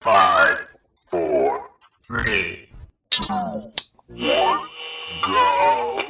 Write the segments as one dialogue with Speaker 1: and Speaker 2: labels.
Speaker 1: Five, four, three, two, one, go.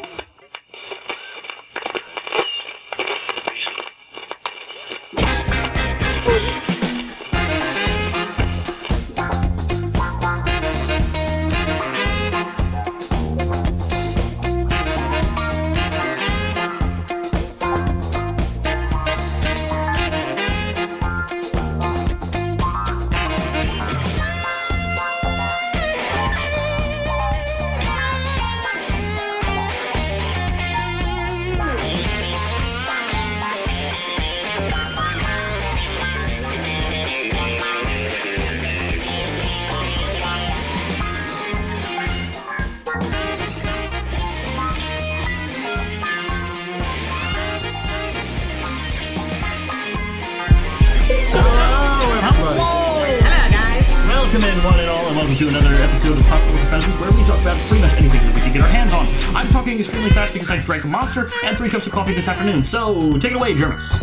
Speaker 2: Hello, guys.
Speaker 3: Welcome in, one and all, and welcome to another episode of Pop Culture Peasants, where we talk about pretty much anything that we can get our hands on. I'm talking extremely fast because I drank a monster and three cups of coffee this afternoon. So take it away, Jermis.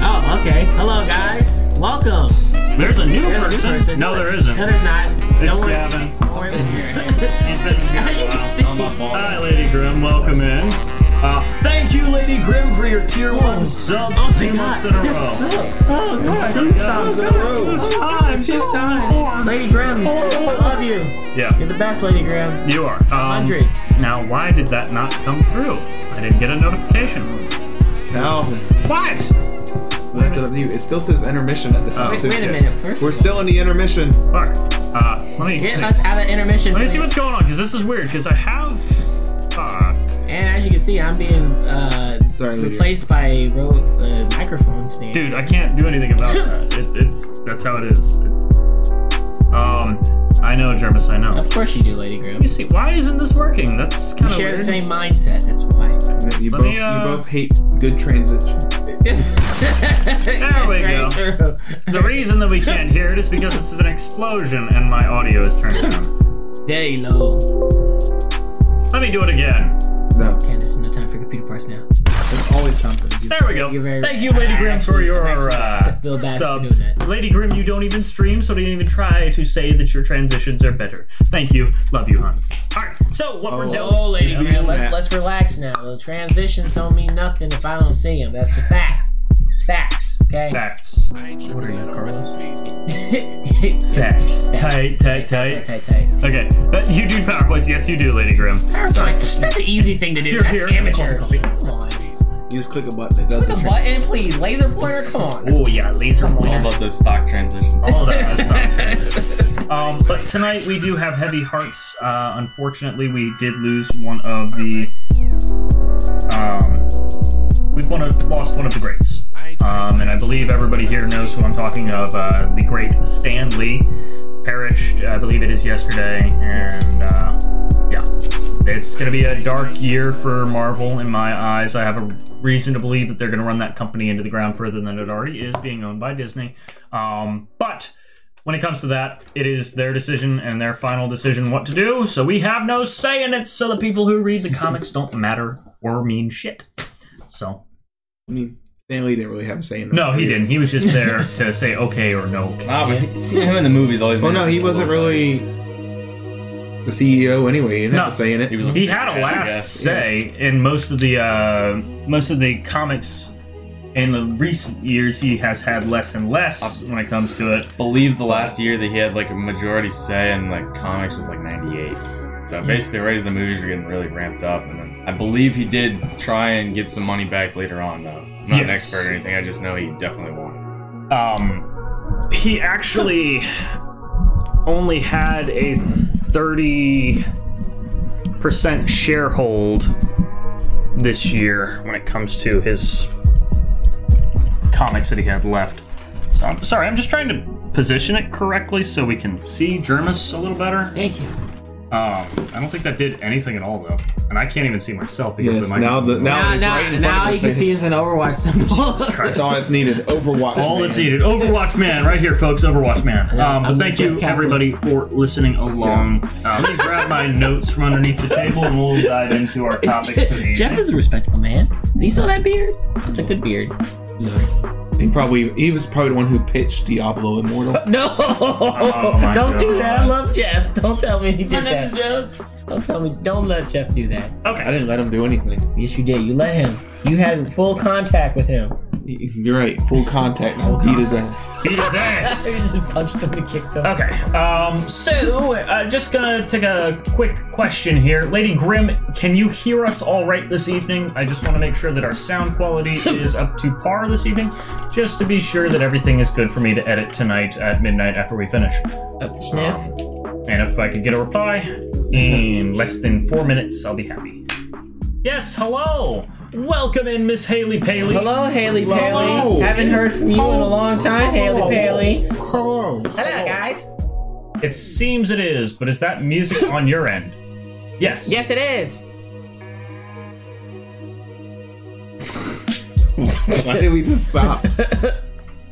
Speaker 2: Oh, okay. Hello, guys. Welcome.
Speaker 3: There's a new,
Speaker 2: There's a new
Speaker 3: person.
Speaker 2: person.
Speaker 3: No, there isn't.
Speaker 2: No, there's not.
Speaker 3: It's
Speaker 2: Don't worry.
Speaker 3: Gavin.
Speaker 2: Don't worry.
Speaker 3: He's been here
Speaker 2: Now you
Speaker 3: a
Speaker 2: can
Speaker 3: while.
Speaker 2: see.
Speaker 3: Hi, Lady Grim. Welcome in. Uh, thank you, Lady Grim, for your tier one sub
Speaker 2: Oh my
Speaker 3: two months in a
Speaker 2: God.
Speaker 3: row.
Speaker 2: Yes, sucks.
Speaker 4: Oh, God. Two times in a row.
Speaker 3: Two times.
Speaker 4: Two times.
Speaker 2: Lady Graham, I love you.
Speaker 3: Yeah.
Speaker 2: You're the best, Lady Graham.
Speaker 3: You are. Um,
Speaker 2: 100.
Speaker 3: Now, why did that not come through? I didn't get a notification.
Speaker 4: No.
Speaker 3: What?
Speaker 4: Left it up to you. It still says intermission at the top,
Speaker 3: Wait-
Speaker 4: too.
Speaker 2: wait a minute. First
Speaker 4: We're
Speaker 2: of
Speaker 4: still in the intermission.
Speaker 3: Fuck. Uh, let me
Speaker 2: Get us out of intermission.
Speaker 3: let me
Speaker 2: please.
Speaker 3: see what's going on because this is weird. Because I have. Uh,
Speaker 2: And as you can see, I'm being uh,
Speaker 4: Sorry, Lady.
Speaker 2: replaced by a ro- uh, microphone stand.
Speaker 3: dude, I can't do anything about that. It's it's that's how it is. Um, I know, Jermis. I know.
Speaker 2: Of
Speaker 3: Let
Speaker 2: course you do, Lady Graham.
Speaker 3: me see. Why isn't this working? That's
Speaker 2: We
Speaker 3: kind of
Speaker 2: share
Speaker 3: weird.
Speaker 2: the same mindset. That's why.
Speaker 4: You
Speaker 3: Let
Speaker 4: both,
Speaker 3: me, uh,
Speaker 4: you both hate good transition.
Speaker 2: there
Speaker 3: we go.
Speaker 2: True.
Speaker 3: The reason that we can't hear it is because it's an explosion and my audio is turned down.
Speaker 2: Very low.
Speaker 3: Let me do it again.
Speaker 4: No.
Speaker 2: And there's no time for computer parts now.
Speaker 4: There's always time for you.
Speaker 3: There we go.
Speaker 2: You're very-
Speaker 3: Thank you, Lady Grim, for
Speaker 2: Actually,
Speaker 3: your
Speaker 2: I actually
Speaker 3: uh,
Speaker 2: feel bad for
Speaker 3: sub.
Speaker 2: doing that.
Speaker 3: Lady Grim, you don't even stream, so don't even try to say that your transitions are better. Thank you. Love you, hon. All right. So what we're doing?
Speaker 2: Oh, ladies, man, let's,
Speaker 4: snap.
Speaker 2: let's relax now. The transitions don't mean nothing if I don't see them. That's the fact. Facts, okay?
Speaker 3: Facts.
Speaker 4: What are you, Carlos?
Speaker 3: Facts.
Speaker 2: Facts.
Speaker 3: Tight, tight, tight.
Speaker 2: Tight, tight.
Speaker 3: Okay. Uh, you do PowerPoints. Yes, you do, Lady Grim.
Speaker 2: Sorry. That's an easy thing to do.
Speaker 3: Here,
Speaker 2: That's
Speaker 3: here.
Speaker 2: amateur. Come on.
Speaker 4: You just click a button. It does
Speaker 2: The
Speaker 4: the trick.
Speaker 2: button, please. Laser pointer, come on.
Speaker 3: Oh, yeah. Laser
Speaker 2: on.
Speaker 3: ball.
Speaker 5: All about those stock transitions.
Speaker 3: All that was something. Um, but tonight we do have heavy hearts. Uh, unfortunately, we did lose one of the. Um, we've one of, lost one of the greats, um, and I believe everybody here knows who I'm talking of. Uh, the great Stan Lee perished. I believe it is yesterday, and uh, yeah, it's going to be a dark year for Marvel in my eyes. I have a reason to believe that they're going to run that company into the ground further than it already is, being owned by Disney. Um, but when it comes to that, it is their decision and their final decision what to do. So we have no say in it. So the people who read the comics don't matter or mean shit. So
Speaker 4: I mean, Stanley didn't really have a say in that.
Speaker 3: no, he didn't. He was just there to say okay or no. okay.
Speaker 5: Nah, but he- seeing him in the movies always.
Speaker 4: Well,
Speaker 5: made
Speaker 4: Oh, no,
Speaker 5: us
Speaker 4: he
Speaker 5: a
Speaker 4: wasn't
Speaker 5: little-
Speaker 4: really the CEO anyway. He didn't have
Speaker 3: No.
Speaker 4: a say in it.
Speaker 5: He was. A
Speaker 3: He had a
Speaker 5: Yeah.
Speaker 3: last say in most of the uh, most of the comics. In the recent years, he has had less and less when it comes to it.
Speaker 5: Believe the last year that he had like a majority say in like comics was like '98.
Speaker 3: Hmm.
Speaker 5: So basically, right as the movies were getting really ramped up, and then I believe he did try and get some money back later on. Though I'm not an
Speaker 3: Yes.
Speaker 5: expert or anything, I just know he definitely won.
Speaker 3: um, he actually only had a 30% sharehold this year when it comes to his comics that he had left. So I'm sorry, I'm just trying to position it correctly so we can see Germus a little better.
Speaker 2: Thank you.
Speaker 3: Um, I don't think that did anything at all though, and I can't even see myself because
Speaker 4: Yes,
Speaker 3: of the mic-
Speaker 4: now the now,
Speaker 2: Now,
Speaker 4: it's
Speaker 2: now,
Speaker 4: right in front
Speaker 2: now
Speaker 4: of
Speaker 2: you
Speaker 4: his
Speaker 2: can
Speaker 4: face.
Speaker 2: see it's an Overwatch symbol.
Speaker 4: That's all that's needed. Overwatch.
Speaker 3: All
Speaker 4: man.
Speaker 3: that's needed. Overwatch Man, right here, folks. Overwatch Man. Um, but
Speaker 2: I'm
Speaker 3: thank
Speaker 2: Jeff
Speaker 3: you,
Speaker 2: Kaplan.
Speaker 3: everybody, for listening along. Uh, let me grab my notes from underneath the table, and we'll dive into our topic for the
Speaker 2: Jeff
Speaker 3: evening.
Speaker 2: is a respectable man. You saw that beard? That's a good beard.
Speaker 4: He probably he was probably the one who pitched Diablo Immortal.
Speaker 2: No!
Speaker 3: Oh, my
Speaker 2: don't do
Speaker 3: God.
Speaker 2: that. I love Jeff. Don't tell me he did that.
Speaker 3: joke.
Speaker 2: Don't tell me. Don't let Jeff do that.
Speaker 4: I
Speaker 3: Okay.
Speaker 4: didn't let him do anything.
Speaker 2: Yes, you did. You let him. You had full contact with him.
Speaker 4: You're right. Full contact. and I'll beat his ass.
Speaker 3: Beat his
Speaker 2: You
Speaker 3: ass.
Speaker 2: just punched him and kicked him.
Speaker 3: Okay, um, so uh, just gonna take a quick question here. Lady Grim, can you hear us all right this evening? I just want to make sure that our sound quality is up to par this evening, just to be sure that everything is good for me to edit tonight at midnight after we finish.
Speaker 2: Up the sniff.
Speaker 3: And if I could get a reply in less than four minutes, I'll be happy. Yes, hello! Welcome in, Miss Haley Paley.
Speaker 2: Hello, Haley Paley.
Speaker 4: Hello.
Speaker 2: Haven't heard from you in a long time, Haley Paley.
Speaker 4: Hello.
Speaker 2: Hello, guys.
Speaker 3: It seems it is, but is that music on your end? Yes.
Speaker 2: Yes, it is.
Speaker 4: Why did we just stop?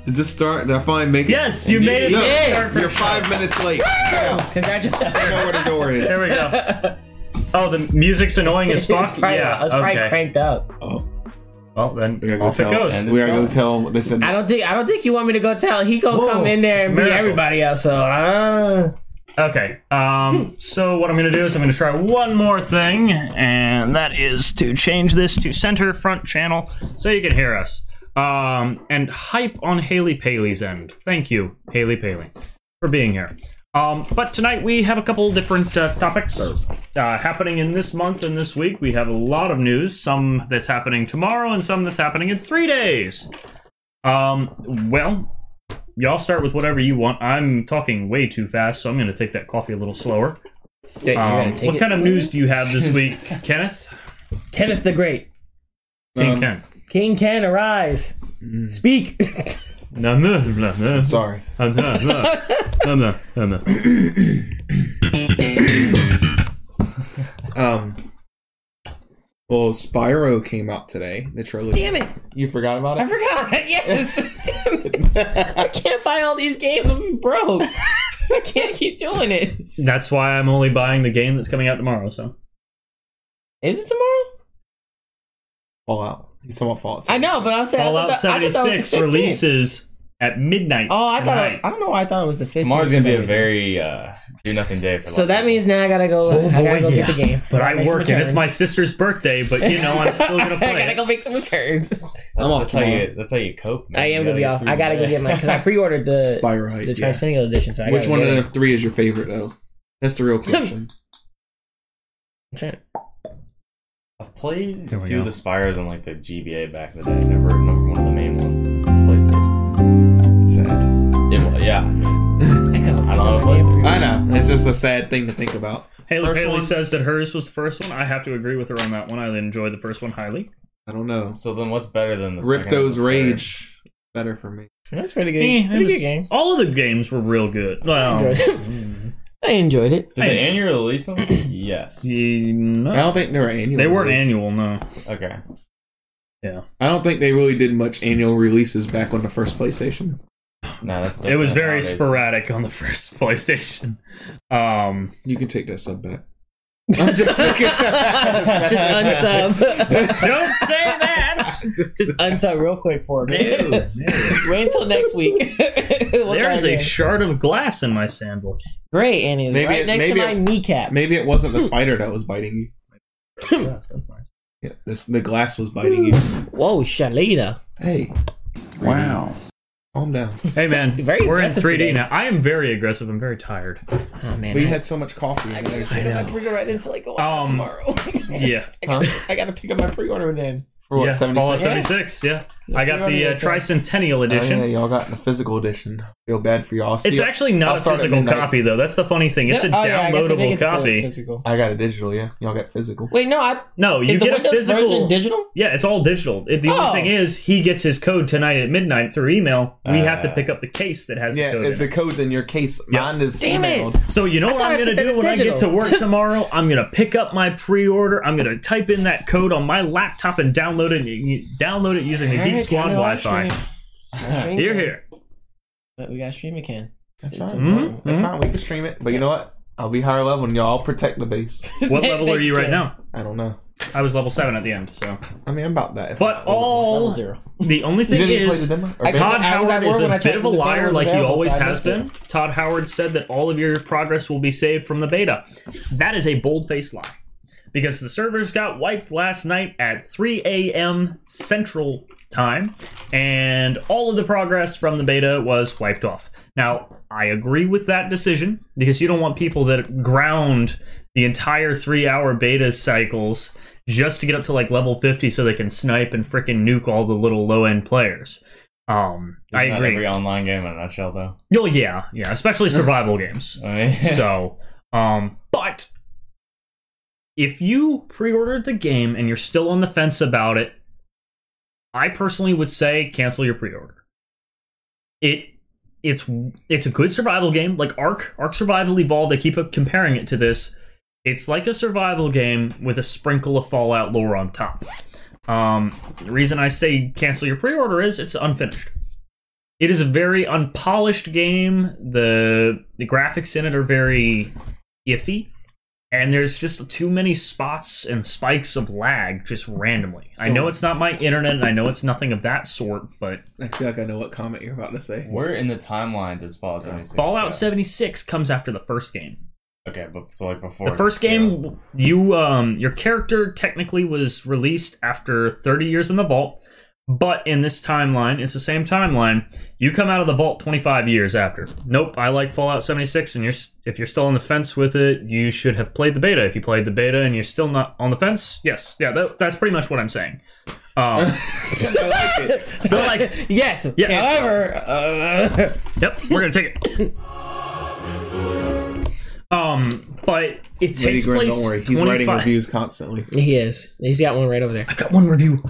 Speaker 4: Is this start? Did I finally make it?
Speaker 3: Yes, you made it.
Speaker 4: No,
Speaker 2: Yeah.
Speaker 4: you're five minutes late. I
Speaker 2: Congratulations.
Speaker 4: know where the door is.
Speaker 3: There we go. Oh, the music's annoying as fuck.
Speaker 2: It's probably-
Speaker 3: yeah.
Speaker 2: I was probably
Speaker 3: okay.
Speaker 2: cranked up.
Speaker 4: Oh,
Speaker 3: Well, then
Speaker 4: we gotta go
Speaker 3: off
Speaker 4: tell.
Speaker 3: it goes.
Speaker 5: And
Speaker 4: we
Speaker 5: it's
Speaker 4: gotta go
Speaker 5: gone.
Speaker 4: tell. They said
Speaker 2: I don't think I don't think you want me to go tell. He gonna
Speaker 3: Whoa,
Speaker 2: come in there
Speaker 3: it's a
Speaker 2: and beat
Speaker 3: miracle.
Speaker 2: everybody else. So uh,
Speaker 3: Okay. Um, so what I'm gonna do is I'm gonna try one more thing, and that is to change this to center front channel so you can hear us. Um, and hype on Haley Paley's end. Thank you, Haley Paley, for being here. Um, but tonight we have a couple different uh, topics uh, happening in this month and this week. We have a lot of news, some that's happening tomorrow and some that's happening in three days. Um, well, y'all start with whatever you want. I'm talking way too fast, so I'm going to take that coffee a little slower.
Speaker 2: yeah, you're
Speaker 3: Um,
Speaker 2: gonna take
Speaker 3: what
Speaker 2: it
Speaker 3: kind of
Speaker 2: from
Speaker 3: news
Speaker 2: me?
Speaker 3: do you have this week, Kenneth?
Speaker 2: Kenneth the Great,
Speaker 3: King
Speaker 4: Um,
Speaker 3: Ken.
Speaker 2: King Ken, arise,
Speaker 3: Mm.
Speaker 2: speak.
Speaker 3: No, no, no, no,
Speaker 4: sorry.
Speaker 3: no, no, no, no, no, no.
Speaker 4: Um. Well, Spyro came out today. The trailer.
Speaker 2: Damn it,
Speaker 4: You forgot about it.
Speaker 2: I forgot. Yes, Damn it. I can't buy all these games. I'm broke. I can't keep doing it.
Speaker 3: That's why I'm only buying the game that's coming out tomorrow. So
Speaker 2: Is it tomorrow?
Speaker 4: Fallout. He's talking about Fallout.
Speaker 2: I know, but I was saying I
Speaker 3: Fallout
Speaker 2: thought that- I thought that was the
Speaker 3: 76
Speaker 2: 15th.
Speaker 3: releases at midnight.
Speaker 2: Oh, I thought
Speaker 3: tonight.
Speaker 2: I don't know. why I thought it was the 15th.
Speaker 5: Tomorrow's gonna be a
Speaker 2: Sorry.
Speaker 5: very uh, do nothing day. For a lot
Speaker 2: So
Speaker 5: of
Speaker 2: that
Speaker 5: people.
Speaker 2: means now I gotta go.
Speaker 3: Oh,
Speaker 2: I gotta
Speaker 3: boy,
Speaker 2: go get
Speaker 3: yeah.
Speaker 2: the game.
Speaker 3: But I
Speaker 2: Make some
Speaker 3: work and it's my
Speaker 2: returns.
Speaker 3: sister's birthday. But you know, I'm still gonna play.
Speaker 2: I gotta
Speaker 3: it. Oh,
Speaker 2: go make some returns.
Speaker 4: I'm off
Speaker 5: that's how
Speaker 4: tomorrow.
Speaker 5: you that's how you cope. Man.
Speaker 2: I am
Speaker 5: You
Speaker 2: gonna be
Speaker 5: gotta
Speaker 2: off.
Speaker 5: through
Speaker 2: I gotta go
Speaker 5: that.
Speaker 2: get my because I pre-ordered the
Speaker 4: Spyro.
Speaker 2: the
Speaker 4: yeah.
Speaker 2: tricentennial edition. So I
Speaker 4: Which
Speaker 2: gotta
Speaker 4: one
Speaker 2: get
Speaker 4: of
Speaker 2: it.
Speaker 4: the three is your favorite, though? That's the real question.
Speaker 2: Tran-
Speaker 5: I've played
Speaker 3: Here
Speaker 5: a
Speaker 3: we
Speaker 5: few
Speaker 3: go.
Speaker 5: of the Spyros on like the GBA back in the day. Never number one of the main ones. on PlayStation.
Speaker 4: sad.
Speaker 5: It, wa- yeah, I don't know. What it was.
Speaker 4: I know. It's just a sad thing to think about.
Speaker 3: Haley
Speaker 4: First
Speaker 3: Paley
Speaker 4: one?
Speaker 3: says that hers was the first one. I have to agree with her on that one. I enjoy the first one highly.
Speaker 4: I don't know.
Speaker 5: So then, what's better than the second and
Speaker 4: Ripto's
Speaker 5: the third?
Speaker 4: Rage. Better for me.
Speaker 2: That's pretty good.
Speaker 3: Eh, it
Speaker 2: pretty
Speaker 3: was-
Speaker 2: good game.
Speaker 3: All of the games were real
Speaker 2: I
Speaker 3: good. Well,
Speaker 2: enjoyed it. I enjoyed it.
Speaker 5: Did they annually release them? yes.
Speaker 3: you
Speaker 4: I
Speaker 3: know,
Speaker 4: don't think they were annual.
Speaker 3: they weren't
Speaker 4: releases.
Speaker 3: annual. No.
Speaker 5: Okay.
Speaker 4: I don't think they really did much annual releases back on the first PlayStation.
Speaker 5: No, that's
Speaker 3: It was
Speaker 5: different
Speaker 3: very
Speaker 5: nowadays.
Speaker 3: sporadic on the first PlayStation. Um,
Speaker 4: You can take that sub back. I'm just joking.
Speaker 2: Just unsub.
Speaker 3: don't say that.
Speaker 2: Just unsub real quick for me. Wait until next week. We'll try
Speaker 3: There is a
Speaker 2: again.
Speaker 3: shard of glass in my sandal.
Speaker 2: great and it's
Speaker 4: Maybe
Speaker 2: right
Speaker 4: it-
Speaker 2: next
Speaker 4: maybe
Speaker 2: to my
Speaker 4: it-
Speaker 2: kneecap. Hmm.
Speaker 4: Maybe it wasn't the spider that was biting you.
Speaker 3: Yes, that's nice.
Speaker 4: Yeah, this, the glass was biting you.
Speaker 2: Whoa, Shalita.
Speaker 4: Hey,
Speaker 6: Wow.
Speaker 4: calm down.
Speaker 3: Hey man,
Speaker 2: Very
Speaker 3: we're in
Speaker 2: aggressive
Speaker 3: 3D
Speaker 2: today.
Speaker 3: now. I am very aggressive. I'm very tired.
Speaker 2: Oh man.
Speaker 4: We
Speaker 2: I-
Speaker 4: had so much coffee.
Speaker 2: I
Speaker 4: and
Speaker 2: gotta
Speaker 4: everything.
Speaker 2: pick up my pre-order in for like a while
Speaker 3: Um,
Speaker 2: tomorrow.
Speaker 3: yeah.
Speaker 2: I gotta, I gotta pick up my pre-order then.
Speaker 4: For what,
Speaker 3: yeah,
Speaker 4: 76?
Speaker 3: Fallout 76. Yeah, I got the uh, tricentennial edition.
Speaker 4: Oh, yeah, y'all got the physical edition. Feel bad for y'all. See,
Speaker 3: It's actually
Speaker 4: I'll
Speaker 3: not a
Speaker 4: start at
Speaker 3: physical
Speaker 4: midnight.
Speaker 3: copy though. That's the funny thing. It's a
Speaker 2: Oh, yeah, I guess I
Speaker 3: downloadable
Speaker 2: think it's the
Speaker 3: copy.
Speaker 2: physical.
Speaker 4: I got a digital. Yeah, y'all got physical.
Speaker 2: Wait, no, I,
Speaker 3: No, you
Speaker 2: is the
Speaker 3: get a
Speaker 2: Windows version
Speaker 3: physical.
Speaker 2: digital?
Speaker 3: yeah, it's all digital. It, the
Speaker 2: Oh.
Speaker 3: only thing is, he gets his code tonight at midnight through email. We
Speaker 5: Uh,
Speaker 3: have to pick up the case that has
Speaker 4: Yeah,
Speaker 3: the code.
Speaker 4: it's
Speaker 3: in
Speaker 4: the
Speaker 3: it.
Speaker 4: code's in your case.
Speaker 3: Yeah.
Speaker 4: Mine is
Speaker 2: Damn it.
Speaker 4: emailed.
Speaker 3: So you know what
Speaker 2: thought I
Speaker 3: I'm gonna
Speaker 2: put that
Speaker 3: do
Speaker 2: in
Speaker 3: when I get to
Speaker 2: digital.
Speaker 3: work tomorrow? I'm gonna pick up my pre-order. I'm gonna type in that code on my laptop and download it. You can Download it using the Geek
Speaker 2: Alright,
Speaker 3: Squad
Speaker 2: time to live
Speaker 3: Wi-Fi.
Speaker 2: stream. Live stream
Speaker 3: You're
Speaker 2: again.
Speaker 3: here.
Speaker 2: But we gotta stream again.
Speaker 4: That's
Speaker 2: It's-
Speaker 4: fine.
Speaker 3: Mhm,
Speaker 4: That's
Speaker 3: mhm.
Speaker 4: fine. We can stream it. But you know what? I'll be higher level and y'all. I'll protect the base.
Speaker 3: What level are you right now?
Speaker 4: I don't know.
Speaker 3: I was level seven at the end. So,
Speaker 7: I mean, I'm about that. If
Speaker 3: but all
Speaker 2: Level Oh, zero.
Speaker 3: the only
Speaker 7: you
Speaker 3: thing
Speaker 7: didn't even play the
Speaker 3: is.
Speaker 7: demo? Or
Speaker 2: I-
Speaker 7: demo?
Speaker 3: Todd
Speaker 2: I was at
Speaker 3: Howard is
Speaker 2: work when I
Speaker 3: a bit
Speaker 2: checked
Speaker 3: of a
Speaker 2: the demo
Speaker 3: liar,
Speaker 2: was
Speaker 3: like he
Speaker 2: available,
Speaker 3: always
Speaker 2: so I
Speaker 3: has
Speaker 2: missed it.
Speaker 3: been. Todd Howard said that all of your progress will be saved from the beta. That is a bold-faced lie, because the servers got wiped last night at 3 a.m. Central Time, and all of the progress from the beta was wiped off. Now, I agree with that decision because you don't want people that ground the entire three-hour beta cycles just to get up to like level 50 so they can snipe and freaking nuke all the little low-end players. Um, I
Speaker 5: Not
Speaker 3: agree.
Speaker 5: Every online game in a nutshell, though.
Speaker 3: Oh yeah, yeah, especially survival games.
Speaker 5: I mean,
Speaker 3: So, um, but if you pre-ordered the game and you're still on the fence about it, I personally would say cancel your pre-order. It it's it's a good survival game, like Ark, Ark Survival Evolved. I keep comparing it to this. It's like a survival game with a sprinkle of Fallout lore on top. Um, the reason I say cancel your pre-order is it's unfinished. It is a very unpolished game. The the graphics in it are very iffy, and there's just too many spots and spikes of lag just randomly. I know it's not my internet, and I know it's nothing of that sort, but
Speaker 4: I feel like I know what comment you're about to say.
Speaker 5: where in the timeline does Fallout 76?
Speaker 3: Fallout
Speaker 5: go?
Speaker 3: 76 comes after the first game.
Speaker 5: Okay, but so like before
Speaker 3: The first
Speaker 5: so-
Speaker 3: game, you um, your character technically was released after 30 years in the vault, but in this timeline, it's the same timeline. You come out of the vault 25 years after. Nope, I like Fallout 76, and you're s- if you're still on the fence with it, you should have played the beta. If you played the beta and you're still not on the fence, yes, yeah, that, that's pretty much what I'm saying. Um,
Speaker 4: I like it.
Speaker 3: but like,
Speaker 2: Yes.
Speaker 3: Yes.
Speaker 2: However,
Speaker 3: yep, we're gonna take it. Um, but it
Speaker 4: Lady
Speaker 3: takes
Speaker 4: Grim,
Speaker 3: place.
Speaker 4: don't worry. He's
Speaker 3: 25
Speaker 4: writing reviews constantly.
Speaker 2: he is. He's got one right over there.
Speaker 3: I got one review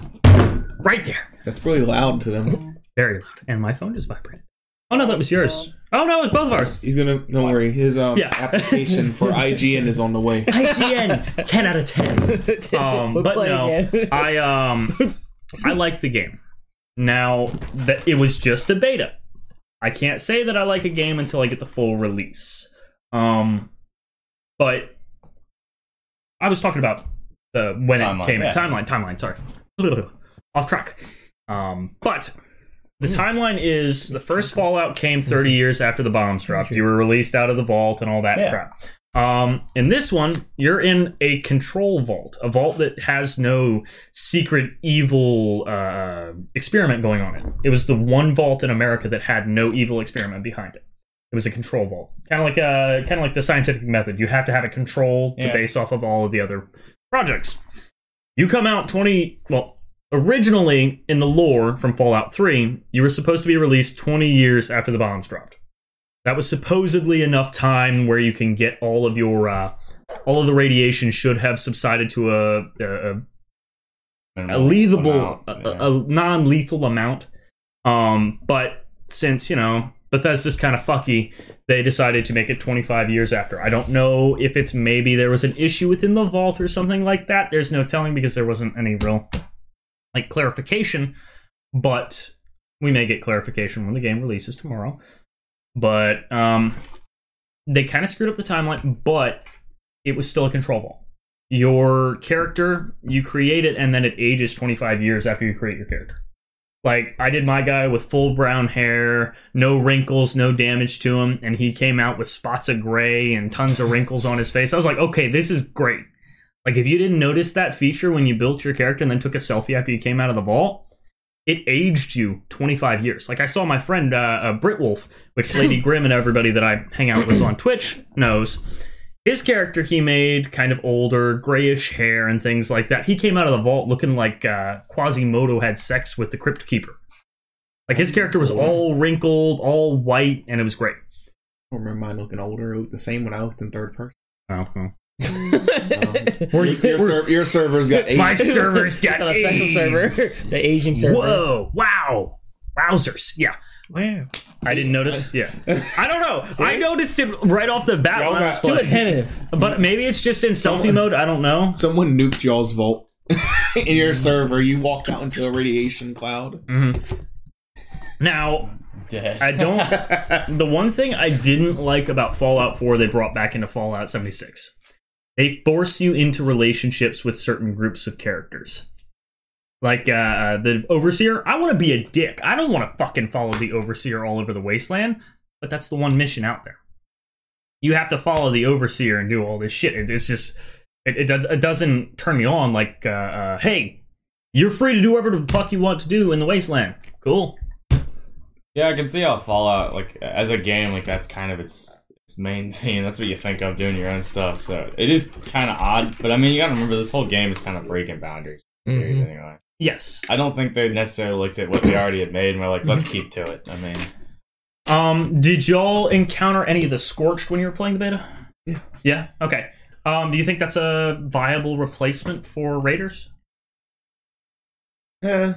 Speaker 3: right there.
Speaker 4: That's really loud to them.
Speaker 3: Very loud. And my phone just vibrated. Oh no, that was yours. Oh no, it was both of ours.
Speaker 4: He's gonna. Don't worry. His um,
Speaker 3: Yeah.
Speaker 4: application for IGN is on the way.
Speaker 3: IGN, ten out of ten. Um,
Speaker 2: We'll
Speaker 3: but
Speaker 2: play
Speaker 3: no,
Speaker 2: again.
Speaker 3: I um, I like the game. Now that it was just a beta, I can't say that I like a game until I get the full release. Um, but I was talking about the when
Speaker 5: Timeline,
Speaker 3: it came
Speaker 5: yeah.
Speaker 3: timeline, timeline. Sorry, off track. Um, but the
Speaker 5: Hmm.
Speaker 3: timeline is the first Fallout came 30 years after the bombs dropped. You were released out of the vault and all that
Speaker 5: Mm-hmm. Yeah.
Speaker 3: crap. Um, in this one, you're in a control vault, a vault that has no secret evil uh, experiment going on it. It was the one vault in America that had no evil experiment behind it. It was a control vault, kind of like a kind of like the scientific method. You have to have a control to
Speaker 5: Yeah.
Speaker 3: base off of all of the other projects. You come out 20, well, originally in the lore from Fallout 3, you were supposed to be released 20 years after the bombs dropped. That was supposedly enough time where you can get all of your, uh, all of the radiation should have subsided to a, a, a a lethal,
Speaker 5: Yeah.
Speaker 3: a, a non-lethal amount. Um, but since you know Bethesda's kind of fucky, they decided to make it 25 years after. I don't know if it's maybe there was an issue within the vault or something like that. There's no telling because there wasn't any real like clarification. But we may get clarification when the game releases tomorrow. But um, they kind of screwed up the timeline, but it was still a control vault your character you create it and then it ages 25 years after you create your character like i did my guy with full brown hair no wrinkles no damage to him and he came out with spots of gray and tons of wrinkles on his face i was like okay this is great like if you didn't notice that feature when you built your character and then took a selfie after you came out of the vault it aged you 25 years like i saw my friend uh, uh, brit wolf which lady grimm and everybody that i hang out with on twitch knows his character he made kind of older, grayish hair and things like that. He came out of the vault looking like uh, Quasimodo had sex with the Crypt Keeper. Like his character was all wrinkled, all white, and it was great.
Speaker 4: I remember mine looking older. The same when I looked in third person.
Speaker 3: Oh,
Speaker 4: Um, your, your ser- your server's got eight.
Speaker 3: my server's
Speaker 2: It's
Speaker 3: got
Speaker 2: on a special
Speaker 3: AIDS.
Speaker 2: server. The Asian server.
Speaker 3: Whoa! Wow! Wowzers! Yeah,
Speaker 2: Wow.
Speaker 3: I didn't notice. Yeah, I don't know. I noticed it right off the bat
Speaker 4: Y'all
Speaker 3: when I was
Speaker 4: got- Too
Speaker 3: playing.
Speaker 2: Tentative.
Speaker 3: but maybe it's just in selfie mode. I don't know.
Speaker 4: Someone nuked y'all's vault in your server. You walked out into a radiation cloud.
Speaker 3: Now
Speaker 5: Dead.
Speaker 3: I don't. the one thing I didn't like about Fallout 4 they brought back into Fallout 76 they force you into relationships with certain groups of characters. Like uh, the overseer, I want to be a dick. I don't want to fucking follow the overseer all over the wasteland, but that's the one mission out there. You have to follow the overseer and do all this shit. It, it's just it, it, does- it doesn't turn me on. Like, uh, uh, hey, you're free to do whatever the fuck you want to do in the wasteland. Cool.
Speaker 5: Yeah, I can see how Fallout, like as a game, like that's kind of its its main thing. That's what you think of doing your own stuff. So it is kind of odd, but I mean, you got to remember this whole game is kind of breaking boundaries. Series,
Speaker 3: Mm-hmm.
Speaker 5: anyway.
Speaker 3: Yes.
Speaker 5: I don't think they necessarily looked at what they already had made and were like, let's keep to it. I mean,
Speaker 3: Um, did y'all encounter any of the scorched when you were playing the beta?
Speaker 4: Yeah.
Speaker 3: Yeah. Okay. Um, do you think that's a viable replacement for raiders?
Speaker 4: Eh,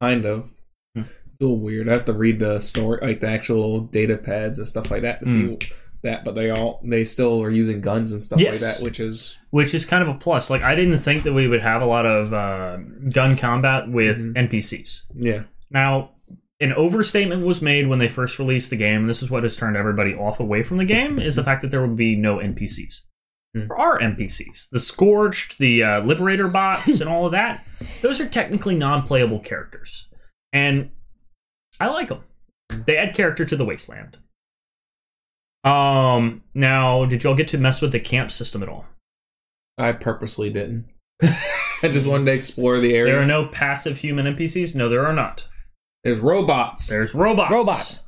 Speaker 4: kind of.
Speaker 3: Hmm.
Speaker 4: It's a little weird. I have to read the story, like the actual data pads and stuff like that, to
Speaker 2: Hmm.
Speaker 4: see that. But they all they still are using guns and stuff like
Speaker 3: Yes.
Speaker 4: that, which is
Speaker 3: Which is kind of a plus. Like I didn't think that we would have a lot of uh, gun combat with NPCs.
Speaker 4: yeah.
Speaker 3: Now, an overstatement was made when they first released the game, and this is what has turned everybody off away from the game, is the fact that there will be no NPCs.
Speaker 4: Hmm.
Speaker 3: There are NPCs. The Scorched, the uh, Liberator bots, and all of that, those are technically non playable characters. And I like them. They add character to the Wasteland. Um, now, did y'all get to mess with the camp system at all?
Speaker 4: I purposely didn't. I just wanted to explore the area.
Speaker 3: There are no passive human NPCs? No, there are not.
Speaker 4: There's robots.
Speaker 3: There's robots.
Speaker 2: Robot.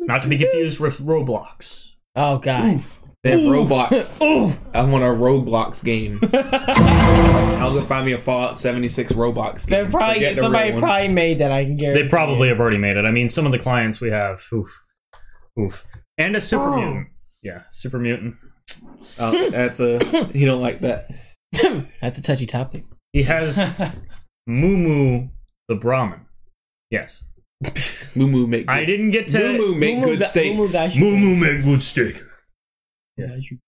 Speaker 3: Not to be confused with Roblox.
Speaker 2: Oh god.
Speaker 4: They have robots. I want a Roblox game. I'll go find me a Fallout 76 Roblox game.
Speaker 2: They probably
Speaker 4: Forget the
Speaker 2: somebody
Speaker 4: real one.
Speaker 2: probably made that. I can guarantee.
Speaker 3: They probably
Speaker 2: it.
Speaker 3: have already made it. I mean, some of the clients we have, oof, oof, and a super mutant. Yeah, super mutant.
Speaker 4: Oh, that's a he don't like that.
Speaker 2: That's a touchy topic.
Speaker 3: He has Mumu the Brahmin. Yes,
Speaker 4: Moo Moo make
Speaker 3: I didn't get to
Speaker 4: Moo Moo make
Speaker 2: Mumu
Speaker 4: good
Speaker 2: ga- Mumu
Speaker 4: steaks.
Speaker 2: gashi-
Speaker 3: Mumu make good steak.
Speaker 2: gashi.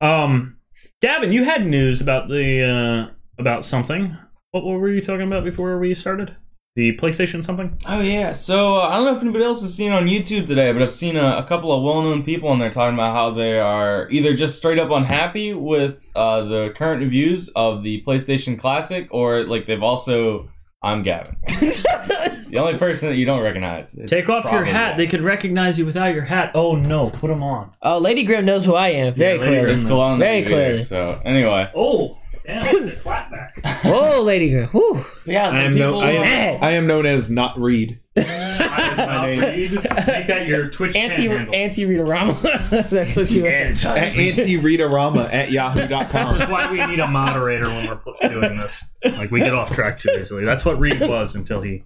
Speaker 3: Um, Gavin, you had news about the uh about something. What, what were you talking about before we started? The PlayStation something?
Speaker 5: oh yeah. So uh, I don't know if anybody else has seen on YouTube today, but I've seen a, a couple of well-known people on there talking about how they are either just straight up unhappy with uh, the current reviews of the PlayStation Classic, or like they've also. I'm Gavin, the only person that you don't recognize. It's
Speaker 3: Take off your
Speaker 5: probably-
Speaker 3: hat. They could recognize you without your hat. Oh no, put them on.
Speaker 2: Oh, Lady Grim knows who I am very
Speaker 3: Lady
Speaker 2: clearly.
Speaker 5: It's Galon
Speaker 2: Very
Speaker 5: Very
Speaker 2: clear.
Speaker 5: clear. So anyway,
Speaker 3: Oh, damn, flat back.
Speaker 2: Whoa, Lady Grim. Whew.
Speaker 4: I
Speaker 2: Yeah,
Speaker 4: am known. I am, I am known as not Reed.
Speaker 3: Make that your Twitch
Speaker 2: anti
Speaker 3: handle. um,
Speaker 2: anti Rita Rama. That's what you.
Speaker 4: At Auntie Rita Rama at
Speaker 3: This is
Speaker 4: yahoo.com.
Speaker 3: why we need a moderator when we're pl- doing this. Like we get off track too easily. That's what Reed was until he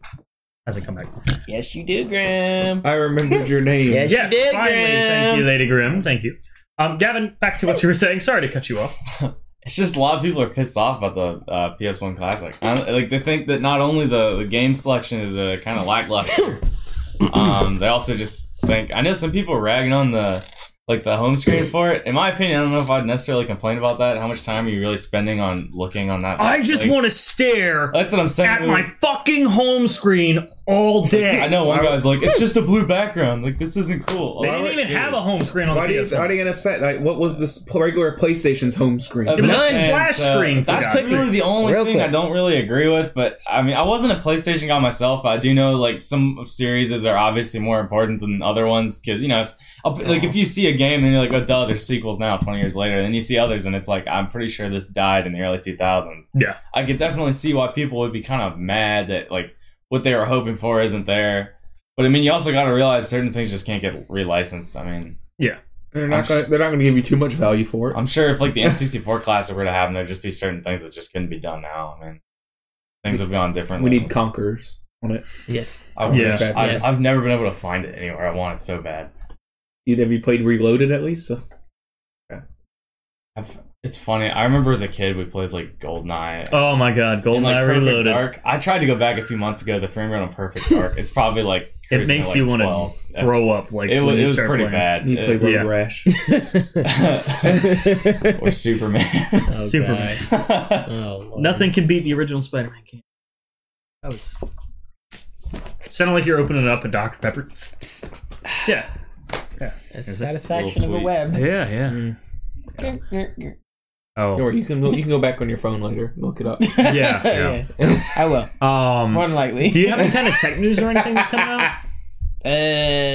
Speaker 3: hasn't come back.
Speaker 2: Yes, you do, Grim.
Speaker 4: I remembered your name.
Speaker 2: Yes,
Speaker 3: Yes,
Speaker 2: you did,
Speaker 3: finally. Thank you,
Speaker 2: Grim.
Speaker 3: Lady Grimm. Thank you. Um, Gavin, back to what you were saying. Sorry to cut you off.
Speaker 5: it's just a lot of people are pissed off about the uh, PS1 Classic. I don't- like they think that not only the, the game selection is uh, kind of lackluster, um, they also just think. I know some people are ragging on the like the home screen for it. In my opinion, I don't know if I'd necessarily complain about that. How much time are you really spending on looking on that?
Speaker 3: I just
Speaker 5: like,
Speaker 3: want to stare
Speaker 5: That's what I'm saying.
Speaker 3: at my fucking home screen all day.
Speaker 5: I know one guy's like, it's just a blue background. Like this isn't cool.
Speaker 3: They didn't even have a home screen on
Speaker 4: Why do
Speaker 3: the
Speaker 4: you
Speaker 3: PS1.
Speaker 4: why do you get upset? Like, what was this pl- regular PlayStation's home screen?
Speaker 5: That's
Speaker 3: It was a
Speaker 5: what I'm saying,
Speaker 3: splash
Speaker 5: so
Speaker 3: screen, for
Speaker 5: That's
Speaker 3: God's
Speaker 5: literally
Speaker 3: sakes.
Speaker 5: the only
Speaker 2: Real
Speaker 5: thing
Speaker 2: quick.
Speaker 5: I don't really agree with. But I mean, I wasn't a PlayStation guy myself, but I do know like some of series are obviously more important than other ones because you know, it's, like if you see a game and you're like, oh duh, there's sequels now, twenty years later, and then you see others and it's like, I'm pretty sure this died in the early 2000s.
Speaker 3: Yeah.
Speaker 5: I could definitely see why people would be kind of mad that like what they were hoping for isn't there. But I mean, you also got to realize certain things just can't get relicensed. I mean,
Speaker 4: They're not gonna they're not gonna give you too much value for it.
Speaker 5: I'm sure if like the N64 classic were to happen, there'd just be certain things that just couldn't be done now. I mean, things have gone different.
Speaker 4: We need conquerors on it.
Speaker 2: Yes.
Speaker 5: I've,
Speaker 3: Yeah.
Speaker 5: I've,
Speaker 2: Yes.
Speaker 5: I've never been able to find it anywhere. I want it so bad.
Speaker 4: You'd have you played Reloaded at least? So.
Speaker 5: I've, it's funny. I remember as a kid we played like Goldeneye.
Speaker 3: Oh my god,
Speaker 5: and,
Speaker 3: Goldeneye
Speaker 5: like, Perfect
Speaker 3: Reloaded.
Speaker 5: Dark. I tried to go back a few months ago. The frame rate on Perfect Dark. It's probably like
Speaker 3: It makes you
Speaker 5: want
Speaker 3: want to throw up like
Speaker 5: It, wa-
Speaker 3: when
Speaker 5: it
Speaker 3: you
Speaker 5: was
Speaker 3: start
Speaker 5: pretty
Speaker 3: playing.
Speaker 5: bad.
Speaker 4: You play
Speaker 5: It-
Speaker 4: Road
Speaker 3: yeah.
Speaker 4: Rash.
Speaker 5: or Superman.
Speaker 2: Oh,
Speaker 3: Superman.
Speaker 2: God.
Speaker 5: I
Speaker 2: Oh, Lord.
Speaker 3: Nothing can beat the original Spider-Man game. That was sounded like you're opening up a Dr Pepper. Yeah,
Speaker 2: That's the satisfaction of a
Speaker 5: sweet.
Speaker 2: web.
Speaker 3: yeah, yeah. Oh,
Speaker 4: Or you can you can go back on your phone later and look it up.
Speaker 3: yeah, yeah.
Speaker 2: I will. More
Speaker 3: Um,
Speaker 2: than likely.
Speaker 3: do you have any kind of tech news or anything that's coming out?
Speaker 2: Uh,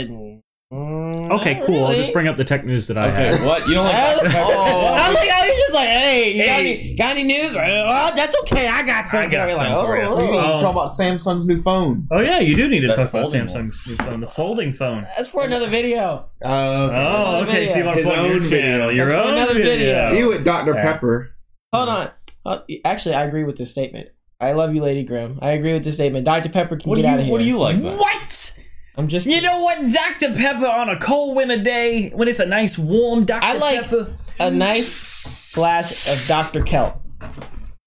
Speaker 2: mm,
Speaker 3: Okay,
Speaker 2: not
Speaker 3: cool. I'll
Speaker 2: really.
Speaker 3: just bring up the tech news that I
Speaker 4: Okay,
Speaker 3: have.
Speaker 4: what you don't
Speaker 2: I
Speaker 4: like?
Speaker 2: was,
Speaker 5: Oh.
Speaker 2: I was like, I was just like, hey, you got,
Speaker 3: Hey.
Speaker 2: any, got any news? Uh, Well, that's okay. I got some.
Speaker 3: I got
Speaker 2: for you.
Speaker 3: some
Speaker 2: Like,
Speaker 3: for you.
Speaker 2: oh,
Speaker 8: We need
Speaker 2: oh,
Speaker 3: Um,
Speaker 8: to talk about Samsung's new phone.
Speaker 3: Oh yeah, you do need to
Speaker 5: That
Speaker 3: talk about
Speaker 5: folding
Speaker 3: Samsung's new phone, the folding phone.
Speaker 2: That's for another video.
Speaker 8: Uh,
Speaker 3: Oh,
Speaker 2: another
Speaker 3: okay. So you
Speaker 2: video.
Speaker 3: want to
Speaker 8: His
Speaker 3: plug your
Speaker 8: own video.
Speaker 3: channel, your
Speaker 2: That's for
Speaker 3: own
Speaker 2: another
Speaker 3: video.
Speaker 2: video.
Speaker 8: you at Dr.
Speaker 3: Yeah.
Speaker 8: Pepper.
Speaker 2: Hold on. Uh, actually, I agree with this statement. I love you, Lady Grimm. I agree with this statement. Dr. Pepper can
Speaker 5: What
Speaker 2: get
Speaker 5: do you-
Speaker 2: out of here.
Speaker 5: what do you like then?
Speaker 3: What?
Speaker 2: I'm just.
Speaker 3: You know what, Dr. Pepper on a cold winter day when it's a nice warm Dr.
Speaker 2: I like-
Speaker 3: Pepper.
Speaker 2: a nice glass of Dr. Kelp.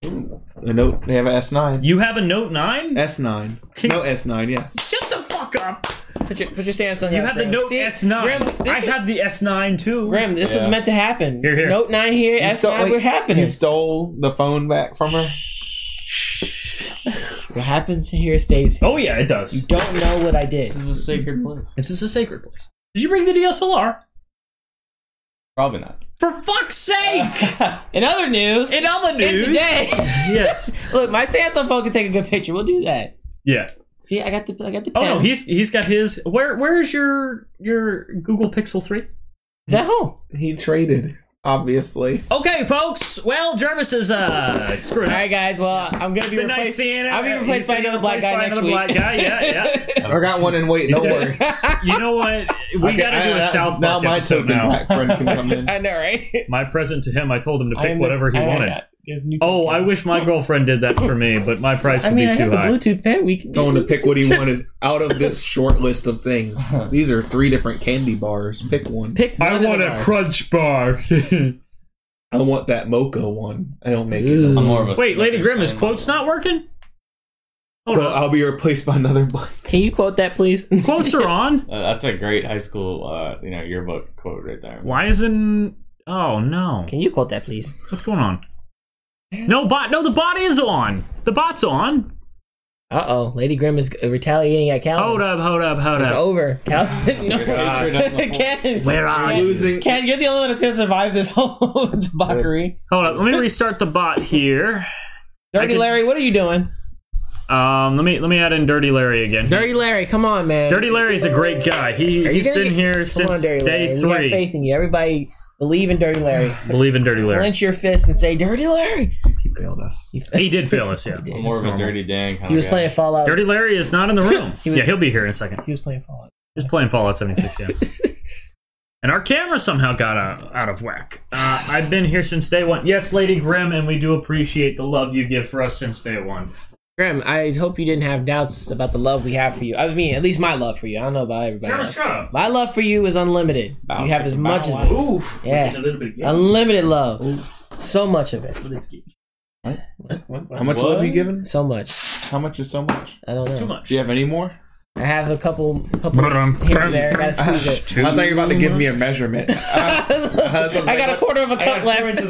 Speaker 4: The note they have an S nine.
Speaker 3: You have a Note 9?
Speaker 2: Eh.
Speaker 4: S nine. No S nine. Yes.
Speaker 3: Shut the fuck up.
Speaker 2: Put your, put your Samsung.
Speaker 3: You
Speaker 2: out,
Speaker 3: have the
Speaker 2: Grim.
Speaker 3: Note
Speaker 2: See,
Speaker 3: S9.
Speaker 2: Grim, this
Speaker 3: I
Speaker 2: is-
Speaker 3: have the S9 too.
Speaker 2: Grim, this was
Speaker 8: Yeah.
Speaker 2: meant to happen.
Speaker 3: Here, here.
Speaker 2: Note 9 here, S9,
Speaker 4: So, wait,
Speaker 2: we're happening.
Speaker 4: You stole the phone back from her.
Speaker 2: What happens here stays here.
Speaker 3: Oh yeah, it does.
Speaker 2: Don't know what I did.
Speaker 5: This is a sacred place.
Speaker 3: This is a sacred place. Did you bring the DSLR?
Speaker 5: Probably not.
Speaker 3: For fuck's
Speaker 2: Ah.
Speaker 3: sake!
Speaker 2: In other news,
Speaker 3: In other news.
Speaker 2: today,
Speaker 3: yes.
Speaker 2: look, my Samsung phone can take a good picture. We'll do that.
Speaker 3: Yeah.
Speaker 2: See, I got the, I got the.
Speaker 3: Oh
Speaker 2: pen.
Speaker 3: no, he's he's got his. Where where is your your Google Pixel three?
Speaker 2: It's at home.
Speaker 4: He traded, obviously.
Speaker 3: Okay, folks. Well, Jarvis is uh screwed.
Speaker 2: All
Speaker 3: up.
Speaker 2: right, guys. Well, I'm gonna be
Speaker 3: Been
Speaker 2: replaced.
Speaker 3: nice seeing it.
Speaker 2: I'll be
Speaker 3: Uh,
Speaker 2: replaced
Speaker 3: he's
Speaker 2: by
Speaker 3: gonna be
Speaker 2: another black
Speaker 3: replaced
Speaker 2: guy
Speaker 3: by
Speaker 2: next
Speaker 3: another
Speaker 2: week.
Speaker 3: black guy. Yeah, yeah.
Speaker 4: I got one in wait. Don't
Speaker 3: dead.
Speaker 4: worry.
Speaker 3: You know what? We
Speaker 4: Okay,
Speaker 3: gotta do
Speaker 4: I-
Speaker 3: a
Speaker 4: I-
Speaker 3: South
Speaker 4: now
Speaker 3: Park
Speaker 4: my
Speaker 3: episode
Speaker 4: token
Speaker 3: now.
Speaker 4: black friend can come in.
Speaker 2: I know, right?
Speaker 3: My present to him, I told him to pick
Speaker 2: I'm the-
Speaker 3: whatever he
Speaker 2: I- I
Speaker 3: wanted.
Speaker 2: got- there's new
Speaker 3: Oh,
Speaker 2: tech.
Speaker 3: I wish my girlfriend did that for me, but my price
Speaker 2: I
Speaker 3: would
Speaker 2: mean, I
Speaker 3: be too
Speaker 2: have a
Speaker 3: high.
Speaker 2: Bluetooth pen. We can.
Speaker 4: Going to pick what he wanted out of this short list of things. These are three different candy bars. Pick one.
Speaker 2: Pick. one
Speaker 3: I
Speaker 2: of
Speaker 3: want a
Speaker 2: ours.
Speaker 3: crunch bar.
Speaker 4: I want that mocha one. I don't make it.
Speaker 5: I'm more of a.
Speaker 3: Wait, Lady
Speaker 5: Snickers
Speaker 3: Grimm, is
Speaker 5: fan.
Speaker 3: quotes not working? Hold
Speaker 4: Well, uh,
Speaker 3: on.
Speaker 4: I'll be replaced by another black.
Speaker 2: Can you quote that, please?
Speaker 3: Quotes are on.
Speaker 5: Uh, that's a great high school, uh, you know, yearbook quote right there.
Speaker 3: Why isn't? Oh no,
Speaker 2: Can you quote that, please?
Speaker 3: what's going on? No bot. No, the bot is on. The bot's on.
Speaker 2: Uh oh, Lady Grimm is retaliating at Calvin.
Speaker 3: Hold up. Hold up. Hold
Speaker 2: Oh. It's
Speaker 3: up.
Speaker 2: over. Calvin, no. Ken,
Speaker 3: Where are you?
Speaker 4: Losing.
Speaker 2: Ken, you're the only one that's gonna survive this whole debauchery.
Speaker 3: Hold up. Let me restart the bot here.
Speaker 2: Dirty
Speaker 3: I can-
Speaker 2: Larry, what are you doing?
Speaker 3: Um, let me let me add in Dirty Larry again.
Speaker 2: Dirty Larry, come on, man.
Speaker 3: Dirty Larry's a great guy. He
Speaker 2: Are you
Speaker 3: he's
Speaker 2: gonna
Speaker 3: been
Speaker 2: get-
Speaker 3: here
Speaker 2: come on,
Speaker 3: since
Speaker 2: Dirty
Speaker 3: day
Speaker 2: Larry. We got
Speaker 3: three.
Speaker 2: faith in you. Everybody believe in Dirty Larry.
Speaker 3: Believe in Dirty Larry.
Speaker 2: Clench your fist and say, "Dirty Larry."
Speaker 4: You failed us.
Speaker 3: He did fail us. Yeah.
Speaker 5: I'm more of a dirty Dan kind
Speaker 2: He was
Speaker 5: of guy.
Speaker 2: playing Fallout.
Speaker 3: Dirty Larry is not in the room.
Speaker 2: was-
Speaker 3: yeah, he'll be here in a second.
Speaker 2: He was playing Fallout.
Speaker 3: He's playing Fallout 76, yeah. and our camera somehow got out, out of whack. Uh, I've been here since day one. Yes, Lady Grimm, and we do appreciate the love you give for us since day one.
Speaker 2: Graham, I hope you didn't have doubts about the love we have for you. I mean, at least my love for you. I don't know about everybody.
Speaker 3: Jeremy,
Speaker 2: Else.
Speaker 3: shut up.
Speaker 2: My love for you is unlimited. you have as much as
Speaker 3: Oof.
Speaker 2: Yeah.
Speaker 3: A little bit of-
Speaker 2: Unlimited love. So much of it.
Speaker 4: How much love you giving?
Speaker 2: So much.
Speaker 4: How much is so much?
Speaker 2: I don't know.
Speaker 3: Too much.
Speaker 4: Do you have any more?
Speaker 2: I have a couple couple here and there. I gotta squeeze it.
Speaker 4: I thought you were about to give me a measurement.
Speaker 2: I got a quarter of a cup left.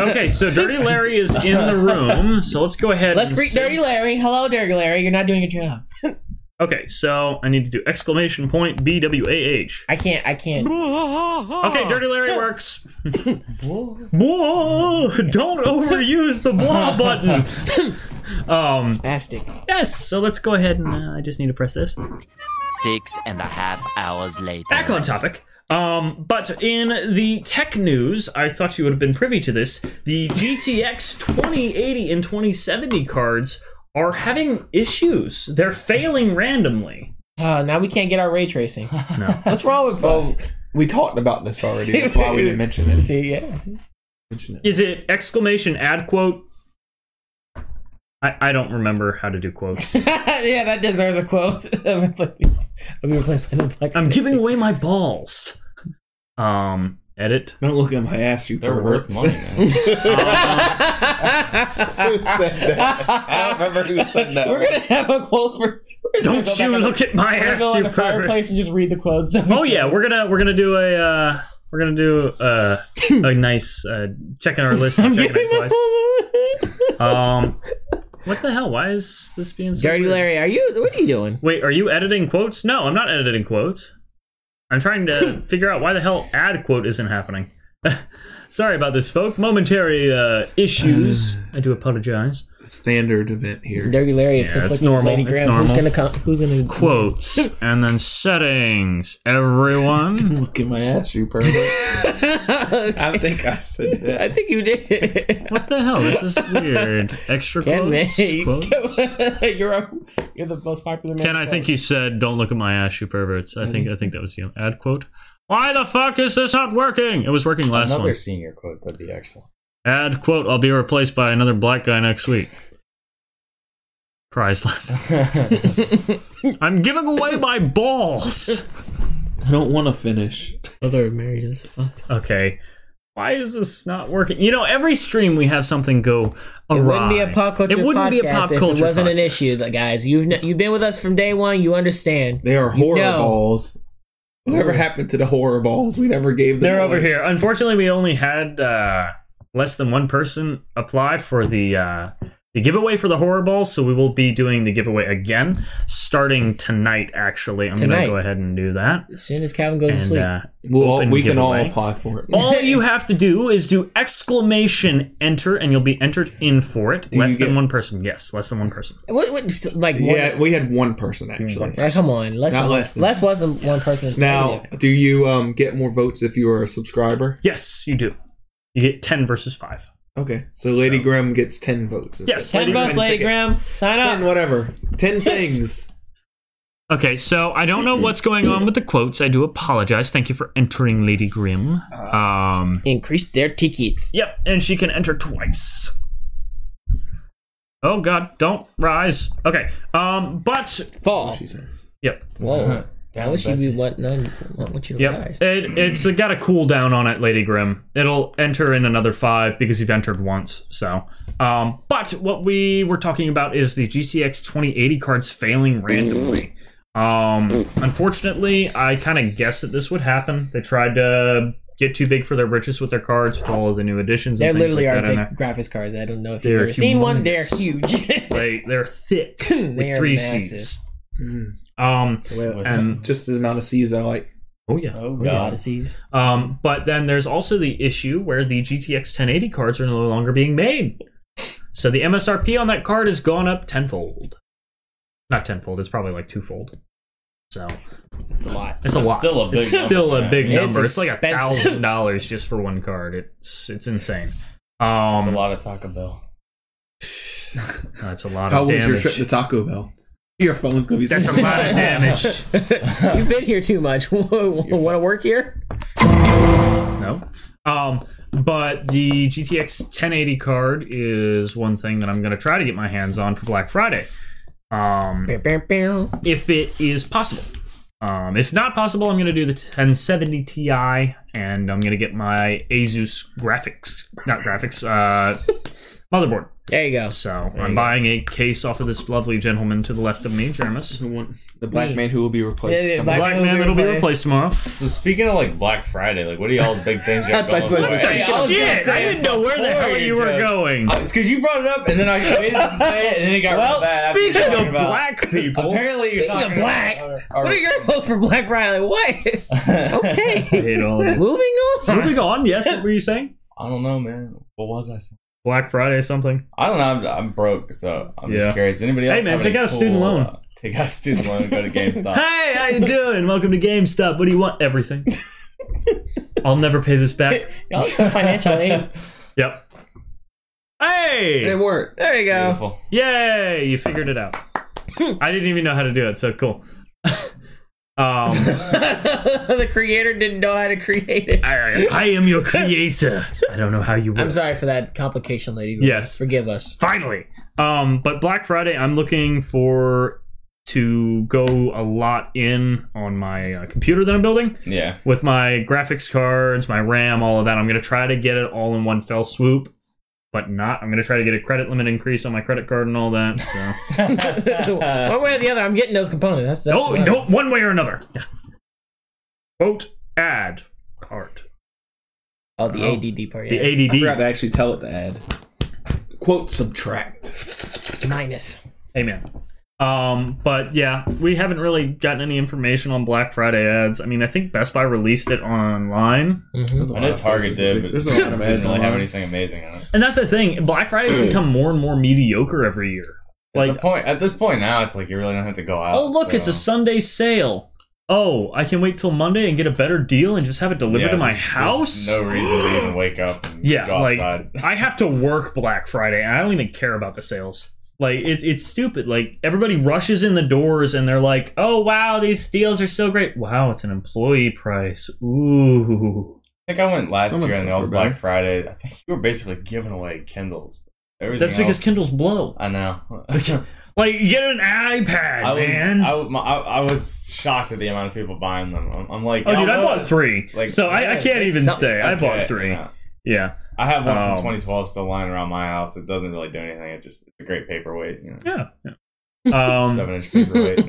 Speaker 3: Okay, so Dirty Larry is in the room, so let's go ahead
Speaker 2: Let's
Speaker 3: and
Speaker 2: greet
Speaker 3: say-
Speaker 2: Dirty Larry. Hello, Dirty Larry. You're not doing your job.
Speaker 3: Okay, so I need to do exclamation point BWAH.
Speaker 2: I can't. I can't.
Speaker 3: Okay, Dirty Larry works. Whoa! Don't overuse the blah button. um,
Speaker 2: Bastic.
Speaker 3: Yes, so let's go ahead and uh, I just need to press this.
Speaker 9: Six and a half hours later.
Speaker 3: Back on topic. Um, but in the tech news, I thought you would have been privy to this. The GTX 2080 and 2070 cards are having issues. They're failing randomly.
Speaker 2: Uh, now we can't get our ray tracing.
Speaker 3: No.
Speaker 2: What's wrong with
Speaker 4: Well,
Speaker 2: us?
Speaker 4: Oh, we talked about this already. That's why we didn't mention it.
Speaker 2: See, yeah. see?
Speaker 4: Mention it.
Speaker 3: Is it exclamation ad quote? I, I don't remember how to do quotes.
Speaker 2: yeah, that deserves a quote. I'll be replaced by the black.
Speaker 3: I'm giving away my balls. Um, edit.
Speaker 4: Don't look at my ass, you
Speaker 5: They're worth
Speaker 4: perverts.
Speaker 5: money, man.
Speaker 4: Who said that? I don't remember who said that.
Speaker 2: We're gonna have a quote for. we're just gonna go
Speaker 3: Don't
Speaker 2: back
Speaker 3: you
Speaker 2: on
Speaker 3: look at my
Speaker 2: We're gonna
Speaker 3: ass,
Speaker 2: go in
Speaker 3: you
Speaker 2: the
Speaker 3: pervert.
Speaker 2: fireplace and just read the quotes. that we
Speaker 3: Oh
Speaker 2: see.
Speaker 3: yeah, we're gonna we're gonna do a uh, we're gonna do uh, a nice uh, checking our list. and checking it twice. Um, what the hell? Why is this being so
Speaker 2: Dirty
Speaker 3: weird?
Speaker 2: Larry, are you? What are you doing?
Speaker 3: Wait, are you editing quotes? No, I'm not editing quotes. I'm trying to figure out why the hell ad quote isn't happening. Sorry about this, folk. Momentary uh, issues. I do apologize.
Speaker 4: Standard event here.
Speaker 2: They're hilarious.
Speaker 3: Yeah, it's
Speaker 2: conflicting
Speaker 3: normal.
Speaker 2: Lady
Speaker 3: It's
Speaker 2: Graham.
Speaker 3: normal.
Speaker 2: Who's gonna come? Who's gonna
Speaker 3: Quotes and then settings. Everyone,
Speaker 4: Look at my ass, you pervert. I think I said
Speaker 2: I
Speaker 4: that.
Speaker 2: think you did.
Speaker 3: what the hell? This is weird. Extra
Speaker 2: Ken, man,
Speaker 3: quotes.
Speaker 2: you-
Speaker 3: Quotes?
Speaker 2: you're a, you're the most popular man.
Speaker 3: Ken, I think he said, "Don't look at my ass, you perverts." I think I think that was the ad quote. Why the fuck is this not working? It was working last
Speaker 5: Another
Speaker 3: one.
Speaker 5: senior quote. That'd be excellent.
Speaker 3: Ad quote: I'll be replaced by another black guy next week. Prize laugh. I'm giving away my balls.
Speaker 4: I don't want to finish.
Speaker 2: other marriages. Fuck.
Speaker 3: Okay. Why is this not working? You know, every stream we have something go awry.
Speaker 2: It wouldn't be a pop culture.
Speaker 3: It wouldn't
Speaker 2: podcast
Speaker 3: be a pop
Speaker 2: If
Speaker 3: culture.
Speaker 2: it wasn't an
Speaker 3: podcast.
Speaker 2: issue, like, guys. You've kn- you've been with us from day one. You understand.
Speaker 4: They are horror
Speaker 2: know.
Speaker 4: balls. Whatever happened to the horror balls? We never gave them.
Speaker 3: They're over
Speaker 4: away.
Speaker 3: here. Unfortunately, we only had uh, less than one person apply for the uh, the giveaway for the horror balls, so we will be doing the giveaway again starting tonight. Actually, I'm
Speaker 2: Tonight.
Speaker 3: gonna go ahead and do that.
Speaker 2: As soon as Calvin goes to
Speaker 3: And
Speaker 2: sleep,
Speaker 3: uh,
Speaker 4: We'll all,
Speaker 3: Open
Speaker 4: we can all
Speaker 3: giveaway.
Speaker 4: apply for it.
Speaker 3: all you have to do is do exclamation enter, and you'll be entered in for it.
Speaker 4: you
Speaker 3: less than
Speaker 4: get-
Speaker 3: one person. Yes, less than one person.
Speaker 2: what, what, like one-
Speaker 4: Yeah, we had one person actually.
Speaker 2: Right, come on, less
Speaker 4: Not
Speaker 2: than,
Speaker 4: less
Speaker 2: less,
Speaker 4: than-
Speaker 2: wasn't one person. is
Speaker 4: Now,
Speaker 2: negative.
Speaker 4: do you um, get more votes if you are a subscriber?
Speaker 3: Yes, you do. You get ten versus five.
Speaker 4: Okay, so Lady
Speaker 3: So-
Speaker 4: Grimm gets ten votes. instead.
Speaker 3: Yes,
Speaker 2: ten
Speaker 3: Lady
Speaker 2: votes, Lady
Speaker 4: tickets.
Speaker 2: Graham. Sign up.
Speaker 4: ten whatever, ten things.
Speaker 3: Okay, so I don't know what's going on with the quotes. I do apologize. Thank you for entering, Lady Grimm. Um,
Speaker 2: Increase their tickets.
Speaker 3: Yep, and she can enter twice. Oh god, don't rise. Okay. Um but
Speaker 2: Fall.
Speaker 4: She said.
Speaker 3: yep.
Speaker 2: Whoa. I wish you would want none. Want what you
Speaker 3: Yep.
Speaker 2: guys.
Speaker 3: It it's got a cooldown on it, Lady Grim. It'll enter in another 5 because you've entered once. So, um but what we were talking about is the GTX 2080 cards failing randomly. Um unfortunately, I kind of guessed that this would happen. They tried to get too big for their riches with their cards with all of the new additions and
Speaker 2: They're
Speaker 3: things
Speaker 2: literally
Speaker 3: like
Speaker 2: our
Speaker 3: that in
Speaker 2: big
Speaker 3: there.
Speaker 2: graphics cards. I don't know if
Speaker 3: They're
Speaker 2: you've ever seen one. They're
Speaker 3: humongous.
Speaker 2: huge.
Speaker 3: They they're thick with
Speaker 2: They're
Speaker 3: three
Speaker 2: massive.
Speaker 3: C's. Um and
Speaker 4: Just the amount of C's I like.
Speaker 3: oh yeah.
Speaker 2: Oh god. Odysseys.
Speaker 3: Um but then there's also the issue where the GTX 1080 cards are no longer being made. So the MSRP on that card has gone up tenfold. Not tenfold, it's probably like twofold. So
Speaker 2: It's a lot.
Speaker 3: it's a lot.
Speaker 5: Still a big.
Speaker 3: it's still a big
Speaker 2: It's
Speaker 3: number. It's, like a
Speaker 2: expensive.
Speaker 3: thousand dollars just for one card. It's it's insane.
Speaker 5: a
Speaker 3: Um,
Speaker 5: lot of Taco Bell.
Speaker 3: that's a lot
Speaker 4: How
Speaker 3: of
Speaker 4: was
Speaker 3: damage.
Speaker 4: your trip to Taco Bell? Your phone's gonna be.
Speaker 3: that's a lot of damage.
Speaker 2: You've been here too much. Want to work here?
Speaker 3: No. Um, but the GTX 1080 card is one thing that I'm going to try to get my hands on for Black Friday, um,
Speaker 2: Bam, bam, bam.
Speaker 3: if it is possible. Um, if not possible, I'm going to do the 1070 Ti, and I'm going to get my Asus graphics, not graphics, uh, motherboard.
Speaker 2: There you go.
Speaker 3: So
Speaker 2: There
Speaker 3: I'm
Speaker 2: you go.
Speaker 3: buying a case off of this lovely gentleman to the left of me, Jermis.
Speaker 4: Who want- the black man who will be replaced.
Speaker 2: Yeah, yeah,
Speaker 4: Come
Speaker 2: black-
Speaker 4: on.
Speaker 3: Black man that'll be replaced tomorrow.
Speaker 5: So speaking of like Black Friday, like what are y'all's big things you have
Speaker 4: That's
Speaker 5: going
Speaker 4: what I was
Speaker 5: away?
Speaker 4: saying.
Speaker 2: was gonna
Speaker 3: Shit! I
Speaker 2: say
Speaker 3: didn't know where the
Speaker 5: before
Speaker 3: hell
Speaker 5: you
Speaker 3: you were
Speaker 5: just-
Speaker 3: going.
Speaker 5: It's because you brought it up, and then I waited to say it, and then it got
Speaker 2: Well,
Speaker 5: real bad.
Speaker 2: speaking
Speaker 5: You're talking
Speaker 3: of
Speaker 5: about-
Speaker 3: black people.
Speaker 5: apparently you're
Speaker 2: Speaking
Speaker 5: talking
Speaker 2: of black,
Speaker 5: about-
Speaker 2: what are your hopes for Black Friday? What? okay.
Speaker 3: Hate all of it.
Speaker 2: Moving on.
Speaker 3: Moving on. Yes, what were you saying?
Speaker 5: I don't know, man. What was I? Saying?
Speaker 3: Black Friday something.
Speaker 5: I don't know. I'm, I'm broke, so I'm
Speaker 3: Yeah.
Speaker 5: just curious. Anybody else?
Speaker 3: Hey, man,
Speaker 5: have
Speaker 3: take
Speaker 5: any
Speaker 3: out a student
Speaker 5: cool,
Speaker 3: loan.
Speaker 5: uh, take out a student loan. and Go to GameStop.
Speaker 3: Hey, how you doing? Welcome to GameStop. What do you want? Everything. I'll never pay this back.
Speaker 2: Y'all some financial aid.
Speaker 3: Yep.
Speaker 4: It
Speaker 3: Hey!
Speaker 4: worked.
Speaker 2: There you go.
Speaker 5: Beautiful.
Speaker 3: Yay! You figured it out. I didn't even know how to do it, so cool. um,
Speaker 2: the creator didn't know how to create it.
Speaker 3: I, I am your creator. I don't know how you
Speaker 2: I'm
Speaker 3: work.
Speaker 2: sorry for that complication, lady.
Speaker 3: Yes.
Speaker 2: Forgive us.
Speaker 3: Finally. Um, but Black Friday, I'm looking for to go a lot in on my uh, computer that I'm building.
Speaker 5: Yeah.
Speaker 3: with my graphics cards, my RAM, all of that. I'm going to try to get it all in one fell swoop, but not. I'm going to try to get a credit limit increase on my credit card and all that. So,
Speaker 2: One way or the other, I'm getting those components. That's, that's
Speaker 3: no,
Speaker 2: what I-
Speaker 3: no, one way or another. Quote add part
Speaker 2: Oh, the ADD part. Yeah.
Speaker 3: the
Speaker 4: I forgot
Speaker 3: ADD.
Speaker 4: to actually tell it to add. Quote subtract.
Speaker 2: Minus.
Speaker 3: Amen. Um, but yeah, we haven't really gotten any information on Black Friday ads. I mean, I think Best Buy released it online,
Speaker 4: There's a lot
Speaker 5: I know
Speaker 4: of
Speaker 5: Target
Speaker 4: places that do-
Speaker 5: did, but
Speaker 4: there's a lot of
Speaker 5: didn't
Speaker 4: ads
Speaker 5: really have
Speaker 4: online.
Speaker 5: anything amazing on it.
Speaker 3: and that's the thing. Black Friday's become more and more mediocre every year.
Speaker 5: at,
Speaker 3: Like,
Speaker 5: the point, at this point now, it's like you really don't have to go out.
Speaker 3: oh look, it's a
Speaker 5: Uh, so-
Speaker 3: Sunday sale. Oh, I can wait till Monday and get a better deal and just have it delivered
Speaker 5: Yeah,
Speaker 3: to my
Speaker 5: there's- there's
Speaker 3: house.
Speaker 5: No reason to even wake up. And
Speaker 3: Yeah,
Speaker 5: go
Speaker 3: like-
Speaker 5: outside.
Speaker 3: I have to work Black Friday. and I don't even care about the sales. Like it's it's stupid. Like everybody rushes in the doors and they're like, "Oh wow, these deals are so great! Wow, it's an employee price. Ooh,
Speaker 5: I think I went last
Speaker 4: Someone
Speaker 5: year and that was
Speaker 4: suffered,
Speaker 5: Black
Speaker 4: man.
Speaker 5: Friday. I think you were basically giving away Kindles. Everything
Speaker 3: that's because
Speaker 5: else-
Speaker 3: Kindles blow.
Speaker 5: I know.
Speaker 3: Like get an iPad,
Speaker 5: I was
Speaker 3: man.
Speaker 5: I, w- my- I- I was shocked at the amount of people buying them. I'm, I'm like,
Speaker 3: oh, dude, I
Speaker 5: "Y'all
Speaker 3: bought
Speaker 5: know-
Speaker 3: three. so I, I
Speaker 5: yeah,
Speaker 3: can't
Speaker 5: there's
Speaker 3: even
Speaker 5: something-
Speaker 3: say I
Speaker 5: okay,
Speaker 3: bought three.
Speaker 5: yeah.
Speaker 3: Yeah,
Speaker 5: I have one
Speaker 3: Um,
Speaker 5: from 2012 still lying around my house. It doesn't really do anything. It just it's a great paperweight. You know,
Speaker 3: yeah. yeah. Um,
Speaker 5: seven inch paperweight.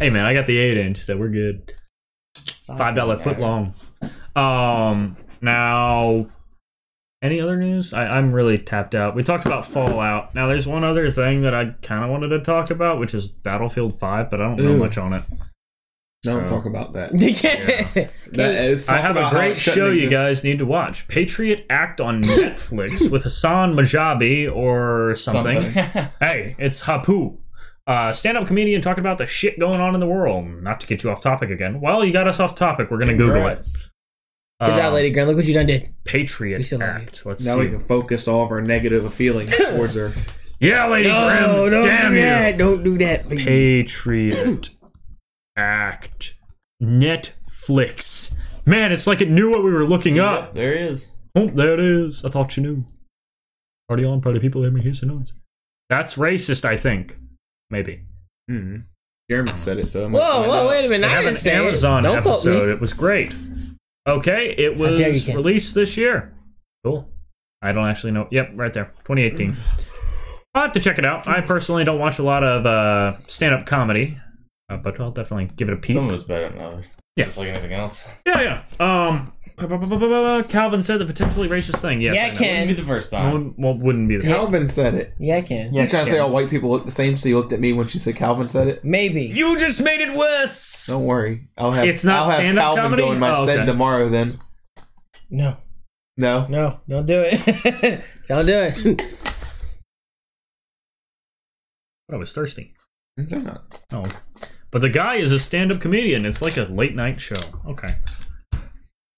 Speaker 3: hey man, I got the eight inch, so we're good. five dollar foot long. Um, now, any other news? I, I'm really tapped out. We talked about Fallout. Now, there's one other thing that I kind of wanted to talk about, which is Battlefield Five, but I don't know
Speaker 4: Ooh.
Speaker 3: much on it.
Speaker 4: Don't
Speaker 3: So-
Speaker 4: talk about that.
Speaker 2: Yeah.
Speaker 4: That is.
Speaker 3: I
Speaker 4: talk
Speaker 3: have a
Speaker 4: about how
Speaker 3: great
Speaker 4: it shouldn't
Speaker 3: show you
Speaker 4: exist.
Speaker 3: guys need to watch: Patriot Act on Netflix with Hassan Majabi or something. Hey, it's Hapu. Uh, stand-up comedian talking about the shit going on in the world. Not to get you off topic again. Well, you got us off topic. We're gonna Google it.
Speaker 2: Good
Speaker 3: Um,
Speaker 2: job, Lady Grant. Look what you done did.
Speaker 3: Patriot
Speaker 2: We still love
Speaker 3: Act. Let's
Speaker 4: Now
Speaker 3: see.
Speaker 4: we can focus all of our negative feelings towards her.
Speaker 3: Yeah, Lady
Speaker 2: No,
Speaker 3: Grim.
Speaker 2: don't
Speaker 3: Damn
Speaker 2: do
Speaker 3: you.
Speaker 2: that. Don't do that. please.
Speaker 3: Patriot Act Netflix. Man, it's like it knew what we were looking up.
Speaker 5: There he is.
Speaker 3: Oh, there it is. I thought you knew. Party on, party people. Let me hear some noise. That's racist, I think. Maybe.
Speaker 4: Hmm. Jeremy said it, so I'm
Speaker 2: Whoa, whoa, wait a minute.
Speaker 3: They
Speaker 2: I
Speaker 3: have
Speaker 2: didn't
Speaker 3: an
Speaker 2: say it.
Speaker 3: Amazon
Speaker 2: Don't quote me.
Speaker 3: episode. It was great. Okay, it
Speaker 2: dare you,
Speaker 3: was
Speaker 2: Ken.
Speaker 3: released this year. Cool. I don't actually know. Yep, right there, 2018. I'll have to check it out. I personally don't watch a lot of uh, stand-up comedy, uh, but I'll definitely give it a peek.
Speaker 5: Some of us better than others.
Speaker 3: Yeah.
Speaker 5: Just like anything else.
Speaker 3: Yeah, yeah. Um, bu- bu- bu- bu- bu- bu- Calvin said the potentially racist thing. Yes,
Speaker 2: Yeah, I
Speaker 3: I know.
Speaker 5: Wouldn't be
Speaker 2: can.
Speaker 5: the first
Speaker 3: No
Speaker 5: time.
Speaker 3: one- well, wouldn't be. The
Speaker 4: Calvin said it.
Speaker 2: Yeah, I can.
Speaker 4: you trying to say all white people look the same, so you looked at me when she said Calvin said it?
Speaker 2: Maybe.
Speaker 3: you just made it worse.
Speaker 4: Don't worry. I'll have
Speaker 3: It's not
Speaker 4: I'll have
Speaker 3: stand-up
Speaker 4: Calvin
Speaker 3: comedy?
Speaker 4: go in my
Speaker 3: Oh,
Speaker 4: stead
Speaker 3: okay.
Speaker 4: tomorrow then.
Speaker 2: No,
Speaker 4: No?
Speaker 2: no, don't do it. don't do it.
Speaker 3: I was Oh, thirsty.
Speaker 4: It's not.
Speaker 3: Oh, but the guy is a stand-up comedian. It's like a late-night show. Okay,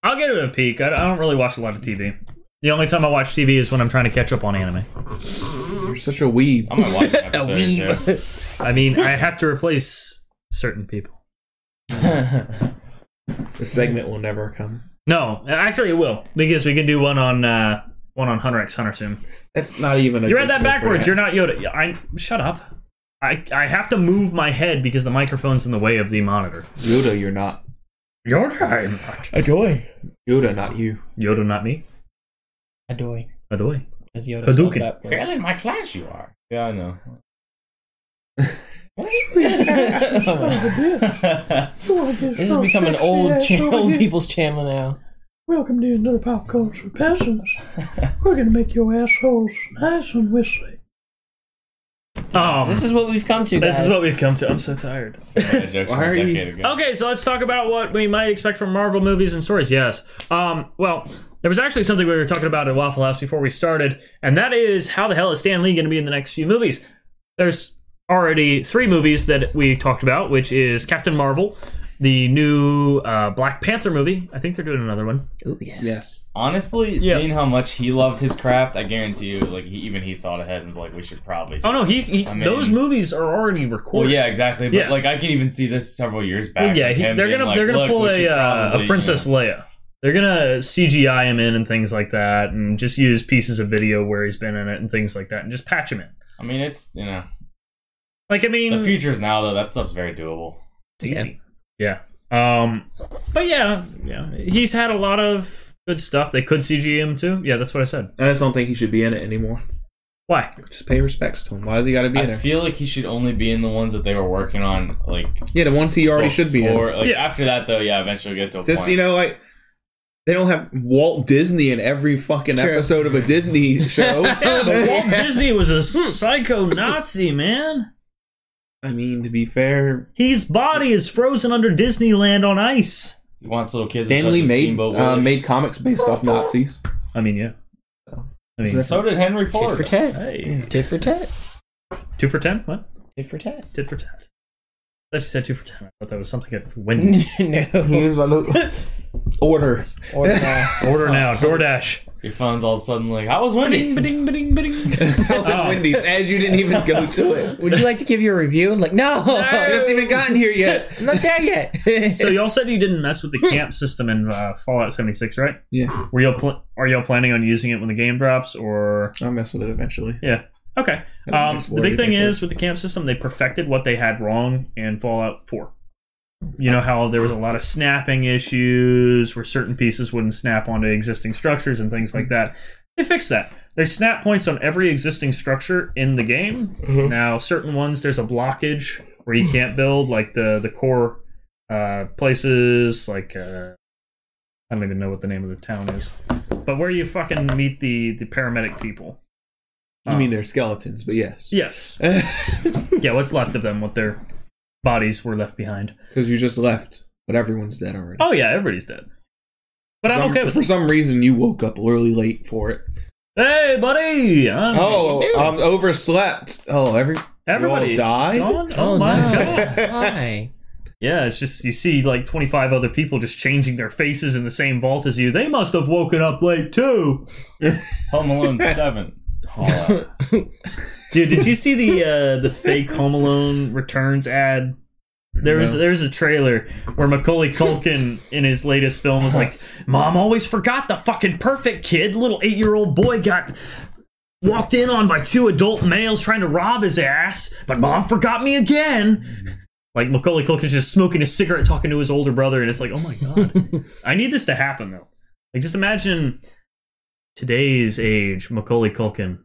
Speaker 3: I'll give it a peek. I, I don't really watch a lot of TV. The only time I watch TV is when I'm trying to catch up on anime.
Speaker 4: You're such a weeb.
Speaker 5: I'm gonna watch an episode or two.
Speaker 3: I mean, I have to replace certain people.
Speaker 4: The segment will never come.
Speaker 3: No, actually, it will because we can do one on uh, one on Hunter x Hunter soon.
Speaker 4: That's not even a
Speaker 3: You
Speaker 4: good
Speaker 3: read that
Speaker 4: show for
Speaker 3: backwards.
Speaker 4: that.
Speaker 3: You're not Yoda. Yeah, I shut up. I I have to move my head because the microphone's in the way of the monitor.
Speaker 4: Yoda, you're not.
Speaker 3: Yoda, I'm not.
Speaker 2: Adoy.
Speaker 4: Yoda, not you.
Speaker 3: Yoda, not me.
Speaker 2: Adoy.
Speaker 3: Adoy.
Speaker 2: As Yoda
Speaker 3: Hadouken.
Speaker 2: spelled backwards.
Speaker 5: Fairly my class, you are. Yeah, I know.
Speaker 2: This has become an old, cha- old people's channel now.
Speaker 10: Welcome to another pop culture peasants. We're gonna make your assholes nice and whistly.
Speaker 3: Um,
Speaker 2: This is what we've come to.
Speaker 3: this
Speaker 2: guys.
Speaker 3: is what we've come to. I'm so tired.
Speaker 5: That joke's
Speaker 4: Why
Speaker 5: from a
Speaker 4: are you-
Speaker 5: decade ago.
Speaker 3: Okay, so let's talk about what we might expect from Marvel movies and stories. Yes. Um, well, there was actually something we were talking about at Waffle House before we started, and that is how the hell is Stan Lee going to be in the next few movies? There's already three movies that we talked about, which is Captain Marvel, the new uh, Black Panther movie. I think they're doing another one.
Speaker 2: Ooh, yes.
Speaker 4: Yes.
Speaker 5: Honestly,
Speaker 3: Yeah.
Speaker 5: seeing how much he loved his craft, I guarantee you, like he, even he thought ahead and was like, we should probably.
Speaker 3: Oh no, he, he
Speaker 5: I mean-
Speaker 3: those movies are already
Speaker 5: Well,
Speaker 3: recorded.
Speaker 5: yeah, exactly. But
Speaker 3: Yeah.
Speaker 5: like, I can even see this several years back.
Speaker 3: Well, yeah,
Speaker 5: like,
Speaker 3: he,
Speaker 5: him
Speaker 3: they're
Speaker 5: being
Speaker 3: gonna
Speaker 5: like,
Speaker 3: they're gonna
Speaker 5: "Look,
Speaker 3: pull
Speaker 5: we should
Speaker 3: a, uh,
Speaker 5: probably,
Speaker 3: a Princess Leia. They're gonna CGI him in and things like that, and just use pieces of video where he's been in it and things like that, and just patch him in.
Speaker 5: You know. I mean, it's you know,
Speaker 3: Like I
Speaker 5: the
Speaker 3: mean,
Speaker 5: future is now though. That stuff's very doable.
Speaker 3: it's easy. Yeah. Um, but yeah, yeah, he's had a lot of good stuff. They could CG him too. Yeah, that's what I said.
Speaker 4: I just don't think he should be in it anymore.
Speaker 3: Why?
Speaker 4: Just pay respects to him. Why does he got to be
Speaker 5: I
Speaker 4: in there?
Speaker 5: feel like he should only be in the ones that they were working on. Like
Speaker 4: Yeah, the ones he already should be in.
Speaker 5: before- Like
Speaker 3: Yeah.
Speaker 5: after that, though, yeah, eventually we'll get to a
Speaker 4: Just
Speaker 5: point.
Speaker 4: you know, like they don't have Walt Disney in every fucking
Speaker 2: True.
Speaker 4: episode of a Disney show.
Speaker 5: Hmm.
Speaker 3: Yeah, but Walt Disney was a psycho Nazi man.
Speaker 4: I mean, to be fair,
Speaker 3: His body is frozen under Disneyland on ice.
Speaker 5: He wants little kids.
Speaker 4: Stanley
Speaker 5: to touch the
Speaker 4: made
Speaker 5: Steamboat
Speaker 4: uh,
Speaker 5: Willie.
Speaker 4: made comics based off Nazis.
Speaker 3: I mean, yeah. I mean,
Speaker 5: So did Henry
Speaker 2: Tit for
Speaker 5: Ford.
Speaker 2: tat. Mm,
Speaker 3: hey,
Speaker 2: Tit for tat.
Speaker 3: two for ten? What?
Speaker 2: Tit for tat.
Speaker 3: Tit for tat. I thought you said two for ten. I thought that was something at Wendy's.
Speaker 2: no.
Speaker 4: was about to order.
Speaker 2: Or, uh,
Speaker 3: Order now, DoorDash.
Speaker 5: Your phone's all of a sudden like, how was Wendy's?
Speaker 3: Oh.
Speaker 4: Wendy's, as you didn't even go to it.
Speaker 2: would you like to give your review? I'm like, no,
Speaker 4: It hasn't even gotten here yet.
Speaker 2: I'm not there yet.
Speaker 3: So y'all said you didn't mess with the camp system in uh, Fallout 76, right?
Speaker 4: Yeah,
Speaker 3: Were y'all pl- are y'all planning on using it when the game drops, or
Speaker 4: I'll mess with it eventually.
Speaker 3: yeah? Okay.
Speaker 4: That's a
Speaker 3: Um,
Speaker 4: nice
Speaker 3: the big
Speaker 4: word,
Speaker 3: thing
Speaker 4: I
Speaker 3: is with the camp system, they perfected what they had wrong in Fallout 4. You know how there was a lot of snapping issues where certain pieces wouldn't snap onto existing structures and things
Speaker 4: Mm-hmm.
Speaker 3: like that. They fixed that. They snap points on every existing structure in the game.
Speaker 4: Mm-hmm.
Speaker 3: Now, certain ones there's a blockage where you can't build, like the the core uh, places, like uh, I don't even know what the name of the town is, but where you fucking meet the the paramedic people.
Speaker 4: I mean, they're skeletons, but yes.
Speaker 3: Yes,
Speaker 4: Because
Speaker 3: yeah, what's left of them, what their bodies were left behind.
Speaker 4: you just left, but everyone's dead already.
Speaker 3: Oh yeah, everybody's dead. But
Speaker 4: For
Speaker 3: I'm
Speaker 4: some-
Speaker 3: okay with
Speaker 4: For
Speaker 3: it.
Speaker 4: some reason, you woke up really late for it.
Speaker 3: Hey, buddy! I'm-
Speaker 4: Oh, I'm overslept. Oh, every
Speaker 3: everybody
Speaker 4: you all
Speaker 3: is
Speaker 4: died?
Speaker 3: gone? Oh, my god!
Speaker 2: Why?
Speaker 3: Yeah, it's just you see like 25 other people just changing their faces in the same vault as you. They must have woken up late too.
Speaker 5: Home Alone 7. Fallout.
Speaker 3: Dude, did you see the uh, the fake Home Alone Returns ad? There was there was a trailer where Macaulay Culkin in his latest film was like, "Mom always forgot the fucking perfect kid. Little eight year old boy got walked in on by two adult males trying to rob his ass, but mom forgot me again." Like Macaulay Culkin's just smoking a cigarette, talking to his older brother, and it's like, "Oh my god, I need this to happen though." Like, just imagine today's age, Macaulay Culkin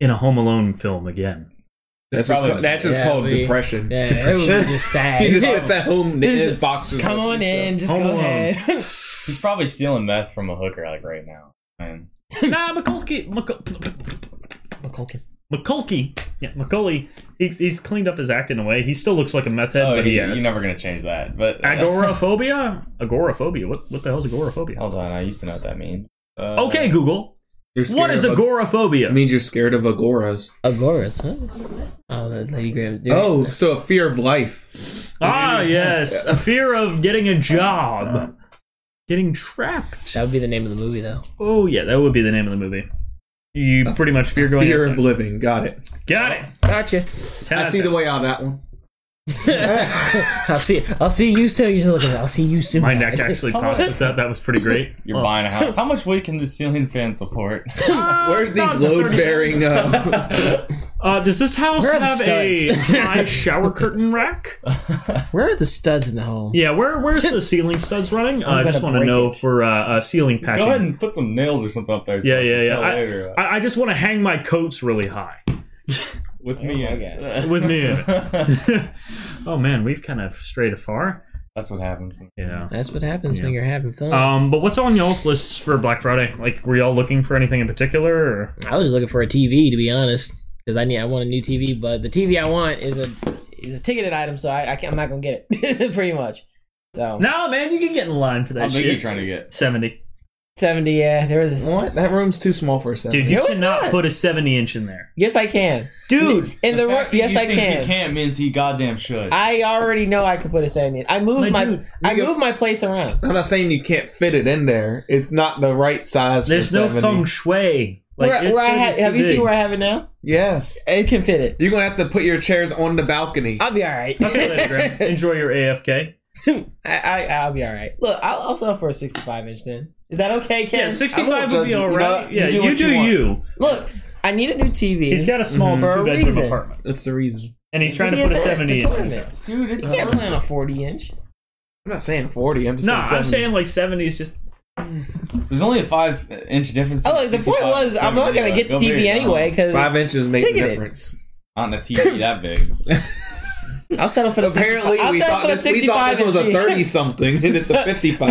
Speaker 3: in a Home Alone film again.
Speaker 4: that's just,
Speaker 5: probably-
Speaker 4: called, that's just
Speaker 2: yeah,
Speaker 4: called
Speaker 2: we-
Speaker 4: depression.
Speaker 2: Yeah, it was just
Speaker 4: He just
Speaker 2: sad.
Speaker 4: sits at home in
Speaker 2: This
Speaker 4: his
Speaker 2: is-
Speaker 4: boxes.
Speaker 2: Come on in, just go ahead.
Speaker 5: He's probably stealing meth from a hooker like right now. Man.
Speaker 3: nah, McCulkey, McCul-
Speaker 2: McCulkin.
Speaker 3: McCulkey, yeah, McCully. He's, he's cleaned up his act in a way. He still looks like a meth head,
Speaker 5: Oh,
Speaker 3: but he,
Speaker 5: you-
Speaker 3: has
Speaker 5: you're never gonna change that. But
Speaker 3: agoraphobia. Agoraphobia. What what the hell's agoraphobia?
Speaker 4: Oh,
Speaker 5: hold on, I used to know what that means. Uh,
Speaker 3: Okay, Google. What is
Speaker 4: agora?
Speaker 3: agoraphobia?
Speaker 4: It means you're scared of agoras.
Speaker 2: Agoras, huh? Oh, that lady grabbed. dude.
Speaker 4: Oh, so a fear of life.
Speaker 3: ah, yes, a fear of getting a
Speaker 4: Uh-huh.
Speaker 3: job, getting trapped.
Speaker 2: that would be the name of the movie, though.
Speaker 3: Oh yeah, that would be the name of the movie. You pretty much fear going.
Speaker 4: Fear of
Speaker 3: outside.
Speaker 4: living. Got it.
Speaker 3: Got it.
Speaker 2: Gotcha.
Speaker 3: 10
Speaker 4: I
Speaker 3: out of
Speaker 4: see
Speaker 3: 10.
Speaker 4: the way out of that one.
Speaker 2: I'll see. I'll see you soon. You just look at that. I'll see you soon.
Speaker 3: My neck actually popped with that. That was pretty great.
Speaker 5: You're
Speaker 3: Oh.
Speaker 5: buying a house. How much weight can the ceiling fan support?
Speaker 4: Where's
Speaker 3: Ah,
Speaker 4: these load bearing? Uh,
Speaker 3: Uh, does this house
Speaker 2: Where are the
Speaker 3: have a high shower curtain rack?
Speaker 2: Where are the studs in the home?
Speaker 3: Yeah, where where's the ceiling studs running? Uh, I just want to
Speaker 2: break
Speaker 3: know
Speaker 2: it.
Speaker 3: for uh, uh, ceiling patching.
Speaker 5: Go ahead and put some nails or something up there. So
Speaker 3: Yeah,
Speaker 5: I can
Speaker 3: yeah, yeah.
Speaker 5: tell
Speaker 3: I-
Speaker 5: later, uh,
Speaker 3: I, I just want to hang my coats really high
Speaker 5: with me, I guess.
Speaker 3: with me. in it. oh man, we've kind of strayed afar.
Speaker 5: That's what happens.
Speaker 3: Yeah.
Speaker 2: That's what happens
Speaker 3: Yeah.
Speaker 2: when you're having fun.
Speaker 3: Um, but what's on y'all's lists for Black Friday? Like, were y'all looking for anything in particular? Or?
Speaker 2: I was looking for a TV to be honest, because I need I want a new TV, but the TV I want is a is a ticketed item, so I, I can't, I'm not gonna get it pretty much. So
Speaker 3: No, man, you can get in line for
Speaker 5: How
Speaker 3: that
Speaker 5: big are you
Speaker 3: shit.
Speaker 5: trying to get?
Speaker 3: Seventy,
Speaker 2: seventy, yeah, there was.
Speaker 4: what? That room's too small for a seven.
Speaker 3: dude. You
Speaker 2: No, it's
Speaker 3: cannot
Speaker 2: not.
Speaker 3: put a seventy inch in there,
Speaker 2: Yes, I can,
Speaker 3: dude.
Speaker 2: In the,
Speaker 5: The
Speaker 2: room,
Speaker 5: fact that
Speaker 2: yes,
Speaker 5: you
Speaker 2: I
Speaker 5: think
Speaker 2: can.
Speaker 5: He can't means he goddamn should.
Speaker 2: I already know I could put a seventy. in. I moved
Speaker 3: Like,
Speaker 2: my
Speaker 3: dude,
Speaker 2: I
Speaker 4: you-
Speaker 2: moved my place around.
Speaker 4: I'm not saying you can't fit it in there. It's not the right size.
Speaker 3: There's
Speaker 4: for
Speaker 3: no
Speaker 4: 70.
Speaker 3: feng shui. Like,
Speaker 2: where,
Speaker 3: it's
Speaker 2: where I
Speaker 3: gonna
Speaker 2: ha-
Speaker 3: be too
Speaker 2: have you
Speaker 3: big.
Speaker 2: seen where I have it now?
Speaker 4: Yes,
Speaker 2: It can fit it.
Speaker 4: you're gonna have to put your chairs on the balcony.
Speaker 2: I'll be all right.
Speaker 3: Okay, later, Graham. Enjoy your AFK.
Speaker 2: I, I I'll be all right. Look, I'll, I'll settle for a sixty-five inch then. Is that okay, Ken?
Speaker 3: Yeah, 65
Speaker 4: I
Speaker 3: would
Speaker 4: won't
Speaker 3: be
Speaker 4: judge you. You
Speaker 3: alright.
Speaker 4: know,
Speaker 3: Yeah,
Speaker 4: you
Speaker 3: you
Speaker 4: do
Speaker 3: do,
Speaker 4: what you want.
Speaker 3: you.
Speaker 2: Look, I need a new TV.
Speaker 3: He's got a small
Speaker 2: For a
Speaker 3: two bedroom
Speaker 2: reason.
Speaker 3: apartment,
Speaker 4: That's the reason.
Speaker 3: and he's trying to put a 70 in.
Speaker 2: Dude, it's
Speaker 5: Uh,
Speaker 2: you can't play on a 40 inch.
Speaker 4: I'm not saying 40. I'm just
Speaker 3: No,
Speaker 4: saying
Speaker 3: I'm
Speaker 4: 70.
Speaker 3: saying like 70 is just.
Speaker 5: There's only a five inch difference.
Speaker 2: Oh, look, the point was, I'm not
Speaker 5: uh,
Speaker 2: going to get the TV anyway because
Speaker 4: five inches make the
Speaker 2: Stick it in.
Speaker 4: difference.
Speaker 5: On Uh, a TV that big.
Speaker 2: I'll settle for the
Speaker 4: Apparently,
Speaker 2: 65 I'll
Speaker 4: we
Speaker 2: settle
Speaker 4: thought,
Speaker 2: for the
Speaker 4: this, we thought this was a
Speaker 2: 65 inch.
Speaker 4: 30 something, and it's a 55.
Speaker 5: I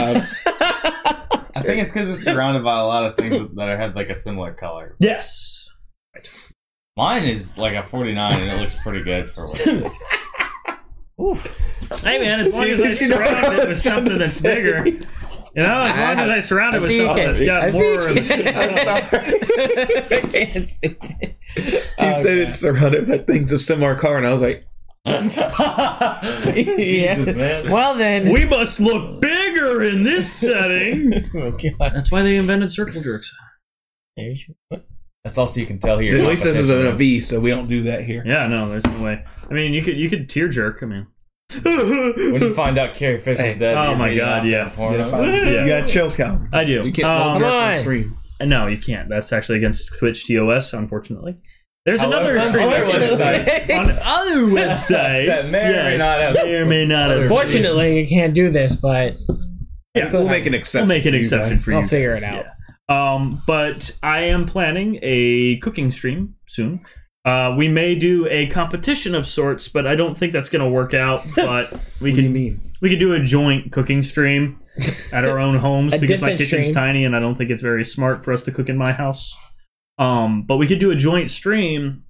Speaker 5: think it's because it's surrounded by a lot of things that are- have like a similar color.
Speaker 3: Yes.
Speaker 5: Mine is like a 49 and it looks pretty good for what it is.
Speaker 3: Hey man, as long as I surround it with something that's bigger, you know, as long as I surround it with
Speaker 2: see you can't
Speaker 3: something that's
Speaker 2: see. I
Speaker 3: got
Speaker 2: see
Speaker 3: more.
Speaker 2: you
Speaker 3: of the same-
Speaker 2: It's stupid.
Speaker 4: He said it's surrounded by things of similar color, and I was like,
Speaker 2: yeah. Well then.
Speaker 3: We must look bigger in this setting.
Speaker 2: oh God.
Speaker 3: That's why they invented circle jerks.
Speaker 2: There's your-
Speaker 5: That's also you can tell here.
Speaker 4: at least this is in a V, so we don't do that here.
Speaker 3: Yeah, no, there's no way. I mean, you could you could tear jerk. I mean,
Speaker 5: When you find out Carrie Fisher's dead,
Speaker 3: oh
Speaker 5: you're
Speaker 3: my
Speaker 5: reading
Speaker 3: God,
Speaker 5: off that
Speaker 3: yeah.
Speaker 5: porno.
Speaker 11: You gotta find-
Speaker 3: Yeah.
Speaker 11: You gotta chill out.
Speaker 3: I do.
Speaker 4: We can't
Speaker 3: Um,
Speaker 4: um, jerk on
Speaker 2: on.
Speaker 4: stream.
Speaker 3: Uh, no, you can't. That's actually against Twitch TOS, unfortunately. There's another
Speaker 5: However,
Speaker 3: stream
Speaker 5: on
Speaker 3: actually
Speaker 5: other
Speaker 3: on other websites
Speaker 5: That may or may
Speaker 3: yes,
Speaker 5: not have-
Speaker 3: may or may not have.
Speaker 2: Fortunately, you can't do this, but
Speaker 3: Yeah.
Speaker 4: We'll make an exception.
Speaker 3: We'll make an
Speaker 4: for you
Speaker 3: exception
Speaker 4: guys.
Speaker 3: for you.
Speaker 2: I'll figure
Speaker 3: guys,
Speaker 2: it out.
Speaker 3: yeah. Um, but I am planning a cooking stream soon. Uh, we may do a competition of sorts, but I don't think that's going to work out. But we
Speaker 4: What do you
Speaker 3: can
Speaker 4: mean?
Speaker 3: we could do a joint cooking stream at our own homes
Speaker 2: A
Speaker 3: because my
Speaker 2: distant
Speaker 3: kitchen's
Speaker 2: stream.
Speaker 3: tiny and I don't think it's very smart for us to cook in my house. Um, but we could do a joint stream.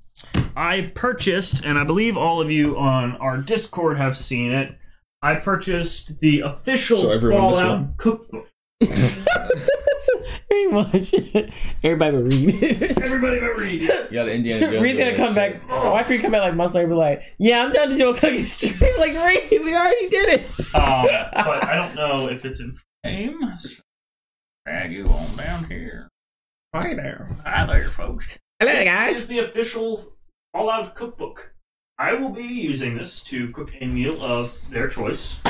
Speaker 3: I purchased, and I believe all of you on our Discord have seen it. I purchased the official
Speaker 4: So everyone missed one.
Speaker 3: Fallout cookbook.
Speaker 2: pretty much everybody would read.
Speaker 3: Everybody ever read it?
Speaker 5: You got Indiana Jones.
Speaker 2: Reed's gonna come back. Why can you come back like months later? and Be like, yeah, I'm down to do a cooking stream. Like Reed, we already did it.
Speaker 3: Um, but I don't know if it's in frame. Drag you on down here.
Speaker 4: Hi there.
Speaker 3: Hi there, folks.
Speaker 2: Hello,
Speaker 3: This is the official Fallout cookbook. I will be using this to cook a meal of their choice,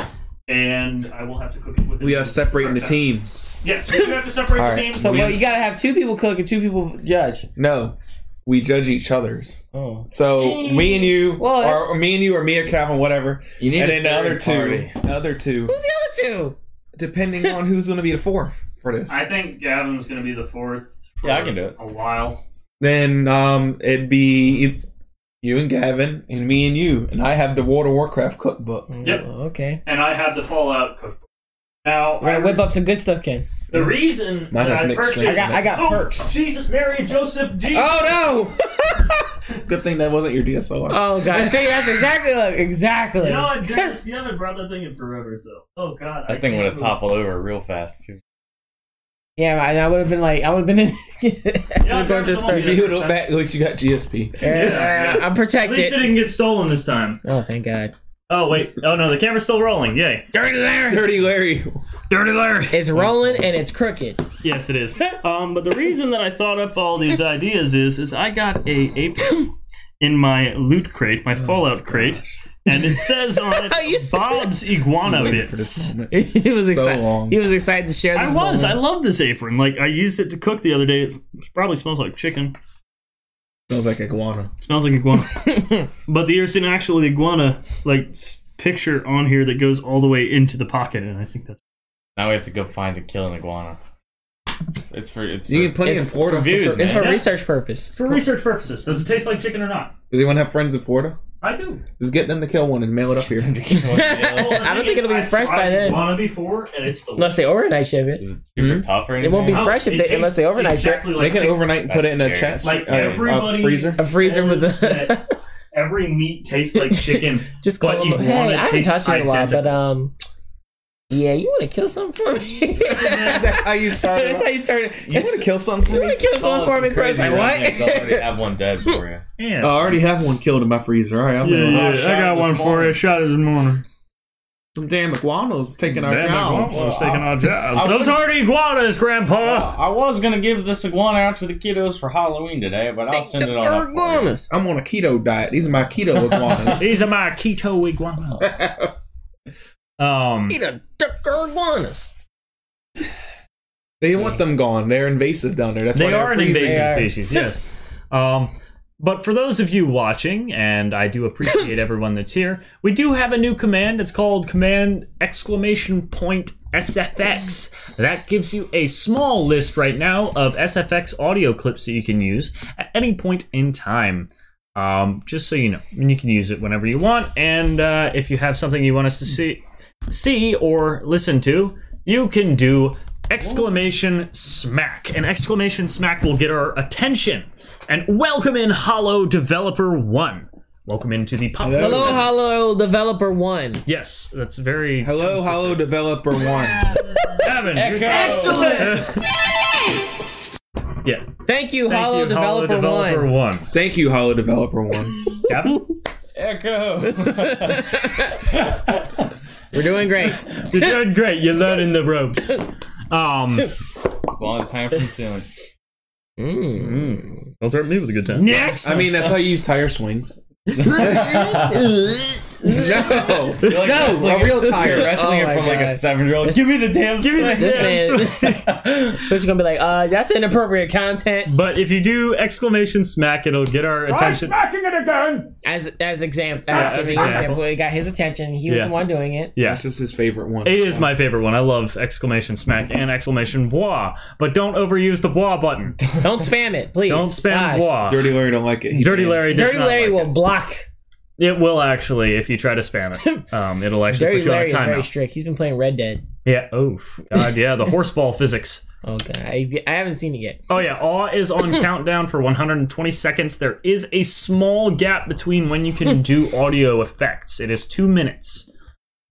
Speaker 3: and I will have to cook it with.
Speaker 4: We
Speaker 3: are
Speaker 4: gotta separate into teams.
Speaker 3: Yes, we do have to separate the
Speaker 4: Alright,
Speaker 3: teams.
Speaker 2: So, well, you gotta have two people cook and two people judge.
Speaker 4: No, we judge each other's.
Speaker 2: Oh,
Speaker 4: So me and you,
Speaker 2: Well, that's-
Speaker 4: or me and you, or me or Calvin, whatever.
Speaker 5: You need
Speaker 4: and
Speaker 5: a
Speaker 4: then the other
Speaker 5: third
Speaker 4: two,
Speaker 5: party.
Speaker 4: the other two,
Speaker 2: who's the other two?
Speaker 4: depending on who's going to be the fourth for this.
Speaker 3: I think Gavin's going to be the fourth. For
Speaker 5: Yeah, I can do it.
Speaker 3: A while.
Speaker 4: then um, it'd be it- you and Gavin, and me and you, and I have the World of Warcraft cookbook.
Speaker 3: Yep.
Speaker 2: Oh, okay.
Speaker 3: And I have the Fallout cookbook. Now,
Speaker 2: We're
Speaker 3: I
Speaker 2: gonna whip
Speaker 3: was-
Speaker 2: up some good stuff, Ken.
Speaker 3: the reason
Speaker 4: Mine
Speaker 3: that
Speaker 4: has
Speaker 3: I
Speaker 4: mixed
Speaker 3: purchased.
Speaker 4: drinks.
Speaker 2: I got, I got
Speaker 3: Oh,
Speaker 2: perks.
Speaker 3: Jesus, Mary, Joseph, Jesus.
Speaker 4: Oh no! Good thing that wasn't your DSLR.
Speaker 2: Oh god, see, that's exactly look, exactly.
Speaker 3: You know, I did this. You haven't brought that thing in forever, so. Oh, God.
Speaker 5: That thing
Speaker 3: can't
Speaker 5: would have
Speaker 3: move.
Speaker 5: toppled over real fast too.
Speaker 2: yeah, and I would have been like, I would have been in.
Speaker 3: Yeah,
Speaker 2: I've done
Speaker 3: there's
Speaker 2: this
Speaker 3: someone-
Speaker 4: if you look back, at least you got GSP.
Speaker 2: Yeah, I'm
Speaker 3: At least it
Speaker 2: protected.
Speaker 3: didn't get stolen this time.
Speaker 2: Oh, thank God.
Speaker 3: Oh wait! Oh no, the camera's still rolling. Yay!
Speaker 2: Dirty Larry.
Speaker 4: Dirty Larry.
Speaker 3: Dirty Larry.
Speaker 2: It's rolling and it's crooked.
Speaker 3: Yes, it is. Um, but the reason that I thought up all these ideas is, is I got a apron in my loot crate,
Speaker 4: Oh,
Speaker 3: my Fallout crate, and it says on
Speaker 2: You
Speaker 3: it
Speaker 2: said-
Speaker 3: Bob's Iguana
Speaker 4: Waited for this
Speaker 3: bits.
Speaker 4: moment.
Speaker 2: he was excited.
Speaker 4: long.
Speaker 2: He was excited to share this.
Speaker 3: I was. I
Speaker 2: moment.
Speaker 3: love this apron. Like I used it to cook the other day. It's, it probably smells like chicken.
Speaker 4: Smells like iguana.
Speaker 3: smells like iguana. but there's an actual iguana like s- picture on here that goes all the way into the pocket, and I think that's
Speaker 5: Now we have to go find and kill an iguana. It's for it's for,
Speaker 4: You get plenty
Speaker 2: It's
Speaker 4: in Florida.
Speaker 5: for views,
Speaker 2: It's
Speaker 5: man.
Speaker 2: for
Speaker 3: Yeah.
Speaker 2: research purpose.
Speaker 3: for research purposes. Does it taste like chicken or not?
Speaker 4: Does anyone have friends in Florida?
Speaker 3: I do.
Speaker 4: Just get them to kill one and mail it up here.
Speaker 2: I don't think it'll be fresh by then.
Speaker 3: Iguana before, and it's the
Speaker 2: Unless they overnight ship it.
Speaker 5: Is it super tough or
Speaker 2: It
Speaker 5: anything?
Speaker 2: won't be
Speaker 3: No,
Speaker 2: fresh if
Speaker 3: it
Speaker 2: they-
Speaker 3: tastes
Speaker 2: unless they overnight ship.
Speaker 3: Exactly
Speaker 4: They
Speaker 3: like
Speaker 4: can
Speaker 3: chicken.
Speaker 4: overnight and put it in a
Speaker 5: That's
Speaker 4: chest
Speaker 5: scary.
Speaker 3: Like
Speaker 4: uh,
Speaker 3: everybody,
Speaker 4: a freezer.
Speaker 2: A freezer with
Speaker 3: says
Speaker 2: a-
Speaker 3: that every meat tastes like chicken.
Speaker 2: Just
Speaker 3: but
Speaker 2: call them.
Speaker 3: iguana
Speaker 2: Hey, I haven't
Speaker 3: tastes
Speaker 2: touched it in a while,
Speaker 3: identical.
Speaker 2: but um, yeah, you want to kill something for me?
Speaker 4: That's how you start.
Speaker 2: That's how you started.
Speaker 4: You want to kill something?
Speaker 2: You want to kill
Speaker 5: Oh,
Speaker 2: something for me, Chris? Like,
Speaker 5: They'll already
Speaker 2: what?
Speaker 5: have one dead for you.
Speaker 3: Yeah.
Speaker 4: Oh, I already have one killed in my freezer. All right, I'm
Speaker 3: yeah,
Speaker 4: gonna-
Speaker 3: yeah,
Speaker 5: shot
Speaker 3: I got
Speaker 5: this
Speaker 3: one for
Speaker 5: morning.
Speaker 3: you. Shot it this morning.
Speaker 4: Some damn iguanas taking our
Speaker 3: Damn,
Speaker 4: jobs.
Speaker 3: iguanas is taking our jobs. Those aren't iguanas, Grandpa.
Speaker 5: I was gonna give this iguana out to the kiddos for Halloween today, but I'll send it on.
Speaker 2: They're
Speaker 5: up for you.
Speaker 2: iguanas.
Speaker 4: I'm on a keto diet. These are my keto iguanas.
Speaker 3: These are my keto iguana. um,
Speaker 2: Eat a duck or iguanas.
Speaker 4: they want them gone. They're invasive down there. That's why
Speaker 3: they
Speaker 4: they're
Speaker 3: are an
Speaker 4: freezing.
Speaker 3: invasive
Speaker 2: They are.
Speaker 3: species. Yes. Um, but for those of you watching, and I do appreciate everyone that's here, we do have a new command. It's called command exclamation point SFX. That gives you a small list right now of SFX audio clips that you can use at any point in time. Um, just so you know, and you can use it whenever you want. And uh, if you have something you want us to see, see or listen to, you can do exclamation smack. And exclamation smack will get our attention. And welcome in Hollow Developer One. Welcome into the pop.
Speaker 4: Hello.
Speaker 2: Hello, hello, developer one.
Speaker 3: Yes, that's very
Speaker 4: Hello, hello, developer one.
Speaker 3: Evan. you're- yeah.
Speaker 2: Thank you,
Speaker 3: Thank
Speaker 2: hollow
Speaker 3: you,
Speaker 2: developer,
Speaker 3: Developer
Speaker 2: one.
Speaker 3: One.
Speaker 4: Thank you, hello, developer one.
Speaker 3: Evan?
Speaker 2: We're doing great.
Speaker 3: You're doing great. You're learning the ropes. Um,
Speaker 5: As long as it's time for the ceiling.
Speaker 2: Mm.
Speaker 3: don't threaten me with a good time. Next.
Speaker 4: I mean, that's how you use tire swings. no, no, a real
Speaker 5: You're
Speaker 4: tire.
Speaker 5: wrestling
Speaker 2: Oh
Speaker 5: it
Speaker 2: my
Speaker 5: from like a
Speaker 2: God.
Speaker 5: seven year old.
Speaker 3: Give me the damn. Give me the
Speaker 2: This man, Twitch gonna be like, uh, that's inappropriate content.
Speaker 3: But if you do exclamation smack, it'll get our attention.
Speaker 2: As as example, as,
Speaker 3: as
Speaker 2: as
Speaker 3: example.
Speaker 2: example. it got his attention. He was
Speaker 3: Yeah.
Speaker 2: the one doing it.
Speaker 3: Yeah.
Speaker 4: That's just his favorite one.
Speaker 3: It is my favorite one. I love exclamation smack and exclamation bois, but don't overuse the bois button.
Speaker 2: Don't spam it, please.
Speaker 3: Don't spam
Speaker 2: Gosh.
Speaker 3: bois. Dirty,
Speaker 4: Dirty Larry don't like it. He bans.
Speaker 3: Larry does
Speaker 2: Dirty
Speaker 3: not
Speaker 2: Larry
Speaker 3: like
Speaker 2: will block.
Speaker 3: it. It will actually if you try to spam it. Um, it'll actually
Speaker 2: Dirty
Speaker 3: put you
Speaker 2: Larry is
Speaker 3: on a
Speaker 2: very
Speaker 3: timeout.
Speaker 2: strict. He's been playing Red Dead.
Speaker 3: yeah. Oh God. Yeah. The horseball physics.
Speaker 2: Oh god, I, I haven't seen it yet.
Speaker 3: Oh yeah. Awe is on countdown for 120 seconds. There is a small gap between when you can do audio effects. It is two minutes.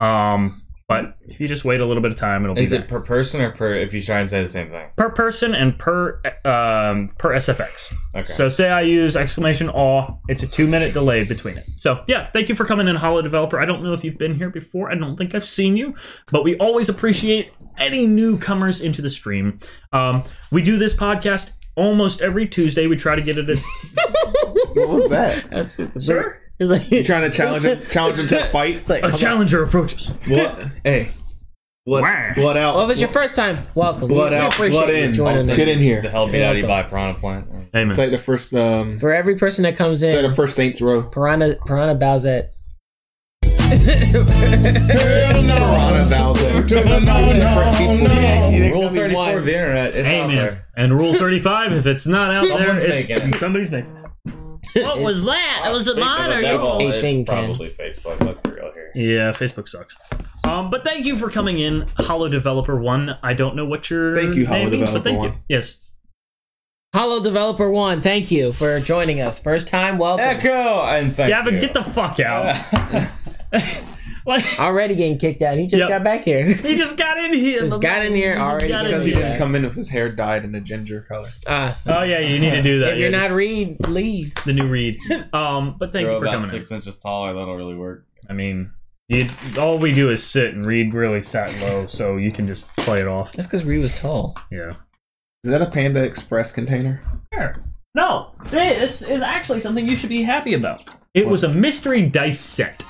Speaker 3: Um, but if you just wait a little bit of time, it'll be
Speaker 5: Is
Speaker 3: there.
Speaker 5: it per person or per if you try and say the same thing?
Speaker 3: per person and per um, per SFX.
Speaker 5: Okay.
Speaker 3: So say I use exclamation awe, it's a two minute delay between it. So yeah, thank you for coming in, Hollow Developer. I don't know if you've been here before. I don't think I've seen you, but we always appreciate any newcomers into the stream. Um, we do this podcast almost every Tuesday. We try to get it in.
Speaker 11: What was that?
Speaker 3: Sir?
Speaker 2: He's like,
Speaker 4: You trying to challenge him, challenge him to a fight?
Speaker 3: A challenger approaches.
Speaker 4: Blood, hey,
Speaker 3: Wah.
Speaker 4: blood, blood out.
Speaker 2: well, if it's your first time, welcome. We-
Speaker 4: blood
Speaker 2: we
Speaker 4: out,
Speaker 2: appreciate
Speaker 4: blood
Speaker 2: you
Speaker 4: in.
Speaker 2: joining us.
Speaker 4: Get in
Speaker 5: The
Speaker 4: here.
Speaker 5: hell beat
Speaker 2: Yeah,
Speaker 5: out of you
Speaker 2: okay.
Speaker 5: by Piranha Plant. Right.
Speaker 3: Amen.
Speaker 4: It's like the first, um, it's
Speaker 2: For every person that comes
Speaker 4: like the
Speaker 2: in,
Speaker 4: first Saints Row.
Speaker 2: Piranha Piranha bows at.
Speaker 4: Piranha Valve.
Speaker 5: Rule
Speaker 2: gonna be
Speaker 5: 34
Speaker 2: one.
Speaker 5: of the internet. It's out
Speaker 3: Amen.
Speaker 5: there.
Speaker 3: And rule 35, if it's not out there,
Speaker 5: Someone's
Speaker 3: it's
Speaker 5: making it.
Speaker 3: somebody's making it. What was that? That was a
Speaker 5: Speaking of
Speaker 3: mine or
Speaker 5: that,
Speaker 3: yours?
Speaker 5: well,
Speaker 2: a
Speaker 5: It's
Speaker 2: thing, Ken.
Speaker 5: probably Facebook. Let's be real here.
Speaker 3: Yeah, Facebook sucks. Um, but thank you for coming in, Hollow Developer One. I don't know what your
Speaker 4: Thank
Speaker 3: name
Speaker 4: you, Hollow
Speaker 3: means, but
Speaker 4: Developer
Speaker 3: thank you.
Speaker 4: One.
Speaker 3: Yes,
Speaker 2: Hello, developer one. Thank you for joining us. First time, welcome.
Speaker 5: Echo and thank
Speaker 3: Gavin,
Speaker 5: you.
Speaker 3: get the fuck out. like
Speaker 2: Already getting kicked out. He just
Speaker 3: Yep.
Speaker 2: got back here.
Speaker 3: he just got in here.
Speaker 2: Just got in here already.
Speaker 3: got
Speaker 4: Because he
Speaker 3: in
Speaker 4: didn't come in with his hair dyed in a ginger color.
Speaker 2: Uh,
Speaker 3: Oh yeah, you need to do that.
Speaker 2: if you're
Speaker 3: Yeah,
Speaker 2: not read, leave.
Speaker 3: just the new read. Um, but thank
Speaker 5: Grow
Speaker 3: you for
Speaker 5: about
Speaker 3: coming
Speaker 5: six inches taller. That'll really work.
Speaker 3: in. I mean, you, all we do is sit and read really sat low, so you can just play it off.
Speaker 2: That's because Reed was tall.
Speaker 3: Yeah.
Speaker 4: Is that a Panda Express container?
Speaker 3: No, this is actually something you should be happy about. It was a mystery dice set.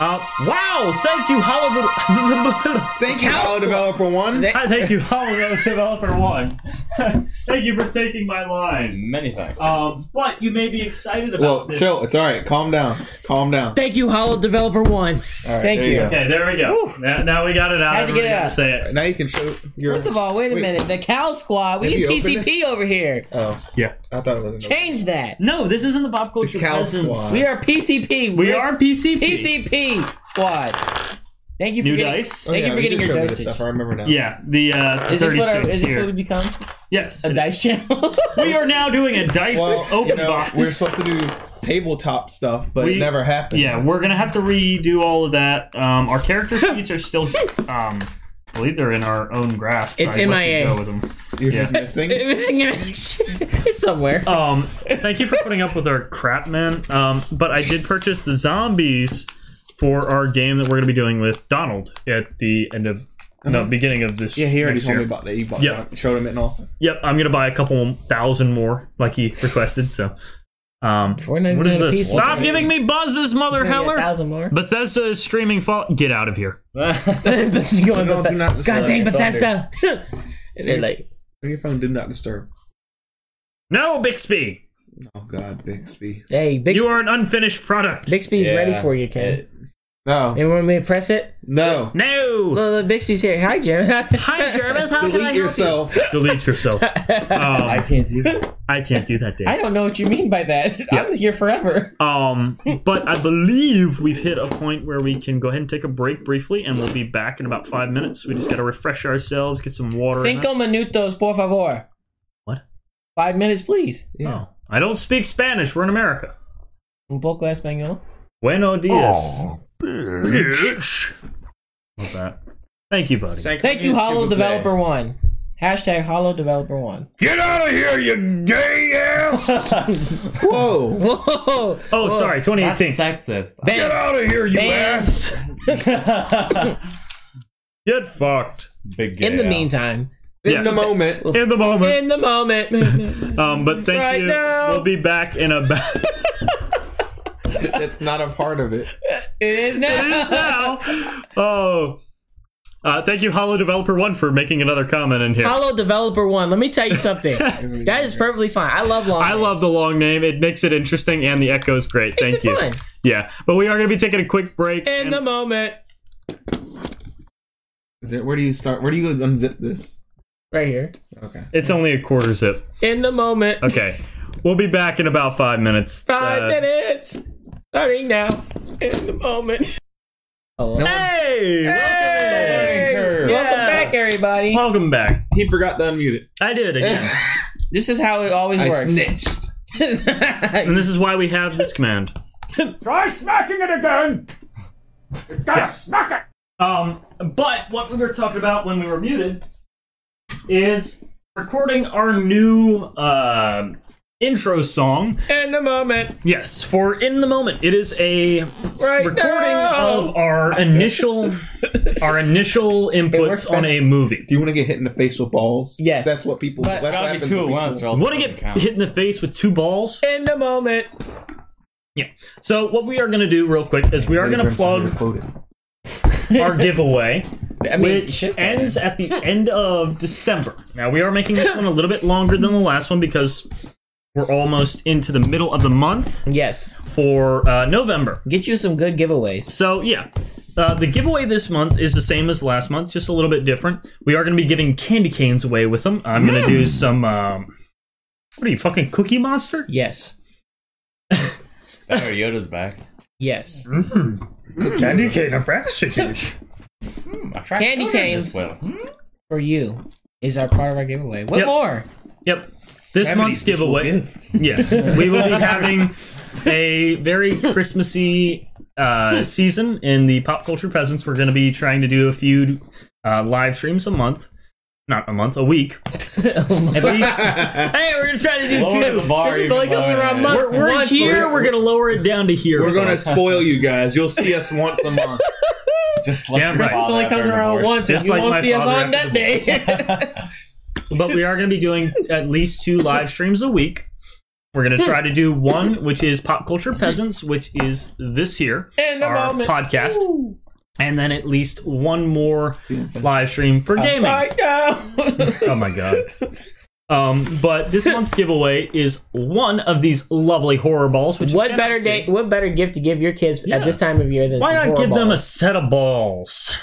Speaker 3: Uh, wow! Thank you, Hollow.
Speaker 4: Thank you, Hello Developer One.
Speaker 3: I thank you, Hollow Developer One. thank you for taking my line.
Speaker 5: Many thanks.
Speaker 3: Um, but you may be excited about
Speaker 4: Well,
Speaker 3: this.
Speaker 4: chill. It's all right. Calm down. Calm down.
Speaker 2: Thank you, Hollow Developer One.
Speaker 4: All right,
Speaker 2: Thank
Speaker 4: there
Speaker 2: you.
Speaker 4: go.
Speaker 3: Okay, there we go. Now, now we got it out.
Speaker 2: Had to get
Speaker 3: Everybody
Speaker 2: it
Speaker 3: got to
Speaker 2: out.
Speaker 3: say it.
Speaker 4: Now you can show your.
Speaker 2: First of all, wait a
Speaker 4: Wait.
Speaker 2: minute. The Cow Squad. We need
Speaker 4: Have you opened
Speaker 2: PCP over here.
Speaker 4: oh,
Speaker 3: Yeah.
Speaker 4: I thought it was. an
Speaker 2: Change that.
Speaker 3: No, this isn't the Bob Culture
Speaker 4: Cal
Speaker 3: Peasants.
Speaker 4: Squad.
Speaker 2: We are PCP.
Speaker 3: We
Speaker 2: We're
Speaker 3: are PCP.
Speaker 2: PCP Squad. Thank you for
Speaker 3: New
Speaker 2: getting,
Speaker 3: dice?
Speaker 4: Oh,
Speaker 2: Thank
Speaker 4: yeah,
Speaker 2: you for getting
Speaker 4: did
Speaker 2: your
Speaker 4: show me
Speaker 2: dosage.
Speaker 4: this stuff. I remember now.
Speaker 3: Yeah, the uh,
Speaker 2: Is this,
Speaker 3: 36
Speaker 2: what our, is this
Speaker 3: here.
Speaker 2: what we become?
Speaker 3: yes,
Speaker 2: A dice channel?
Speaker 3: we are now doing a dice
Speaker 4: Well,
Speaker 3: open
Speaker 4: you know,
Speaker 3: box.
Speaker 4: we are supposed to do tabletop stuff, but
Speaker 3: We-
Speaker 4: it never happened.
Speaker 3: Yeah, we're gonna have to redo all of that. Um, our character sheets are still, um, I believe they're in our own grasp.
Speaker 2: It's
Speaker 3: I'd let you
Speaker 2: MIA.
Speaker 3: Go with them.
Speaker 4: you're just missing.
Speaker 2: it was in it's somewhere.
Speaker 3: Um, thank you for putting up with our crap, man. Um, but I did purchase the zombies for our game that we're gonna be doing with Donald at the end of
Speaker 2: Uh-huh.
Speaker 3: no beginning of this.
Speaker 4: Yeah, he already
Speaker 3: next
Speaker 4: told
Speaker 3: year.
Speaker 4: me about that. You bought
Speaker 3: Yeah.
Speaker 4: that. Showed him it and all.
Speaker 3: Yep, I'm gonna buy a couple thousand more, like he requested. So, um,
Speaker 2: $4.99
Speaker 3: what is
Speaker 2: a
Speaker 3: this?
Speaker 2: piece.
Speaker 3: Stop giving me buzzes, mother
Speaker 2: A
Speaker 3: heller.
Speaker 2: thousand more.
Speaker 3: Bethesda is streaming. Fall. Get out of here.
Speaker 2: Going
Speaker 4: No,
Speaker 2: Bethe-
Speaker 4: do not
Speaker 2: God
Speaker 4: disturb.
Speaker 2: dang
Speaker 4: I thought
Speaker 2: Bethesda! and they're like,
Speaker 4: Turn your phone. Do not disturb.
Speaker 3: No, Bixby.
Speaker 4: Oh God, Bixby.
Speaker 2: "Hey, Bix-
Speaker 3: You are an unfinished product.
Speaker 2: Bixby's
Speaker 5: Yeah.
Speaker 2: ready for you, Ken.
Speaker 4: No,
Speaker 2: And when we press it,
Speaker 4: no.
Speaker 3: No.
Speaker 2: look, look, Bixby's here. Hi, Jeremy.
Speaker 3: Hi, Jervis. How can I
Speaker 4: Delete
Speaker 3: help
Speaker 4: yourself.
Speaker 3: you? Delete yourself. Um, I can't do that. I can't do that,
Speaker 2: I
Speaker 3: Dave.
Speaker 2: don't know what you mean by that. I'm here forever.
Speaker 3: Um, but I believe we've hit a point where we can go ahead and take a break briefly, and we'll be back in about five minutes. We just got to refresh ourselves, get some water. in
Speaker 2: Cinco
Speaker 3: us.
Speaker 2: minutos, por favor.
Speaker 3: What?
Speaker 2: Five minutes, please.
Speaker 3: Oh, I don't speak Spanish. We're in America.
Speaker 2: Un poco español.
Speaker 3: Bueno dias.
Speaker 1: Oh, bitch.
Speaker 3: Love that. Thank you, buddy.
Speaker 2: Thank you, Hollow Developer One. Hashtag Hollow Developer One.
Speaker 1: Get out of here, you gay ass!
Speaker 4: Whoa!
Speaker 2: Whoa!
Speaker 3: Oh, sorry, 2018.
Speaker 5: Sexist.
Speaker 1: Get
Speaker 2: Bam!
Speaker 1: out of here, you
Speaker 2: Bam.
Speaker 1: ass!
Speaker 3: Get fucked
Speaker 5: Big gay
Speaker 2: In the
Speaker 5: out.
Speaker 2: meantime,
Speaker 4: In
Speaker 3: Yeah.
Speaker 4: the moment.
Speaker 3: in the moment.
Speaker 2: in the moment,
Speaker 3: Um, but thank
Speaker 2: Right
Speaker 3: you.
Speaker 2: now.
Speaker 3: We'll be back in about.
Speaker 11: That's not a part of it.
Speaker 2: it is now.
Speaker 3: now. Oh. Uh, thank you, Hollow Developer One, for making another comment in here.
Speaker 2: Hollow Developer One. Let me tell you something. that is perfectly fine. I love long.
Speaker 3: I love the long name; it makes it interesting, and the echo is great.
Speaker 2: Makes
Speaker 3: Thank
Speaker 2: it
Speaker 3: you.
Speaker 2: fun.
Speaker 3: Yeah, but we are going to be taking a quick break.
Speaker 2: in the moment.
Speaker 4: Is it, where do you start? Where do you unzip this?
Speaker 2: Right here.
Speaker 3: it's only a quarter zip.
Speaker 2: In the moment.
Speaker 3: Okay, we'll be back in about five minutes.
Speaker 2: Five
Speaker 3: Uh,
Speaker 2: minutes. Starting now. In the moment. Oh,
Speaker 4: No,
Speaker 3: Hey,
Speaker 2: Hey!
Speaker 4: Curve.
Speaker 2: Welcome
Speaker 3: Yeah.
Speaker 2: back, everybody.
Speaker 3: welcome back.
Speaker 4: He forgot to unmute it.
Speaker 3: I did it again,
Speaker 2: This is how it always
Speaker 4: I
Speaker 2: works.
Speaker 4: snitched.
Speaker 3: and this is why we have this command.
Speaker 12: Try smacking it again! You gotta smack it!
Speaker 3: Um, but what we were talking about when we were muted is recording our new uh, intro song.
Speaker 2: in the moment.
Speaker 3: Yes, for in the moment, it is a
Speaker 2: Right
Speaker 3: recording
Speaker 2: now.
Speaker 3: of our initial our initial
Speaker 2: works
Speaker 3: inputs on
Speaker 2: best-
Speaker 3: a movie.
Speaker 4: Do you want to get hit in the face with balls?
Speaker 2: Yes.
Speaker 4: That's what people.
Speaker 2: But it's
Speaker 4: that's
Speaker 5: It's
Speaker 4: what
Speaker 5: gotta be
Speaker 4: happens
Speaker 5: two
Speaker 4: to
Speaker 5: at
Speaker 4: people.
Speaker 5: once, or else
Speaker 3: Want to
Speaker 5: it doesn't
Speaker 3: get
Speaker 5: count.
Speaker 3: hit in the face with two balls?
Speaker 2: in the moment.
Speaker 3: Yeah. So what we are going to do real quick is we are going to
Speaker 4: Grimson
Speaker 3: plug
Speaker 4: quoted.
Speaker 3: our giveaway,
Speaker 2: I mean,
Speaker 3: which
Speaker 2: shit,
Speaker 3: ends at the end of December. Now we are making this one a little bit longer than the last one because we're almost into the middle of the month
Speaker 2: Yes.
Speaker 3: for uh, November.
Speaker 2: Get you some good giveaways.
Speaker 3: So yeah, uh, the giveaway this month is the same as last month, just a little bit different. We are going to be giving candy canes away with them. I'm going to do some. Um, what are you fucking Cookie Monster?
Speaker 2: Yes.
Speaker 5: Oh, Yoda's back.
Speaker 2: Yes.
Speaker 3: Candy cane impression.
Speaker 5: I tried
Speaker 2: Candy
Speaker 5: children
Speaker 2: canes.
Speaker 5: this little.
Speaker 2: For you is our part of our giveaway. What
Speaker 3: Yep.
Speaker 2: more?
Speaker 3: Yep. This month's giveaway. Yes, we will be having a very Christmassy uh, season in the pop culture peasants. We're going to be trying to do a few uh, live streams a month, not a month, a week at least. hey, we're going to try to do
Speaker 5: Lower
Speaker 3: two.
Speaker 5: the bar.
Speaker 2: Christmas
Speaker 5: even
Speaker 2: only comes
Speaker 5: lower
Speaker 2: around
Speaker 5: it.
Speaker 2: month.
Speaker 3: We're, we're
Speaker 2: Once-
Speaker 3: here. We're going to lower it down to here.
Speaker 4: We're gonna spoil you guys. You'll see us once a month.
Speaker 5: Just let
Speaker 3: Damn
Speaker 5: the
Speaker 3: right.
Speaker 5: ball
Speaker 3: Christmas
Speaker 2: only
Speaker 5: out
Speaker 2: comes
Speaker 5: there in the
Speaker 2: around
Speaker 5: horse.
Speaker 2: once.
Speaker 3: Just
Speaker 2: you
Speaker 3: like
Speaker 2: won't
Speaker 3: my
Speaker 2: see us
Speaker 3: father
Speaker 2: on that day.
Speaker 3: but we are going to be doing at least two live streams a week. We're going to try to do one, which is pop culture peasants, which is this year.
Speaker 2: in the
Speaker 3: our
Speaker 2: moment.
Speaker 3: podcast, and then at least one more live stream for gaming.
Speaker 2: Right now.
Speaker 3: oh my god! Um, but this month's giveaway is one of these lovely horror balls. Which you
Speaker 2: what
Speaker 3: cannot
Speaker 2: better
Speaker 3: see.
Speaker 2: day? What better gift to give your kids at
Speaker 3: Yeah.
Speaker 2: this time of year than
Speaker 3: Why
Speaker 2: some
Speaker 3: not give
Speaker 2: horrible-
Speaker 3: them a set of balls?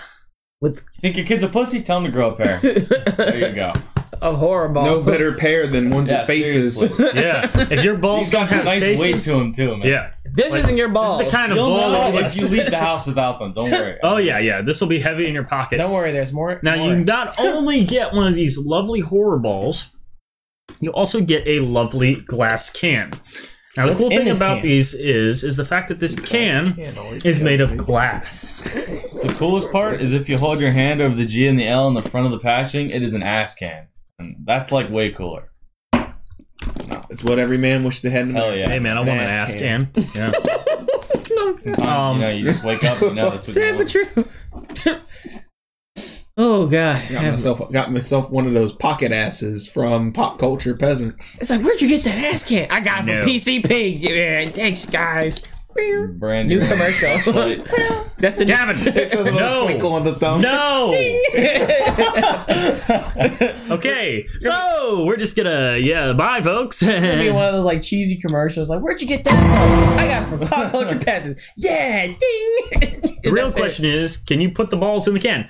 Speaker 2: with
Speaker 5: You think your kid's a pussy? Tell him to grow a pair. there you go.
Speaker 2: a horrible?
Speaker 4: No better pair than ones
Speaker 5: Yeah,
Speaker 4: with faces.
Speaker 5: seriously.
Speaker 3: Yeah, if your balls
Speaker 5: He's
Speaker 3: don't
Speaker 5: got
Speaker 3: have
Speaker 5: some nice weight
Speaker 3: faces,
Speaker 5: to him too, man.
Speaker 3: yeah,
Speaker 2: This isn't your balls.
Speaker 3: the kind of
Speaker 5: You'll
Speaker 3: ball.
Speaker 5: know
Speaker 3: that
Speaker 5: if you
Speaker 3: looks-
Speaker 5: leave the house without them. Don't worry.
Speaker 3: oh yeah, yeah, this will be heavy in your pocket.
Speaker 2: Don't worry, there's more.
Speaker 3: Now
Speaker 2: more.
Speaker 3: you not only get one of these lovely horror balls, you also get a lovely glass can. Now the
Speaker 2: What's
Speaker 3: cool
Speaker 2: in
Speaker 3: thing
Speaker 2: this
Speaker 3: about
Speaker 2: can?
Speaker 3: these is is the fact that this can is made of glass.
Speaker 5: The coolest part is if you hold your hand over the G and the L in the front of the patching, it is an ass can. And that's like way cooler.
Speaker 4: It's what every man wished they had. In
Speaker 5: Hell
Speaker 4: America.
Speaker 5: yeah.
Speaker 3: Hey man, I want an ass can. Yeah.
Speaker 5: Sometimes,
Speaker 3: Um,
Speaker 5: you know, you just wake up and you know that's what you
Speaker 2: Sad but
Speaker 5: want.
Speaker 2: true. oh god,
Speaker 4: Got myself, got myself one of those pocket asses from pop culture peasants.
Speaker 2: it's like where'd you get that ass can? I got it
Speaker 3: No.
Speaker 2: from PCP. Yeah, thanks guys.
Speaker 5: Brand
Speaker 2: New
Speaker 5: new.
Speaker 2: commercial. That's the
Speaker 4: It shows a
Speaker 3: Gavin!
Speaker 4: little twinkle
Speaker 3: No!
Speaker 4: on the thumb.
Speaker 3: No!
Speaker 2: Gavin.
Speaker 3: Okay. So we're just gonna yeah, bye folks.
Speaker 2: be one of those like cheesy commercials. Like where'd you get that from? I got it from Pop Culture Peasants. Yeah, ding.
Speaker 3: The real question is, can you put the balls in the can?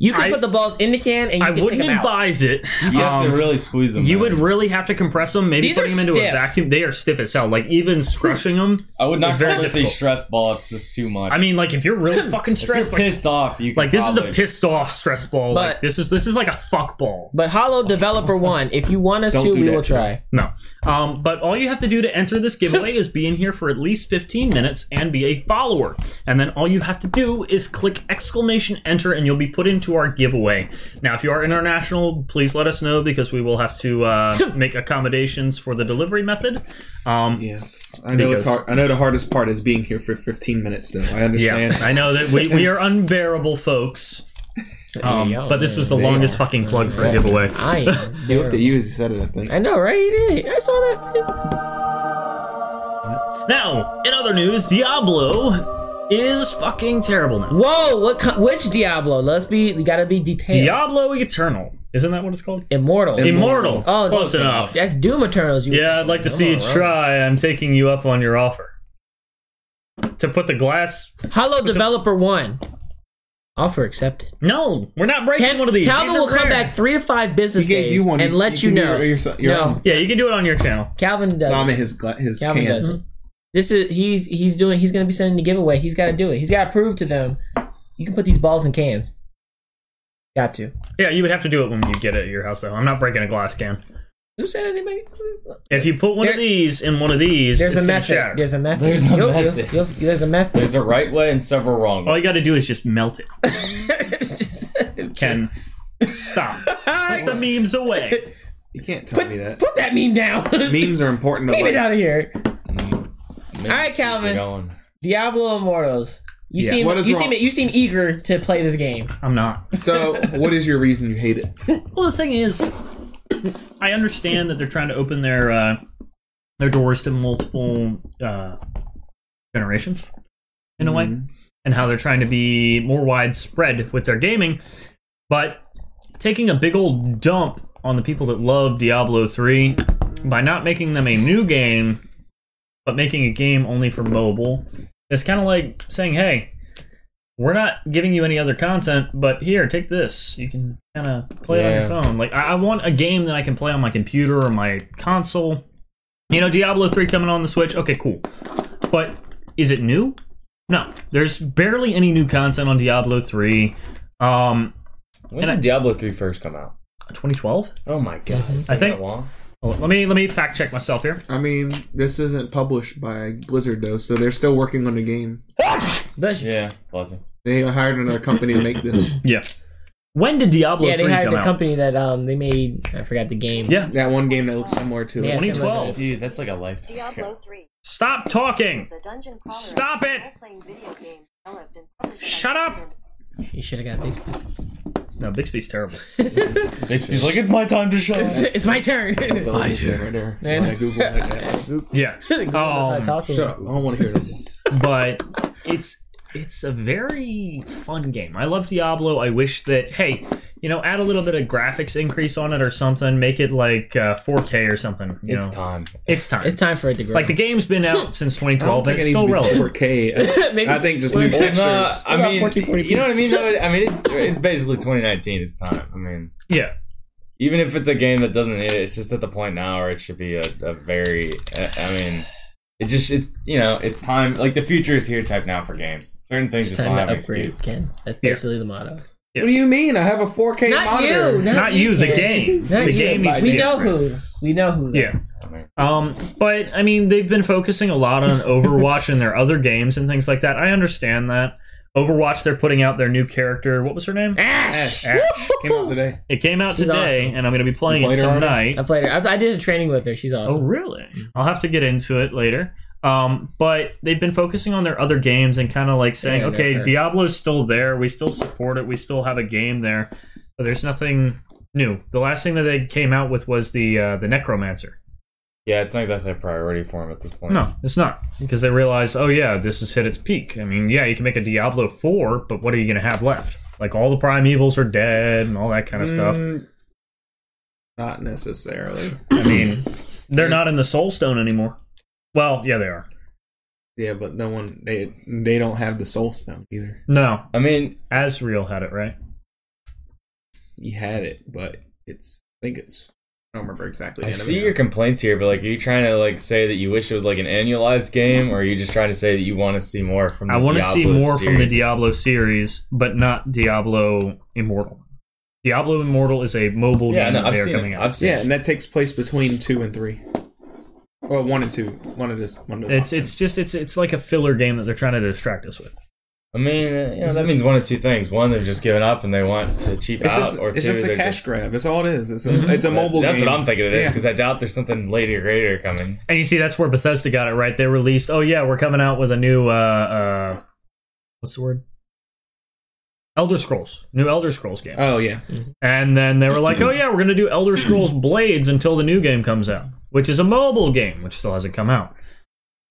Speaker 2: You can
Speaker 3: I-
Speaker 2: put the balls in the can and you
Speaker 3: I
Speaker 2: can take
Speaker 3: wouldn't
Speaker 2: them out.
Speaker 3: advise it.
Speaker 5: You have to
Speaker 3: Um,
Speaker 5: really squeeze them.
Speaker 3: You
Speaker 5: though.
Speaker 3: would really have to compress them, maybe
Speaker 2: These
Speaker 3: putting
Speaker 2: are
Speaker 3: them into
Speaker 2: stiff.
Speaker 3: a vacuum. They are stiff as hell. Like even crushing them.
Speaker 5: I would not
Speaker 3: It's very
Speaker 5: call this a
Speaker 3: difficult.
Speaker 5: stress ball. It's just too much.
Speaker 3: I mean, like if you're really fucking
Speaker 5: if you're
Speaker 3: stressed, like,
Speaker 5: pissed off, you can
Speaker 3: like this is a
Speaker 5: probably-
Speaker 3: pissed off stress ball.
Speaker 2: But-
Speaker 3: like this is this is like a fuck ball.
Speaker 2: But Hollow Developer One, if you want us
Speaker 4: Don't
Speaker 2: to,
Speaker 4: do
Speaker 2: we
Speaker 4: that
Speaker 2: will
Speaker 4: to
Speaker 2: try.
Speaker 3: No. Um, but all you have to do to enter this giveaway is be in here for at least 15 minutes and be a follower. And then all you have to do is click exclamation enter and you'll be put into our giveaway. Now, if you are international, please let us know because we will have to uh, make accommodations for the delivery method. Um,
Speaker 4: Yes, I know
Speaker 3: Because-
Speaker 4: it's hard. I know the hardest part is being here for 15 minutes, though. I
Speaker 3: yeah,
Speaker 4: understand.
Speaker 3: I know that we, we are unbearable folks. Um,
Speaker 2: Yeah,
Speaker 3: but this was the longest fucking plug for a giveaway.
Speaker 2: I am.
Speaker 4: He looked at you as he said it. I think.
Speaker 2: I know, right? You did. I saw that.
Speaker 3: Now, in other news, Diablo is fucking terrible now.
Speaker 2: Whoa! What? Co- which Diablo? Let's be. We gotta be detailed.
Speaker 3: Diablo Eternal. Isn't that what it's called?
Speaker 2: Immortal.
Speaker 3: Immortal.
Speaker 2: Oh,
Speaker 3: Close
Speaker 2: that's-
Speaker 3: enough.
Speaker 2: That's Doom Eternals. You
Speaker 3: Yeah, I'd like to see you
Speaker 2: Come on,
Speaker 3: try. I'm taking you up on your offer. To put the glass.
Speaker 2: bro. Hollow Developer One. Offer accepted.
Speaker 3: No, we're not breaking
Speaker 2: Cal-
Speaker 3: one of these.
Speaker 2: Calvin
Speaker 3: These are
Speaker 2: will come
Speaker 3: rare.
Speaker 2: back three to five business
Speaker 4: He gave
Speaker 2: days
Speaker 4: you one.
Speaker 2: and
Speaker 4: You-
Speaker 2: let
Speaker 4: you
Speaker 2: you
Speaker 4: can
Speaker 2: know.
Speaker 4: do your- your
Speaker 2: no,
Speaker 4: own.
Speaker 3: Yeah, you can do it on your channel.
Speaker 2: Calvin does.
Speaker 4: Nom
Speaker 2: it.
Speaker 4: in his gla- his
Speaker 2: Calvin
Speaker 4: can.
Speaker 2: does it. This is he's he's doing. He's gonna be sending the giveaway. He's got to do it. He's got to prove to them. You can put these balls in cans. Got to.
Speaker 3: Yeah, you would have to do it when you get it at your house, though. I'm not breaking a glass can.
Speaker 2: Who said anybody?
Speaker 3: If you put one of
Speaker 2: There-
Speaker 3: these in one of these,
Speaker 2: There's
Speaker 3: it's
Speaker 2: a
Speaker 3: gonna
Speaker 2: method.
Speaker 3: shatter.
Speaker 2: There's a method.
Speaker 5: There's a
Speaker 2: You'll-
Speaker 5: method.
Speaker 2: you'll- you'll- there's a method.
Speaker 5: There's a right way and several wrong.
Speaker 3: All you got to do is just melt it.
Speaker 2: It's just-
Speaker 3: Ken, stop. Put the memes away.
Speaker 4: You can't tell me that.
Speaker 2: Put that meme down.
Speaker 4: Memes are important. To
Speaker 2: Leave it
Speaker 4: like,
Speaker 2: out of here.
Speaker 3: Mm,
Speaker 5: All
Speaker 2: right,
Speaker 3: Oh,
Speaker 2: Calvin. Diablo Immortals. You
Speaker 3: Yeah.
Speaker 2: seem
Speaker 4: What is
Speaker 2: you
Speaker 4: wrong?
Speaker 2: seem you seem eager to play this game.
Speaker 3: I'm not.
Speaker 4: so, what is your reason you hate it?
Speaker 3: Well, the thing is, I understand that they're trying to open their uh, their doors to multiple uh, generations in a way, and how they're trying to be more widespread with their gaming. But taking a big old dump on the people that love Diablo three by not making them a new game, but making a game only for mobile, is kind of like saying, "Hey." We're not giving you any other content, but here, take this. You can kind of play it on your
Speaker 5: Yeah.
Speaker 3: phone phone. Like I, I want a game that I can play on my computer or my console. You know, Diablo three coming on the Switch. Okay, cool. But is it new? No. There's barely any new content on Diablo three. Um,
Speaker 5: When
Speaker 3: And
Speaker 5: did
Speaker 3: I-
Speaker 5: Diablo 3 first come out?
Speaker 3: 2012.
Speaker 5: Oh my god. it's
Speaker 3: I
Speaker 5: been
Speaker 3: think-
Speaker 5: that long.
Speaker 3: Well, Oh, let me let me fact check myself here.
Speaker 4: I mean, this isn't published by Blizzard though, so they're still working on the game.
Speaker 2: Does yeah,
Speaker 5: Yeah, bless him.
Speaker 4: They hired another company to make this.
Speaker 3: Yeah. When did Diablo
Speaker 2: yeah they
Speaker 3: three
Speaker 2: hired
Speaker 3: come
Speaker 2: the
Speaker 3: out?
Speaker 2: company that um they made. I forgot the game.
Speaker 3: Yeah.
Speaker 4: That one game that looks similar to
Speaker 2: Yeah,
Speaker 4: it.
Speaker 2: same
Speaker 3: 2012.
Speaker 2: as it is.
Speaker 5: Dude, that's like a lifetime.
Speaker 13: Diablo 3
Speaker 3: Stop talking.
Speaker 13: is a dungeon crawler.
Speaker 3: Stop it!
Speaker 13: role-playing video game developed and published by
Speaker 3: Shut up!
Speaker 13: Blizzard.
Speaker 2: You should have got these.
Speaker 3: No, Bixby's terrible.
Speaker 5: He's like, it's my time to shine.
Speaker 2: It's, it's my turn.
Speaker 3: Oh,
Speaker 4: My turn.
Speaker 2: Man.
Speaker 4: I Google like that.
Speaker 3: Yeah.
Speaker 2: I
Speaker 3: Um,
Speaker 2: talk to
Speaker 4: Shut
Speaker 2: him.
Speaker 4: up! I don't want to hear it. anymore.
Speaker 3: but it's it's a very fun game. I love Diablo. I wish that hey, you know, add a little bit of graphics increase on it or something. Make it like uh, 4K or something. You
Speaker 5: It's
Speaker 3: know?
Speaker 5: time.
Speaker 3: It's time.
Speaker 2: It's time for it to grow.
Speaker 3: Like the game's been out since
Speaker 4: I don't
Speaker 3: 2012, and
Speaker 4: think
Speaker 3: it's
Speaker 4: it needs
Speaker 3: still
Speaker 4: to
Speaker 3: relevant.
Speaker 4: be 4K.
Speaker 2: Maybe-
Speaker 4: I think just new
Speaker 2: Well,
Speaker 4: pictures.
Speaker 5: Uh, I
Speaker 2: What about
Speaker 5: mean,
Speaker 2: 1440p?
Speaker 5: you know what I mean? Though? I mean, it's it's basically 2019. It's time. I mean,
Speaker 3: Yeah,
Speaker 5: even if it's a game that doesn't hit it, it's just at the point now where it should be a, a very. I- I mean, it just it's you know it's time. Like the future is here type now for games. Certain things
Speaker 2: It's
Speaker 5: just don't
Speaker 2: time
Speaker 5: have
Speaker 2: to
Speaker 5: an
Speaker 2: upgrade,
Speaker 5: excuse.
Speaker 2: Ken. That's
Speaker 3: Yeah.
Speaker 2: basically the motto.
Speaker 4: what do you mean? I have a 4K
Speaker 2: Not
Speaker 4: monitor.
Speaker 2: you, not,
Speaker 3: not you, the
Speaker 2: Ken.
Speaker 3: game.
Speaker 2: Not
Speaker 3: the
Speaker 2: you.
Speaker 3: game needs to
Speaker 2: We
Speaker 3: be
Speaker 2: know
Speaker 3: upgraded.
Speaker 2: who. We know who. though.
Speaker 3: Yeah. Um, but I mean, they've been focusing a lot on Overwatch and their other games and things like that. I understand that. Overwatch, they're putting out their new character. What was her name?
Speaker 2: Ash.
Speaker 3: Ash.
Speaker 4: Came out today.
Speaker 3: It came out
Speaker 2: She's
Speaker 3: today,
Speaker 2: awesome.
Speaker 3: and I'm going to be playing
Speaker 4: You
Speaker 3: it
Speaker 4: played her already?
Speaker 3: tonight.
Speaker 2: I played her. I, I did a training with her. She's awesome.
Speaker 3: Oh, really? I'll have to get into it later. Um, but they've been focusing on their other games and kind of like saying,
Speaker 2: Yeah, no,
Speaker 3: okay,
Speaker 2: fair.
Speaker 3: Diablo's still there. We still support it. We still have a game there, but there's nothing new. The last thing that they came out with was the uh, the Necromancer.
Speaker 5: Yeah, it's not exactly a priority for him at this point.
Speaker 3: No, it's not because they realize, oh yeah, this has hit its peak. I mean, yeah, you can make a Diablo four, but what are you going to have left? Like all the primevals are dead and all that kind of stuff.
Speaker 4: Mm, Not necessarily.
Speaker 3: I mean, they're not in the Soulstone anymore. Well, yeah, they are.
Speaker 4: Yeah, but no one they they don't have the soul stone either.
Speaker 3: No,
Speaker 5: I mean,
Speaker 3: Asriel had it right.
Speaker 4: he had it, but it's I think it's I don't remember exactly.
Speaker 5: I
Speaker 4: the
Speaker 5: see
Speaker 4: anime.
Speaker 5: your complaints here, but like, are you trying to like say that you wish it was like an annualized game, or are you just trying to say that you want to see more from? The
Speaker 3: I want to see
Speaker 5: Mm, Diablo
Speaker 3: more from the
Speaker 5: series?
Speaker 3: Diablo series, but not Diablo Immortal. Diablo Immortal is a mobile
Speaker 5: Yeah,
Speaker 3: game
Speaker 5: no,
Speaker 3: that
Speaker 5: I've
Speaker 3: they are
Speaker 5: seen.
Speaker 3: coming
Speaker 5: It.
Speaker 3: out.
Speaker 5: I've seen.
Speaker 4: Yeah,
Speaker 5: it.
Speaker 4: and that takes place between two and three. Well, one and two. One of this. One of those
Speaker 3: It's it's just it's it's like a filler game that they're trying to distract us with.
Speaker 5: I mean, uh, you know, that means one of two things: one, they've just given up and they want to cheap
Speaker 4: It's
Speaker 5: out,
Speaker 4: just,
Speaker 5: or
Speaker 4: it's
Speaker 5: two,
Speaker 4: just a
Speaker 5: they're
Speaker 4: cash
Speaker 5: just- Mm-hmm.
Speaker 4: grab. That's all it is. It's a, it's a
Speaker 5: That-
Speaker 4: mobile
Speaker 5: That's
Speaker 4: game.
Speaker 5: what I'm thinking it is,
Speaker 4: Yeah.
Speaker 5: because I doubt there's something later greater coming.
Speaker 3: And you see, that's where Bethesda got it right. They released, oh yeah, we're coming out with a new uh uh what's the word? Elder Scrolls, new Elder Scrolls game.
Speaker 4: Oh yeah,
Speaker 3: And then they were like, oh yeah, we're going to do Elder Scrolls Blades until the new game comes out, which is a mobile game, which still hasn't come out.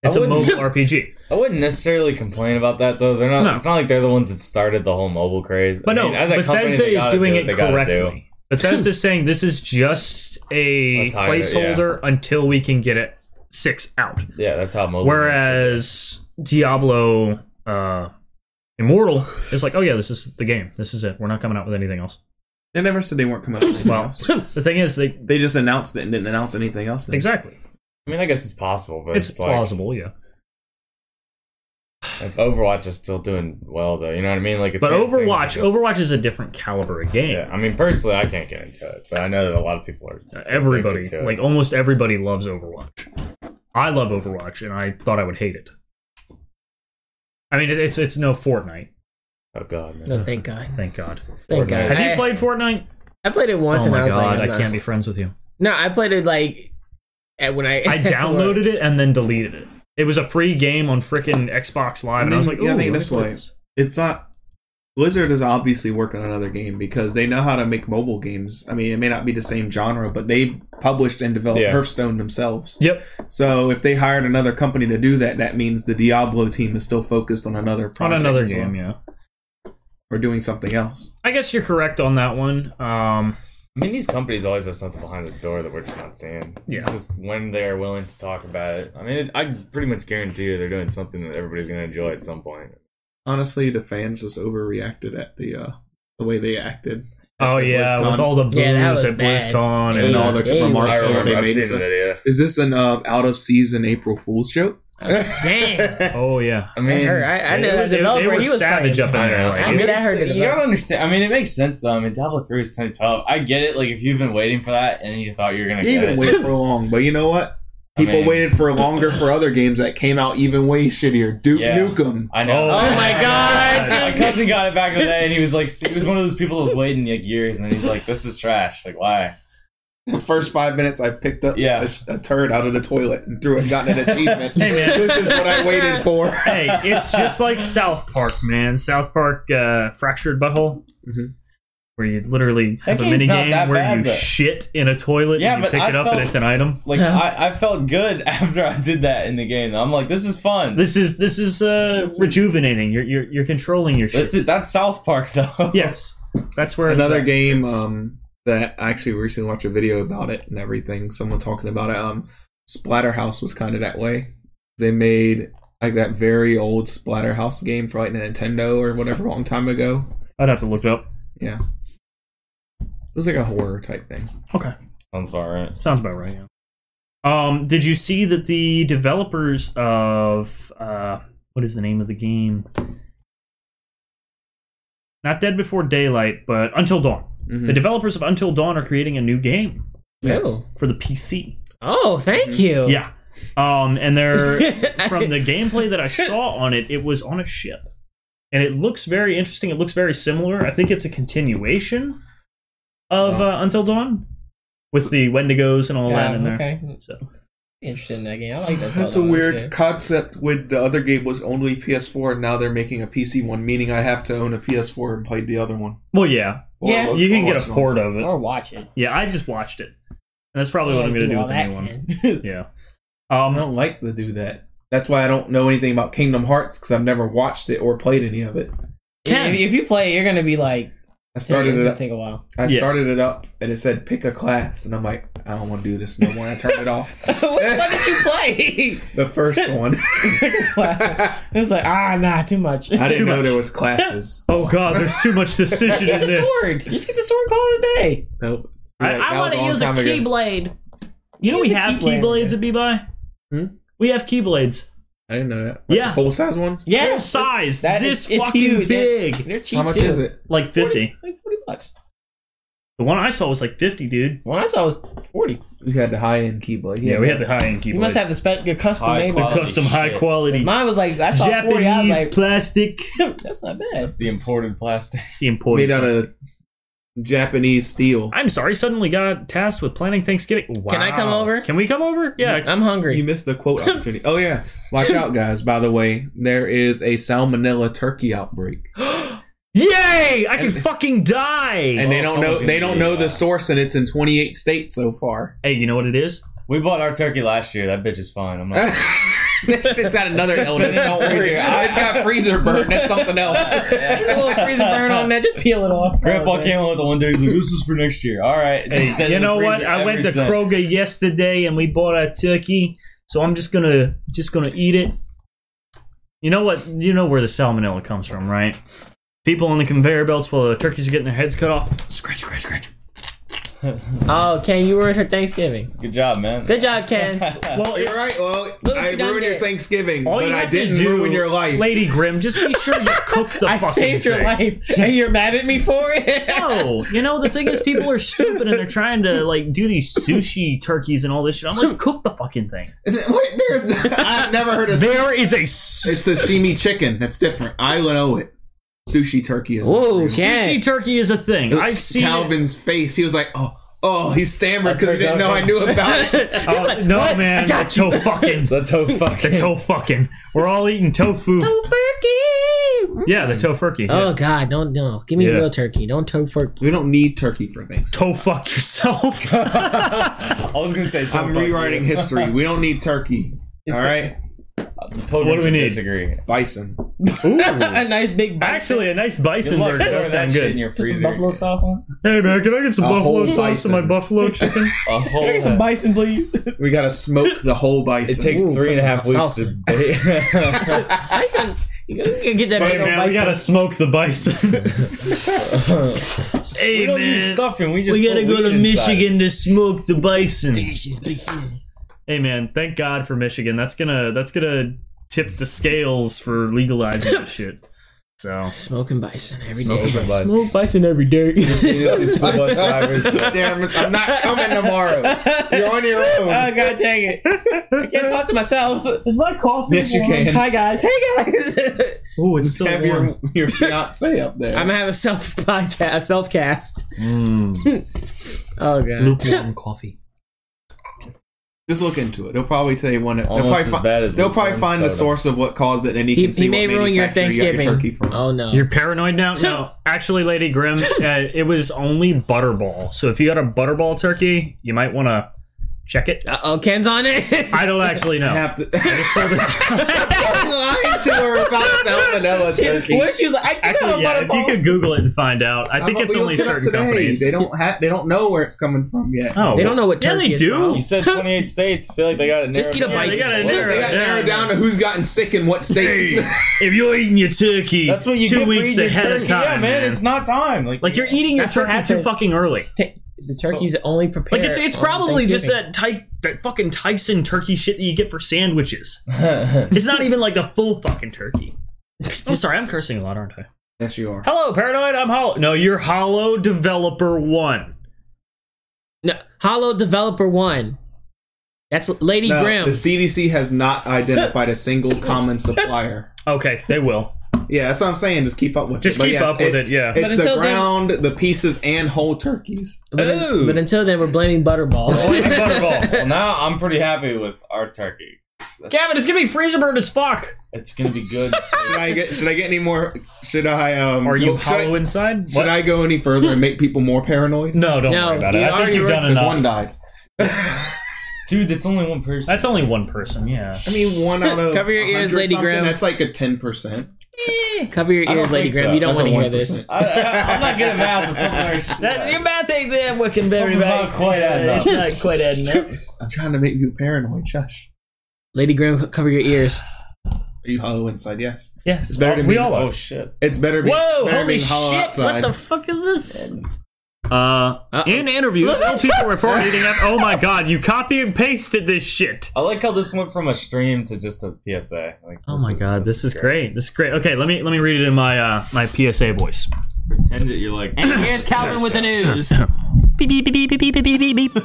Speaker 3: It's
Speaker 5: I
Speaker 3: a mobile
Speaker 5: wouldn't-
Speaker 3: RPG.
Speaker 5: I wouldn't necessarily complain about that though. They're not.
Speaker 3: No.
Speaker 5: It's not like they're the ones that started the whole mobile craze.
Speaker 3: But
Speaker 5: I mean,
Speaker 3: no,
Speaker 5: as a company,
Speaker 3: Bethesda
Speaker 5: they
Speaker 3: is
Speaker 5: gotta
Speaker 3: doing
Speaker 5: do what
Speaker 3: it
Speaker 5: they gotta do.
Speaker 3: correctly. Bethesda's saying this is just a
Speaker 5: A tire,
Speaker 3: placeholder until we can get it six out.
Speaker 5: Yeah, that's how mobile.
Speaker 3: Whereas Diablo uh, Immortal is like, oh yeah, this is the game. This is it. We're not coming out with anything else.
Speaker 4: they never said they weren't coming out. with anything
Speaker 3: Well,
Speaker 4: else.
Speaker 3: the thing is, they
Speaker 4: they just announced it and didn't announce anything else. then.
Speaker 3: exactly.
Speaker 5: I mean, I guess it's possible, but
Speaker 3: It's,
Speaker 5: it's, like,
Speaker 3: plausible, yeah.
Speaker 5: if Overwatch is still doing well, though, you know what I mean? Like, it's
Speaker 3: But
Speaker 5: certain things
Speaker 3: Overwatch,
Speaker 5: that just-
Speaker 3: Overwatch is a different caliber of game.
Speaker 5: Yeah, I mean, personally, I can't get into it, but I know that a lot of people are.
Speaker 3: Uh, everybody,
Speaker 5: addicted to it.
Speaker 3: like almost everybody, loves Overwatch. I love Overwatch, and I thought I would hate it. I mean, it, it's it's no Fortnite,
Speaker 5: oh god, no.
Speaker 2: No, thank God.
Speaker 3: thank God.
Speaker 2: Thank
Speaker 5: Fortnite.
Speaker 2: God.
Speaker 3: Have
Speaker 2: I,
Speaker 3: you played Fortnite?
Speaker 2: I played it once
Speaker 3: oh
Speaker 2: and
Speaker 3: my
Speaker 2: I was
Speaker 3: God,
Speaker 2: like, I'm
Speaker 3: I
Speaker 2: not-
Speaker 3: can't be friends with you.
Speaker 2: No, I played it like at when I
Speaker 3: I downloaded it and then deleted it. It was a free game on frickin' Xbox Live, and I was like,
Speaker 4: Think- yeah,
Speaker 3: "Ooh,
Speaker 4: think
Speaker 3: let me
Speaker 4: this
Speaker 3: play
Speaker 4: way. It's not. Blizzard is obviously working on another game because they know how to make mobile games. I mean, it may not be the same genre, but they published and developed
Speaker 5: Yeah.
Speaker 4: Hearthstone themselves.
Speaker 3: Yep.
Speaker 4: So if they hired another company to do that, that means the Diablo team is still focused on another
Speaker 3: On
Speaker 4: project
Speaker 3: another
Speaker 4: as well,
Speaker 3: game, yeah.
Speaker 4: or doing something else.
Speaker 3: I guess you're correct on that one. Um,
Speaker 5: I mean, these companies always have something behind the door that we're just not seeing.
Speaker 3: Yeah.
Speaker 5: It's just when they are willing to talk about it. I mean, it, I pretty much guarantee you they're doing something that everybody's going to enjoy at some point.
Speaker 4: Honestly, the fans just overreacted at the uh, the way they acted.
Speaker 3: oh
Speaker 4: At
Speaker 3: yeah,
Speaker 4: BlizzCon.
Speaker 3: with all the booze
Speaker 2: Yeah, that was
Speaker 3: at
Speaker 2: bad.
Speaker 3: BlizzCon
Speaker 4: and
Speaker 3: and
Speaker 4: all the
Speaker 2: Hey,
Speaker 5: I
Speaker 4: remarks on what
Speaker 5: remember,
Speaker 4: they
Speaker 5: I've
Speaker 4: made.
Speaker 5: seen
Speaker 4: so-
Speaker 5: that idea.
Speaker 4: Is this an uh, out of season April Fool's joke?
Speaker 2: Damn.
Speaker 3: Oh yeah,
Speaker 5: I mean,
Speaker 2: Her, I, I know
Speaker 3: They
Speaker 2: that
Speaker 3: were- they-
Speaker 2: developer,
Speaker 3: they were
Speaker 2: he was
Speaker 3: savage
Speaker 2: playing.
Speaker 3: up in
Speaker 5: I
Speaker 3: there.
Speaker 5: know.
Speaker 3: like,
Speaker 2: I mean, that hurt it
Speaker 5: You
Speaker 2: about-
Speaker 5: gotta understand. I mean, it makes sense though. I mean, Diablo Three is kind of tough. I get it. Like, if you've been waiting for that and you thought you were gonna
Speaker 4: He
Speaker 5: get
Speaker 4: didn't
Speaker 5: it,
Speaker 4: wait for long, but you know what?
Speaker 5: I
Speaker 4: People
Speaker 5: mean-
Speaker 4: waited for longer for other games that came out even way shittier. Duke
Speaker 5: Yeah.
Speaker 4: Nukem.
Speaker 5: I
Speaker 3: Oh,
Speaker 5: know.
Speaker 2: Oh my God.
Speaker 5: My cousin got it back in the day, and he was like, he was one of those people that was waiting like years, and then he's like, "This is trash. Like, why?"
Speaker 4: The first five minutes, I picked up
Speaker 5: Yeah.
Speaker 4: a, sh- a turd out of the toilet and threw it and got an achievement.
Speaker 3: Hey, man.
Speaker 4: This is what I waited for.
Speaker 3: hey, it's just like South Park, man. South Park, uh, fractured butthole.
Speaker 4: Mhm.
Speaker 3: Where you literally have a
Speaker 5: game's
Speaker 3: mini
Speaker 5: not
Speaker 3: game
Speaker 5: that
Speaker 3: where
Speaker 5: bad,
Speaker 3: you
Speaker 5: but-
Speaker 3: shit in a toilet
Speaker 5: Yeah,
Speaker 3: and you
Speaker 5: but
Speaker 3: pick
Speaker 5: I
Speaker 3: it up
Speaker 5: felt-
Speaker 3: and it's an item.
Speaker 5: Like, I, I felt good after I did that in the game. I'm like, "This is fun. This,
Speaker 3: This is this is uh, rejuveinating. You're, you're you're controlling your shit.
Speaker 5: is that's South Park though."
Speaker 3: yes, that's where
Speaker 4: Another
Speaker 3: that-
Speaker 4: game
Speaker 3: it's-
Speaker 4: um, that I actually recently watched a video about it and everything. Someone talking about it. Um, Splatterhouse was kind of that way. They made like that very old Splatterhouse game for like Nintendo or whatever a long time ago.
Speaker 3: I'd have to look it up.
Speaker 4: Yeah, it was like a horror type thing.
Speaker 3: Okay,
Speaker 5: Sounds about right.
Speaker 3: sounds about right. Yeah. Um, did you see that the developers of uh, what is the name of the game? Not Dead Before Daylight, but Until Dawn. The
Speaker 4: Mhm.
Speaker 3: developers of Until Dawn are creating a new game
Speaker 4: Yes.
Speaker 3: for the PC.
Speaker 2: Oh, thank you.
Speaker 3: Mm-hmm. Yeah. Um, and they're from the gameplay that I saw on it, it was on a ship. And it looks very interesting. It looks very similar. I think it's a continuation of uh, Until Dawn with the Wendigos and all that in
Speaker 2: Um,
Speaker 3: there.
Speaker 2: okay.
Speaker 3: So
Speaker 2: Interested in that game. I like that.
Speaker 4: That's a
Speaker 2: Zelda
Speaker 4: weird
Speaker 2: shit.
Speaker 4: concept. When the other game was only PS4, and now they're making a PC one, meaning I have to own a PS4 and play the other one.
Speaker 3: Well, yeah.
Speaker 4: Or
Speaker 2: Yeah.
Speaker 4: look-
Speaker 3: You can
Speaker 4: or
Speaker 3: get a
Speaker 4: watch them.
Speaker 3: port of it.
Speaker 2: Or watch it.
Speaker 3: Yeah, I just watched it. And that's probably what I'm going to do
Speaker 2: all
Speaker 3: with the
Speaker 2: that
Speaker 3: new one.
Speaker 2: can.
Speaker 3: Yeah.
Speaker 4: I
Speaker 3: Um,
Speaker 4: don't like to do that. That's why I don't know anything about Kingdom Hearts because I've never watched it or played any of it.
Speaker 3: Ken.
Speaker 2: If, if you play, it, you're gonna be like,
Speaker 4: I
Speaker 2: started
Speaker 4: started
Speaker 2: it's
Speaker 4: it
Speaker 2: gonna
Speaker 4: up.
Speaker 2: take a while.
Speaker 4: I
Speaker 3: Yeah.
Speaker 4: started it up, and it said pick a class, and I'm like, I don't want to do this no more. I turned it off.
Speaker 2: Which one did you play?
Speaker 4: The first one.
Speaker 2: it was like ah, nah, too much.
Speaker 4: I didn't
Speaker 3: Too
Speaker 4: know
Speaker 3: much.
Speaker 4: there was classes.
Speaker 3: Oh god, there's too much
Speaker 2: Just
Speaker 3: decision
Speaker 2: get
Speaker 3: in
Speaker 2: the sword.
Speaker 3: this.
Speaker 2: Just get the sword. Call it a day.
Speaker 4: Nope.
Speaker 3: I-
Speaker 4: That
Speaker 3: I
Speaker 4: was
Speaker 3: wanna
Speaker 4: long
Speaker 3: use a
Speaker 4: time ago.
Speaker 2: Keyblade.
Speaker 3: You know we
Speaker 2: Use a
Speaker 3: have
Speaker 2: keyblade.
Speaker 3: keyblades at B-Buy?
Speaker 4: Hmm?
Speaker 3: We have keyblades.
Speaker 4: I didn't know that.
Speaker 3: Yeah.
Speaker 4: Full size ones.
Speaker 2: Yeah,
Speaker 3: Full
Speaker 2: it's-
Speaker 3: size.
Speaker 2: that
Speaker 3: this
Speaker 2: is- it's
Speaker 3: fucking
Speaker 2: huge.
Speaker 3: big.
Speaker 2: They're cheap
Speaker 4: How much
Speaker 2: too.
Speaker 4: is it?
Speaker 3: Like 50.
Speaker 2: 40, like forty bucks.
Speaker 3: The one I saw was like 50, dude.
Speaker 2: One I saw was forty.
Speaker 4: We had the high end keyblade.
Speaker 3: Yeah, we have the high-end keyblade.
Speaker 2: You must have the spec, the custom
Speaker 5: High
Speaker 2: made
Speaker 3: the
Speaker 2: one.
Speaker 5: quality
Speaker 3: custom
Speaker 5: shit.
Speaker 3: high-quality
Speaker 2: Mine was like I saw forty. I was
Speaker 3: Japanese
Speaker 2: like,
Speaker 3: plastic.
Speaker 2: that's not bad.
Speaker 5: That's the imported plastic.
Speaker 3: It's the
Speaker 4: made
Speaker 3: important
Speaker 4: out
Speaker 3: plastic.
Speaker 4: of Japanese steel.
Speaker 3: I'm sorry, suddenly got tasked with planning Thanksgiving. Wow.
Speaker 2: I come over?
Speaker 3: Can we come over? Yeah.
Speaker 2: I'm hungry.
Speaker 4: You missed the quote opportunity. Oh yeah, watch out, guys. By the way, there is a salmonella turkey outbreak,
Speaker 3: Yay! I can
Speaker 4: And-
Speaker 3: fucking die!
Speaker 4: and they
Speaker 5: Oh,
Speaker 4: don't know
Speaker 5: someone's
Speaker 4: they
Speaker 5: gonna
Speaker 4: don't
Speaker 5: be,
Speaker 4: know
Speaker 5: uh,
Speaker 4: the source, and it's in 28 states so far.
Speaker 3: hey, you know what it is?
Speaker 5: We bought our turkey last year. That bitch is fine. I'm not.
Speaker 4: that shit's got another illness. Don't worry, it's got freezer burn. That's something else.
Speaker 2: Just a little freezer burn on Oh, that. Just peel it off.
Speaker 5: Grandpa came on with the one day. He's like, "This is for next year." All right. It's been
Speaker 3: Hey,
Speaker 5: sitting
Speaker 3: you
Speaker 5: in the
Speaker 3: know what?
Speaker 5: freezer
Speaker 3: I went
Speaker 5: ever
Speaker 3: to
Speaker 5: since.
Speaker 3: Kroger yesterday and we bought our turkey, so I'm just gonna just gonna eat it. You know what? You know where the salmonella comes from, right? People on the conveyor belts while the turkeys are getting their heads cut off. Scratch, scratch, scratch.
Speaker 2: Oh, Ken, you ruined her Thanksgiving.
Speaker 5: Good job, man.
Speaker 2: Good job, Ken.
Speaker 3: Well,
Speaker 4: You're right. Well,
Speaker 2: Look what
Speaker 4: I
Speaker 2: you done
Speaker 4: ruined your
Speaker 2: did.
Speaker 4: Thanksgiving,
Speaker 3: all
Speaker 4: but
Speaker 3: you
Speaker 4: I
Speaker 3: have to
Speaker 4: didn't
Speaker 3: do,
Speaker 4: ruin your life.
Speaker 3: Lady Grim. Just make sure you cook the
Speaker 2: I
Speaker 3: fucking
Speaker 2: saved your
Speaker 3: thing.
Speaker 2: life, and you're mad at me for it.
Speaker 3: No, you know the thing is, people are stupid and they're trying to like do these sushi turkeys and all this shit. I'm like, cook the fucking thing.
Speaker 4: Wait, there's. I've never heard of.
Speaker 3: There is a s-
Speaker 4: It's sashimi chicken. That's different. I know it. Sushi turkey is.
Speaker 2: Whoa,
Speaker 4: real.
Speaker 3: sushi turkey is a thing. I've seen. it.
Speaker 4: Calvin's face. He was like, oh, oh, he stammered because he didn't know I knew about it.
Speaker 3: Oh, no, man. The toe fucking. The toe fucking. The toe fucking. We're all eating tofu.
Speaker 2: Tofurkey.
Speaker 3: Yeah, the tofurkey.
Speaker 2: Oh
Speaker 3: Yeah.
Speaker 2: God, don't no. Give me
Speaker 3: Yeah.
Speaker 2: real turkey. Don't tofurkey.
Speaker 4: we don't need turkey for Thanksgiving.
Speaker 3: Toe fuck yourself.
Speaker 5: I was gonna say.
Speaker 4: I'm rewriting history. We don't need turkey. All right,
Speaker 5: what do we
Speaker 3: need?
Speaker 5: Disagree.
Speaker 4: bison.
Speaker 2: a nice big bite.
Speaker 3: Actually, a nice bison
Speaker 5: Good luck
Speaker 3: burger
Speaker 5: storing
Speaker 3: does
Speaker 5: that
Speaker 3: sound
Speaker 5: shit in
Speaker 3: good.
Speaker 5: your
Speaker 2: Put some
Speaker 5: freezer.
Speaker 2: buffalo sauce on.
Speaker 3: Hey, man, can I get some
Speaker 4: A
Speaker 3: buffalo
Speaker 4: whole
Speaker 3: sauce to
Speaker 4: bison.
Speaker 3: my buffalo chicken?
Speaker 5: A whole.
Speaker 2: Get some bison, please.
Speaker 4: We gotta smoke the whole
Speaker 5: it
Speaker 4: bison.
Speaker 5: takes
Speaker 2: Ooh,
Speaker 5: three and a half
Speaker 2: put some
Speaker 5: weeks to bake.
Speaker 2: I can, you can get that
Speaker 3: hey,
Speaker 2: real
Speaker 3: man, we
Speaker 2: bison.
Speaker 3: gotta smoke the bison. hey,
Speaker 5: we don't
Speaker 3: man.
Speaker 5: use stuffing. We just
Speaker 3: we gotta
Speaker 5: put
Speaker 3: go
Speaker 5: wheat
Speaker 3: to
Speaker 5: inside.
Speaker 3: Michigan to smoke the bison.
Speaker 2: Delicious bison.
Speaker 3: Hey, man, thank God for Michigan. That's gonna that's gonna tip the scales for legalizing this shit. So
Speaker 2: Smoking bison every day.
Speaker 5: Smoking bison.
Speaker 2: Smoke bison every day.
Speaker 5: These school bus drivers.
Speaker 4: Jeremy, I'm not coming tomorrow. You're on your own.
Speaker 2: Oh god dang it! I can't talk to myself.
Speaker 3: is my coffee?
Speaker 4: Yes, you can.
Speaker 2: Hi guys. Hey guys.
Speaker 3: Oh, it's still
Speaker 4: Have
Speaker 3: warm.
Speaker 4: your, your fiance up there.
Speaker 2: I'm gonna have a self podcast, a self cast. Oh god.
Speaker 3: Lukewarm coffee.
Speaker 4: Just look into it. They'll probably tell you one. They'll
Speaker 5: Almost
Speaker 4: probably,
Speaker 5: as
Speaker 4: fi-
Speaker 5: bad as
Speaker 4: they'll probably
Speaker 5: lukewarm
Speaker 4: find the
Speaker 5: soda.
Speaker 4: source of what caused it, and then you
Speaker 2: He,
Speaker 4: can see
Speaker 2: he
Speaker 4: what
Speaker 2: may ruin your
Speaker 4: manufacturer you
Speaker 2: Thanksgiving.
Speaker 4: got your turkey from.
Speaker 2: Oh no.
Speaker 3: You're paranoid now? No. Actually, Lady Grim, uh, it was only Butterball. So if you got a Butterball turkey, you might want to check it.
Speaker 2: Uh oh, Ken's on it.
Speaker 3: I don't actually know.
Speaker 4: have to. lying to her about salmonella turkey.
Speaker 2: what if she was like, I do
Speaker 3: Actually, yeah,
Speaker 2: have a
Speaker 3: if you
Speaker 2: butterball.
Speaker 3: could Google it and find out. I
Speaker 4: How
Speaker 3: think
Speaker 4: about
Speaker 3: it's
Speaker 4: we
Speaker 3: only
Speaker 4: look it up
Speaker 3: certain
Speaker 4: today?
Speaker 3: companies.
Speaker 4: They don't have. They don't know where it's coming from yet.
Speaker 3: oh,
Speaker 2: They don't know what
Speaker 3: Yeah,
Speaker 2: turkey
Speaker 3: they
Speaker 2: is
Speaker 3: do.
Speaker 5: You
Speaker 2: from.
Speaker 5: said 28 states. I feel like they got it.
Speaker 2: Just
Speaker 5: narrowed
Speaker 2: get a
Speaker 5: down.
Speaker 3: Yeah, they
Speaker 2: bison.
Speaker 3: gotta narrow
Speaker 4: They
Speaker 3: it
Speaker 4: got narrowed
Speaker 3: down.
Speaker 4: down to who's gotten sick in what states.
Speaker 3: If you're eating your turkey,
Speaker 5: That's what you
Speaker 3: two
Speaker 5: get for
Speaker 3: weeks
Speaker 5: eating your
Speaker 3: ahead of
Speaker 5: turkey.
Speaker 3: time,
Speaker 5: Yeah, man, it's not time. Like,
Speaker 3: like you're eating your
Speaker 2: That's what
Speaker 3: turkey too
Speaker 2: happened.
Speaker 3: fucking early.
Speaker 2: Ta- the turkey's only prepared.
Speaker 3: Like it's it's
Speaker 2: on
Speaker 3: probably just
Speaker 2: Thanksgiving.
Speaker 3: that ty- that fucking Tyson turkey shit that you get for sandwiches. it's not even like the full fucking turkey. I'm sorry, I'm cursing a lot, aren't I?
Speaker 4: yes, you are.
Speaker 3: Hello, Paranoid. I'm Hollow. No, you're Hollow Developer One.
Speaker 2: No, Hollow Developer One. That's Lady
Speaker 4: No,
Speaker 2: Grimm.
Speaker 4: the CDC has not identified a single common supplier.
Speaker 3: Okay, they will.
Speaker 4: Yeah, that's what I'm saying. Just keep up with
Speaker 3: Just
Speaker 4: it. But
Speaker 3: keep
Speaker 4: yes,
Speaker 3: up with
Speaker 4: it's-
Speaker 3: it, yeah.
Speaker 2: But
Speaker 4: it's
Speaker 2: until
Speaker 4: the
Speaker 2: then-
Speaker 4: ground, the pieces, and whole turkeys.
Speaker 2: but,
Speaker 3: Oh.
Speaker 5: Ooh.
Speaker 2: but until then, we're blaming Butterball.
Speaker 3: Butterball.
Speaker 5: well, now I'm pretty happy with our turkey.
Speaker 3: Gavin, it's gonna be freezer bird as fuck.
Speaker 5: It's gonna be good.
Speaker 4: Should I get? Should I get any more? Should I? Um,
Speaker 3: Are you
Speaker 4: no, should,
Speaker 3: hollow
Speaker 4: I,
Speaker 3: inside?
Speaker 4: should I go any further and make people more paranoid?
Speaker 3: No, don't
Speaker 2: No,
Speaker 3: worry about it.
Speaker 2: you
Speaker 3: I think
Speaker 2: already
Speaker 3: you've done
Speaker 2: wrote
Speaker 4: Because
Speaker 3: enough.
Speaker 4: one died.
Speaker 5: Dude, it's only one person.
Speaker 3: That's only one person. Yeah.
Speaker 4: I mean, one out of
Speaker 2: Cover your ears,
Speaker 4: 100
Speaker 2: Lady
Speaker 4: something,
Speaker 2: Grimm.
Speaker 4: That's like a ten percent.
Speaker 2: Eh, cover your
Speaker 5: I don't
Speaker 2: ears, Lady
Speaker 5: think so.
Speaker 2: Graham. You don't
Speaker 4: That's
Speaker 2: want
Speaker 4: a
Speaker 2: to hear this.
Speaker 4: 1%.
Speaker 5: I, I, I'm not good at math, but something like shit.
Speaker 2: That, your math ain't there working very
Speaker 5: Something's
Speaker 2: right.
Speaker 5: not quite adding up.
Speaker 2: It's not quite adding up.
Speaker 4: I'm trying to make you paranoid. Shush.
Speaker 2: Lady Graham, cover your ears.
Speaker 4: Are you hollow inside? Yes.
Speaker 3: Yes,
Speaker 4: It's better than
Speaker 3: we
Speaker 4: being-
Speaker 3: all are.
Speaker 5: Oh shit!
Speaker 4: It's better. Be,
Speaker 2: Whoa!
Speaker 4: better
Speaker 2: Holy
Speaker 4: being hollow
Speaker 2: shit! What
Speaker 4: outside.
Speaker 2: the fuck is this?
Speaker 3: Uh, in interviews,
Speaker 2: Look.
Speaker 3: most people report eating. Up- oh my god, you copy and pasted this shit.
Speaker 5: I like how this went from a stream to just a PSA. Like,
Speaker 3: Oh my god, this is great. This is great. Okay, let me let me read it in my uh, my PSA voice.
Speaker 5: Pretend that you're like.
Speaker 2: And here's Calvin with the news.
Speaker 3: Beep, beep, beep, beep, beep, beep, beep, beep, beep.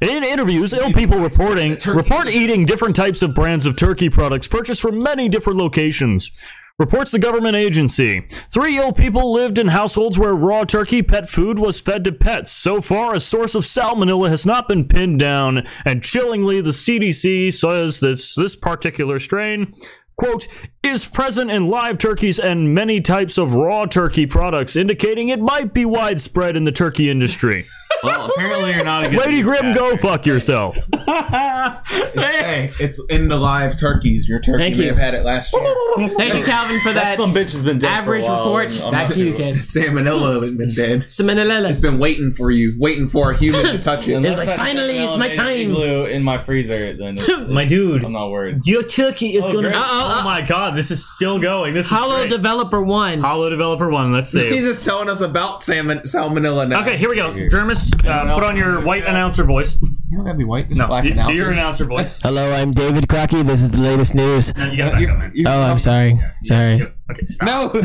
Speaker 3: In interviews, ill people reporting report eating different types of brands of turkey products purchased from many different locations. Reports the government agency. Three ill people lived in households where raw turkey pet food was fed to pets. So far, a source of salmonella has not been pinned down, and chillingly, the CDC says that this particular strain quote, is present in live turkeys and many types of raw turkey products, indicating it might be widespread in the turkey industry.
Speaker 5: Well, apparently you're not a good.
Speaker 3: Lady Grim, go fuck yourself.
Speaker 4: hey, it's in the live turkeys. Your turkey
Speaker 2: Thank
Speaker 4: may
Speaker 2: you.
Speaker 4: have had it last year.
Speaker 2: Thank you, Calvin, for
Speaker 5: That
Speaker 2: that
Speaker 5: some bitch has been dead
Speaker 2: average
Speaker 5: for a while,
Speaker 2: report.
Speaker 5: and I'm
Speaker 2: Back
Speaker 5: not
Speaker 2: to you,
Speaker 5: gonna-
Speaker 2: Ken.
Speaker 4: Salmonella has been dead. It's
Speaker 2: Salmonella.
Speaker 4: been waiting for you, waiting for a human to touch it.
Speaker 5: Unless
Speaker 2: like,
Speaker 5: I sit
Speaker 2: finally, it's
Speaker 5: down
Speaker 2: my
Speaker 5: in an
Speaker 2: time.
Speaker 5: Igloo in my freezer. Then it's, it's,
Speaker 3: My dude.
Speaker 2: Oh,
Speaker 5: I'm not worried.
Speaker 3: Your turkey is
Speaker 5: Oh,
Speaker 3: gonna.
Speaker 5: great.
Speaker 3: Oh, my god, this is still going. This is
Speaker 2: uh, Hollow
Speaker 3: great.
Speaker 2: Developer One.
Speaker 3: Hollow Developer One. Let's
Speaker 4: He's
Speaker 3: see.
Speaker 4: just telling us about salmon, salmonella now.
Speaker 3: Okay, here we go. Dermis, uh, put on your white announcer voice.
Speaker 4: You don't gotta be white. There's
Speaker 3: No,
Speaker 4: black
Speaker 3: do, do
Speaker 4: announcers.
Speaker 3: your announcer voice.
Speaker 2: Hello, I'm David Crocky. This is the latest news.
Speaker 3: No, you gotta back up, man.
Speaker 4: You-
Speaker 2: Oh, I'm sorry. Sorry.
Speaker 3: Okay, stop.
Speaker 4: No,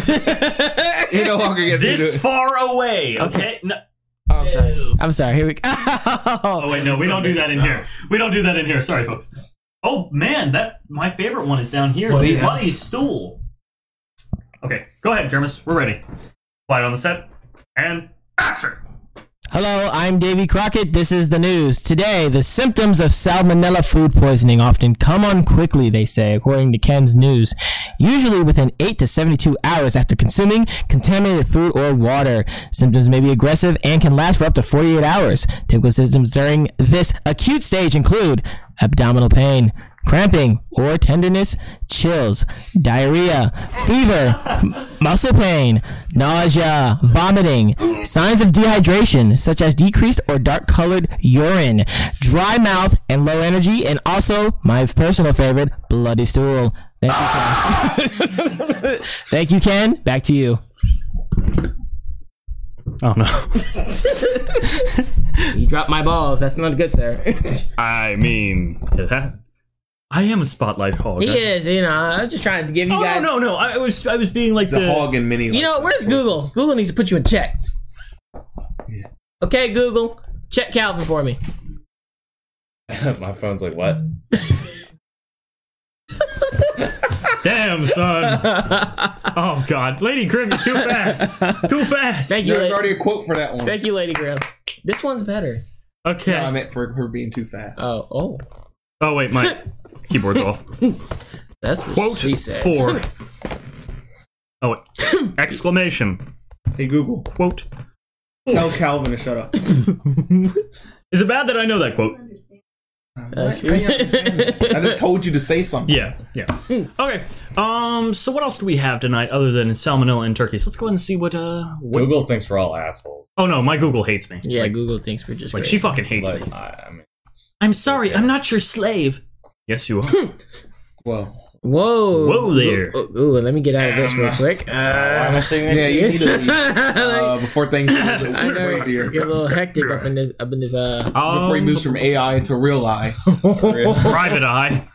Speaker 4: you no longer get to do
Speaker 3: This
Speaker 4: it.
Speaker 3: far away. Okay. No.
Speaker 2: I'm sorry. Here we go.
Speaker 3: Oh wait, no, we don't do that in here. We don't do that in here. Sorry, folks. Oh man, that my favorite one is down here.
Speaker 4: Bloody
Speaker 3: Bloody, bloody stool. Okay, go ahead, Dermis. We're ready. Quiet on the set and action.
Speaker 2: Hello, I'm Davy Crockett. This is the news. Today, the symptoms of salmonella food poisoning often come on quickly, they say, according to Ken's News, usually within 8 to 72 hours after consuming contaminated food or water. Symptoms may be aggressive and can last for up to 48 hours. Typical symptoms during this acute stage include abdominal pain, cramping or tenderness, chills, diarrhea, fever, m- muscle pain, nausea, vomiting, signs of dehydration such as decreased or dark colored urine, dry mouth and low energy, and also my personal favorite, bloody stool. Thank you, Ken. Thank you, Ken. Back to you.
Speaker 3: Oh no.
Speaker 2: You dropped my balls. That's not good, sir.
Speaker 3: I mean, I am a spotlight hog.
Speaker 2: he is. You know, I'm just trying to give you
Speaker 3: Oh
Speaker 2: guys.
Speaker 3: no, no, no! I was, I was being like
Speaker 4: It's a
Speaker 3: the.
Speaker 4: hog and mini.
Speaker 2: You know, where's Google? Google needs to put you in check. Okay, Google, check Calvin for me.
Speaker 5: my phone's like what?
Speaker 3: Damn son! oh god, Lady Grim, you're too fast, too fast.
Speaker 2: Thank you.
Speaker 4: There's
Speaker 2: Lady,
Speaker 4: already a quote for that one.
Speaker 2: thank you, Lady Grill. This one's better.
Speaker 3: Okay.
Speaker 4: No, I meant for her being too fast.
Speaker 2: Oh, oh,
Speaker 3: oh wait, my keyboard's off.
Speaker 2: that's what
Speaker 3: quote
Speaker 2: she said.
Speaker 3: four. Oh, wait. exclamation
Speaker 4: Hey Google,
Speaker 3: quote.
Speaker 4: tell Calvin to shut up.
Speaker 3: Is it bad that I know that quote?
Speaker 2: Uh, she was-
Speaker 4: I just told you to say something.
Speaker 3: Yeah, yeah. Okay. Um. So what else do we have tonight other than salmonella and turkeys? Let's go ahead and see what. Uh. What,
Speaker 5: Google thinks we're all assholes.
Speaker 3: oh no, my Google hates me.
Speaker 2: yeah, Google thinks we're just
Speaker 3: Like
Speaker 2: great.
Speaker 3: she fucking hates
Speaker 5: Like
Speaker 3: me.
Speaker 5: I, I mean,
Speaker 3: I'm sorry. I'm not your slave. Yes, you are.
Speaker 4: Well,
Speaker 2: Whoa,
Speaker 3: Whoa there. Um,
Speaker 2: Ooh, ooh, ooh, let me get out of this real quick. Uh,
Speaker 4: yeah, you need to leave
Speaker 2: I
Speaker 4: uh, before things get a
Speaker 2: know
Speaker 4: little
Speaker 2: it's
Speaker 4: crazier.
Speaker 2: get a little hectic up in this. Up in this. Uh,
Speaker 4: Before he
Speaker 3: Um,
Speaker 4: moves from AI to real eye.
Speaker 3: private eye.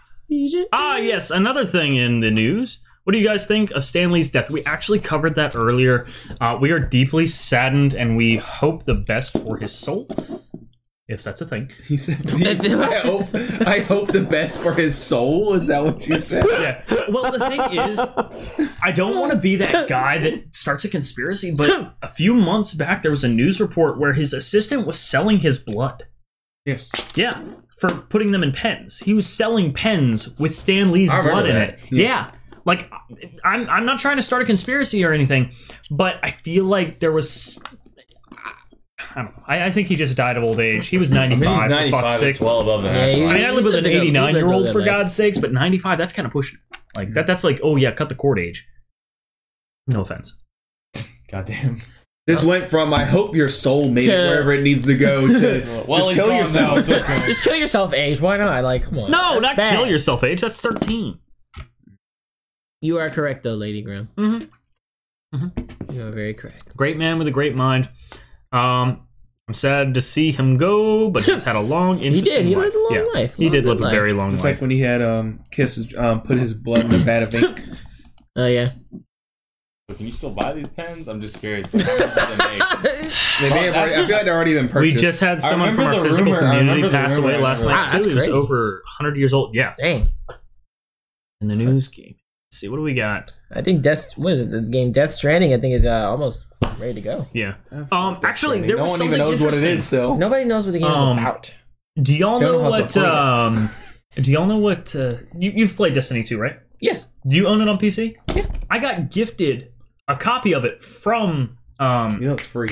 Speaker 3: Ah, yes, another thing in the news. What do you guys think of Stanley's death? We actually covered that earlier. Uh, we are deeply saddened and we hope the best for his soul. If that's a thing.
Speaker 4: He said, I hope, I hope the best for his soul. Is that what you said?
Speaker 3: Yeah. Well, the thing is, I don't want to be that guy that starts a conspiracy, but a few months back, there was a news report where his assistant was selling his blood.
Speaker 4: Yes.
Speaker 3: Yeah. For putting them in pens. He was selling pens with Stan Lee's
Speaker 5: I remember
Speaker 3: blood in
Speaker 5: that.
Speaker 3: it. Yeah. Like I'm I'm not trying to start a conspiracy or anything, but I feel like there was I don't know. I, I think he just died of old age. He was 95,
Speaker 5: he's
Speaker 3: for
Speaker 5: 95.
Speaker 3: fuck's sake.
Speaker 5: It's well above the
Speaker 2: Yeah,
Speaker 5: hash
Speaker 2: you-
Speaker 5: line.
Speaker 3: I mean, I live with
Speaker 2: He
Speaker 3: an
Speaker 2: lived a good- he lived
Speaker 3: 89 year
Speaker 2: a
Speaker 3: old
Speaker 2: good
Speaker 3: for
Speaker 2: life.
Speaker 3: Hmm. God's sakes, but 95 that's kind of pushing. it. Like that that's like, oh yeah, cut the cord age. No offense.
Speaker 5: Goddamn.
Speaker 4: This went from I hope your soul made
Speaker 2: To-
Speaker 4: it wherever it needs to go to
Speaker 5: Well,
Speaker 4: just kill yourself.
Speaker 2: Just kill yourself, Age. Why not? Like, come on.
Speaker 3: No,
Speaker 2: That's
Speaker 3: not
Speaker 2: bad.
Speaker 3: kill yourself, age. That's 13.
Speaker 2: You are correct, though, Lady Grim.
Speaker 3: Mm-hmm.
Speaker 2: You are very correct.
Speaker 3: Great man with a great mind. Um, I'm sad to see him go, but he's had a long, interesting
Speaker 2: did. He
Speaker 3: life.
Speaker 2: lived a long
Speaker 3: yeah.
Speaker 2: life.
Speaker 3: He
Speaker 2: Long,
Speaker 3: did
Speaker 2: good
Speaker 3: live a
Speaker 2: life.
Speaker 3: very long
Speaker 4: Just
Speaker 3: life.
Speaker 4: like when he had um kiss um, put his blood in a vat of ink.
Speaker 2: Oh yeah.
Speaker 5: Can you still buy these pens? I'm just curious. Like, how much do they make?
Speaker 4: They may have already, I feel like they already been
Speaker 3: we
Speaker 4: purchased.
Speaker 3: just had
Speaker 5: I
Speaker 3: someone from
Speaker 5: remember
Speaker 3: our
Speaker 5: the
Speaker 3: physical
Speaker 5: rumor- I
Speaker 3: community
Speaker 5: remember the
Speaker 3: pass
Speaker 5: rumor,
Speaker 3: away
Speaker 5: I
Speaker 3: last
Speaker 5: remember
Speaker 2: that.
Speaker 3: night too.
Speaker 2: That's
Speaker 3: He was
Speaker 2: crazy.
Speaker 3: over 100 years old. Yeah,
Speaker 2: Dang.
Speaker 3: in the news game. Let's see what do we got?
Speaker 2: I think Death. What is it? The game Death Stranding. I think is uh, almost ready to go.
Speaker 3: Yeah. Um. Actually, there
Speaker 4: no
Speaker 3: was
Speaker 4: one
Speaker 3: something
Speaker 4: even knows what it
Speaker 3: interesting.
Speaker 4: is still.
Speaker 2: Nobody knows what the game
Speaker 3: Um,
Speaker 2: is about.
Speaker 3: Do y'all
Speaker 4: Don't
Speaker 3: know
Speaker 4: know how to
Speaker 3: what?
Speaker 4: play it.
Speaker 3: Um. Do y'all know what? Uh, you you've played Destiny 2, right?
Speaker 2: Yes.
Speaker 3: Do you own it on PC? Yeah. I got gifted a copy of it from. Um.
Speaker 4: You know it's free.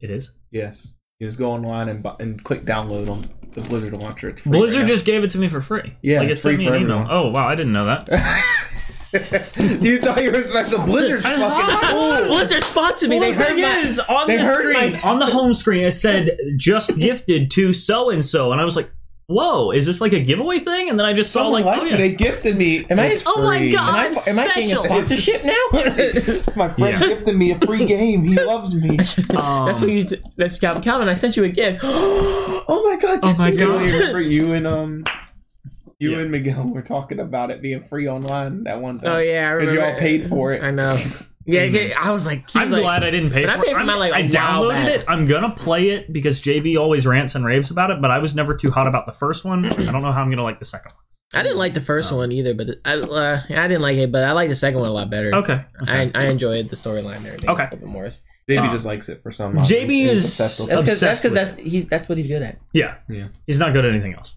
Speaker 3: It is.
Speaker 4: Yes. You just go online and bu- and click download on the Blizzard launcher. It's free
Speaker 3: Blizzard
Speaker 4: right
Speaker 3: just gave it to me for free.
Speaker 4: Yeah,
Speaker 3: Like it
Speaker 4: it's
Speaker 3: sent
Speaker 4: free
Speaker 3: me an
Speaker 4: for
Speaker 3: email.
Speaker 4: everyone.
Speaker 3: Oh wow, I didn't know that.
Speaker 4: now. you thought you were special. Blizzard's
Speaker 3: I
Speaker 4: fucking
Speaker 3: thought-
Speaker 4: cool.
Speaker 2: Blizzard sponsored me.
Speaker 3: Well,
Speaker 2: They
Speaker 3: the
Speaker 2: heard
Speaker 3: thing
Speaker 2: my.
Speaker 3: is, on
Speaker 4: they
Speaker 3: the
Speaker 4: heard
Speaker 3: screen, on the home screen, it said just gifted to so and so, and I was like, "Whoa, is this like a giveaway thing?" And then I just saw
Speaker 4: Someone
Speaker 3: like,
Speaker 4: likes
Speaker 3: oh, yeah.
Speaker 4: me. They gifted me.
Speaker 2: Am I-
Speaker 4: It's
Speaker 3: Oh my
Speaker 4: free.
Speaker 3: God.
Speaker 2: Am I- am
Speaker 3: I'm
Speaker 2: I getting a
Speaker 3: special.
Speaker 2: sponsorship now? that's
Speaker 4: My friend
Speaker 3: Yeah.
Speaker 4: gifted me a free game. He loves me.
Speaker 3: Um,
Speaker 2: what you. That's Calvin. I sent you a gift.
Speaker 4: Oh my god!
Speaker 3: Oh my
Speaker 4: Jesse,
Speaker 3: God.
Speaker 4: you remember you and um, you
Speaker 3: Yeah.
Speaker 4: and Miguel were talking about it being free online that one time.
Speaker 2: Oh yeah, I
Speaker 4: because
Speaker 2: remember.
Speaker 4: you all paid for it.
Speaker 2: I know. Yeah, yeah, I was like, he
Speaker 3: I'm
Speaker 2: was like-
Speaker 3: glad I didn't pay
Speaker 2: But I
Speaker 3: for it.
Speaker 2: paid for
Speaker 3: I'm-
Speaker 2: mine, like, a
Speaker 3: I
Speaker 2: while
Speaker 3: downloaded
Speaker 2: back.
Speaker 3: it. I'm gonna play it because JB always rants and raves about it, but I was never too hot about the first one. I don't know how I'm gonna like the second
Speaker 2: I didn't like the first one either, but I, uh, I didn't like it, but I like the second one a lot better.
Speaker 3: one. Okay.
Speaker 2: I, I enjoyed the storyline and everything
Speaker 3: Okay.
Speaker 2: a little bit more. That's
Speaker 4: JB
Speaker 3: Uh,
Speaker 4: just likes it for some.
Speaker 3: JB
Speaker 4: he's
Speaker 3: is-
Speaker 4: obsessed with it.
Speaker 3: That's-
Speaker 2: because that's
Speaker 3: Obsessed
Speaker 2: because
Speaker 3: with
Speaker 2: that's he's that's what he's good at.
Speaker 3: Yeah.
Speaker 4: Yeah.
Speaker 3: He's not good at anything else.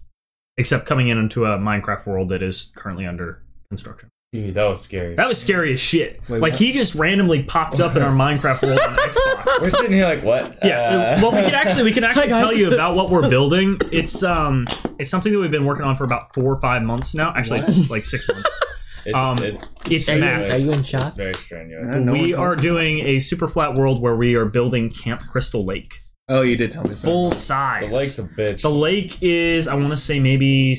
Speaker 3: Except coming in into a Minecraft world that is currently under construction.
Speaker 5: Dude, that was scary.
Speaker 3: That was scary as shit.
Speaker 4: Wait,
Speaker 3: like
Speaker 4: what?
Speaker 3: he just randomly popped up in our Minecraft world on Xbox.
Speaker 5: We're sitting here like, what?
Speaker 3: Yeah.
Speaker 5: Uh,
Speaker 3: well, we can actually we can actually
Speaker 2: guys.
Speaker 3: tell you about what we're building. It's um it's something that we've been working on for about four or five months now. Actually, it's like six months.
Speaker 5: it's,
Speaker 3: um,
Speaker 5: it's,
Speaker 3: It's
Speaker 2: Are you,
Speaker 3: massive.
Speaker 2: are you in
Speaker 5: it's
Speaker 2: shock?
Speaker 5: very strenuous.
Speaker 4: I know what
Speaker 3: we
Speaker 4: you're
Speaker 3: are
Speaker 4: talking-
Speaker 3: doing a super flat world where we are building Camp Crystal Lake,
Speaker 4: Oh, you did tell me. So.
Speaker 3: full size.
Speaker 5: The lake's a bitch.
Speaker 3: The lake is, I want to say, maybe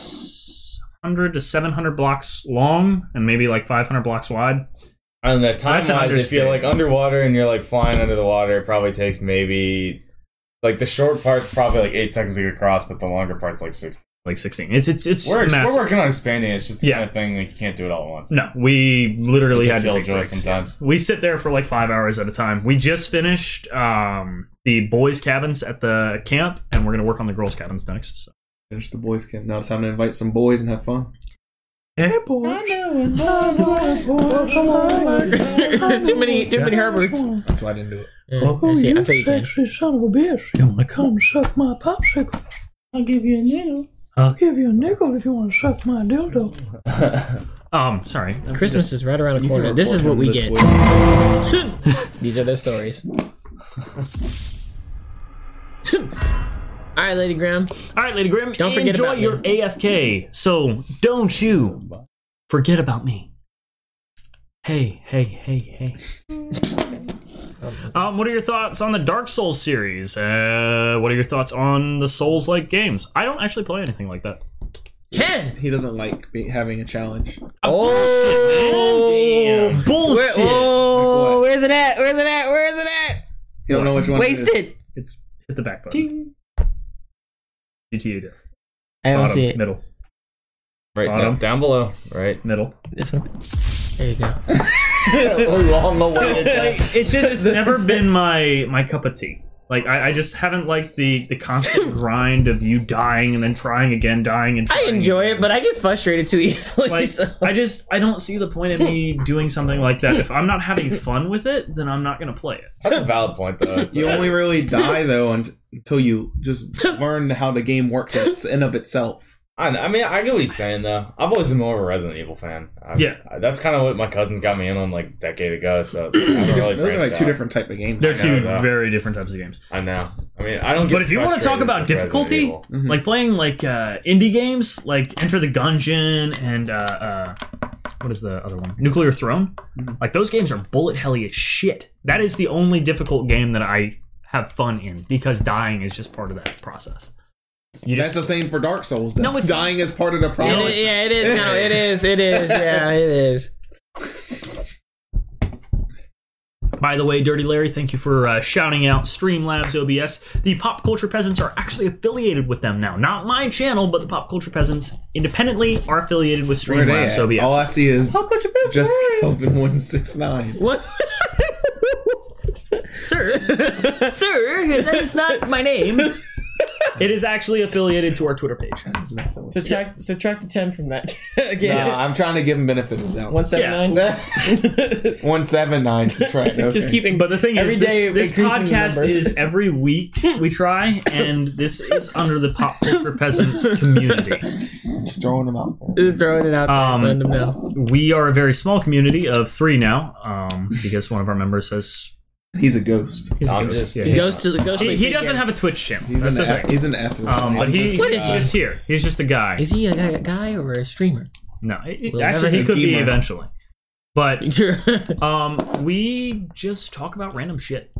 Speaker 3: six hundred to seven hundred blocks long, and maybe like five hundred blocks wide.
Speaker 5: I don't know. Time
Speaker 3: That's an
Speaker 5: wise, if you're like
Speaker 3: understatement.
Speaker 5: underwater and you're like flying under the water, it probably takes maybe like the short part's probably like eight seconds to get across, but the longer part's like sixty.
Speaker 3: Like sixteen. It's it's it's
Speaker 5: We're, ex- we're
Speaker 3: massive.
Speaker 5: working on expanding. it. It's just the
Speaker 3: Yeah.
Speaker 5: kind of thing like you can't do it all at once.
Speaker 3: No, we literally
Speaker 5: It's a
Speaker 3: had to take
Speaker 5: killjoy
Speaker 3: breaks.
Speaker 5: sometimes.
Speaker 3: We sit there for like five hours at a time. We just finished um, the boys' cabins at the camp, and we're gonna work on the girls' cabins next. So.
Speaker 4: Finish the boys' camp. Now it's time to invite some boys and have fun.
Speaker 3: Hey, boys.
Speaker 2: There's too many too many Herberts.
Speaker 4: That's why I didn't do it.
Speaker 2: Yeah, Oh, I see, I feel you can.
Speaker 3: Oh, son of a bitch. You wanna come suck my popsicle? I'll give you a nickel. I'll give you a nickel if you wanna suck my dildo. um, sorry.
Speaker 2: Christmas is right around the corner. This is what we get. These are their stories. All right, Lady Graham.
Speaker 3: All right, Lady Grim,
Speaker 2: Don't forget
Speaker 3: enjoy
Speaker 2: about me.
Speaker 3: your AFK. So don't you forget about me. Hey, hey, hey, hey. um, what are your thoughts on the Dark Souls series? Uh, what are your thoughts on the Souls-like games? I don't actually play anything like that.
Speaker 2: Ken.
Speaker 4: He doesn't like be, having a challenge.
Speaker 2: Oh,
Speaker 3: Bullshit.
Speaker 4: Like
Speaker 2: oh,
Speaker 4: what?
Speaker 2: where's it at? Where's it at? Where's it at?
Speaker 4: You don't know which one. it is.
Speaker 2: Wasted.
Speaker 3: It's hit the back button. GTA death.
Speaker 2: I don't
Speaker 3: Bottom,
Speaker 2: see it.
Speaker 3: middle,
Speaker 5: Right
Speaker 3: Bottom.
Speaker 5: down, down below. Right.
Speaker 3: middle.
Speaker 2: This one. There you go.
Speaker 11: Along the way.
Speaker 3: It's just it's never been my my cup of tea. Like I, I just haven't liked the the constant grind of you dying and then trying again, dying and
Speaker 2: I
Speaker 3: trying.
Speaker 2: enjoy it, uh, but I get frustrated too easily.
Speaker 3: like
Speaker 2: so.
Speaker 3: I just I don't see the point of me doing something like that. If I'm not having fun with it, then I'm not gonna play it.
Speaker 5: That's a valid point though. It's
Speaker 4: You
Speaker 5: like-
Speaker 4: only really die though unt- until you just learn how the game works its- in of itself.
Speaker 5: I, know- I mean, I get what he's saying though. I've always been more of a Resident Evil fan. I,
Speaker 3: Yeah.
Speaker 5: I- that's kind of what my cousins got me in on like a decade ago. So I haven't really
Speaker 4: Those are like
Speaker 5: branched
Speaker 4: two
Speaker 5: out.
Speaker 4: different type of games.
Speaker 3: They're two
Speaker 5: no.
Speaker 3: very different types of games.
Speaker 5: I know. I mean, I don't. Get
Speaker 3: But if you want to talk
Speaker 5: frustrated
Speaker 3: about
Speaker 5: with Resident
Speaker 3: difficulty,
Speaker 5: Evil.
Speaker 4: Mhm.
Speaker 3: like playing like uh, indie games, like Enter the Gungeon and uh, uh, what is the other one? Nuclear Throne.
Speaker 4: Hmm.
Speaker 3: Like those games are bullet helly as shit. That is the only difficult game that I have fun in because dying is just part of that process. You
Speaker 4: That's
Speaker 3: just,
Speaker 4: the same for Dark Souls. Though.
Speaker 3: No, it's-
Speaker 4: dying is part of the
Speaker 2: It
Speaker 4: problem.
Speaker 2: is- yeah, it is. No, it is. It is. Yeah, it is.
Speaker 3: by the way, Dirty Larry, thank you for uh, shouting out Streamlabs OBS. The Pop Culture Peasants are actually affiliated with them now. Not my channel, but the Pop Culture Peasants independently are affiliated with
Speaker 4: Where they at?
Speaker 3: Streamlabs OBS.
Speaker 4: All I see is
Speaker 2: How could you best
Speaker 4: just open one six nine.
Speaker 2: What?
Speaker 3: sir, sir, that is not my name. It is actually affiliated to our Twitter page.
Speaker 2: subtract subtract the ten from that again.
Speaker 4: Nah, I'm trying to give him benefit of that
Speaker 2: One
Speaker 4: one.
Speaker 2: seven nine.
Speaker 4: One seven nine subtract. Okay.
Speaker 2: Just keeping.
Speaker 3: But the thing
Speaker 2: Every
Speaker 3: is,
Speaker 2: day
Speaker 3: this, this
Speaker 2: increasing the
Speaker 3: podcast
Speaker 2: numbers.
Speaker 3: is every week we try, and this is under the pop culture peasants community.
Speaker 4: Just throwing them out. there.
Speaker 2: Just throwing it out there,
Speaker 3: Um,
Speaker 2: random now.
Speaker 3: We are a very small community of three now, um, because one of our members has.
Speaker 4: He's a ghost.
Speaker 3: he's a
Speaker 5: I'm
Speaker 3: ghost.
Speaker 5: just-
Speaker 3: Yeah,
Speaker 2: He
Speaker 3: yeah.
Speaker 2: goes to the ghost.
Speaker 3: He,
Speaker 2: Lake
Speaker 3: he
Speaker 2: Big
Speaker 3: doesn't
Speaker 2: Game.
Speaker 3: have a Twitch channel.
Speaker 4: He's
Speaker 3: That's
Speaker 4: an,
Speaker 3: the
Speaker 4: eth-
Speaker 3: thing.
Speaker 4: he's an ethical.
Speaker 3: Um, but he,
Speaker 2: What is
Speaker 3: he's
Speaker 2: he?
Speaker 3: just here. He's just a guy.
Speaker 2: Is he a guy, guy or a streamer?
Speaker 3: No, it- it-
Speaker 2: We'll
Speaker 3: actually,
Speaker 2: never
Speaker 3: he
Speaker 2: know.
Speaker 3: could be
Speaker 4: Gamer.
Speaker 3: eventually. But
Speaker 2: Sometimes
Speaker 3: um, we just talk about random shit.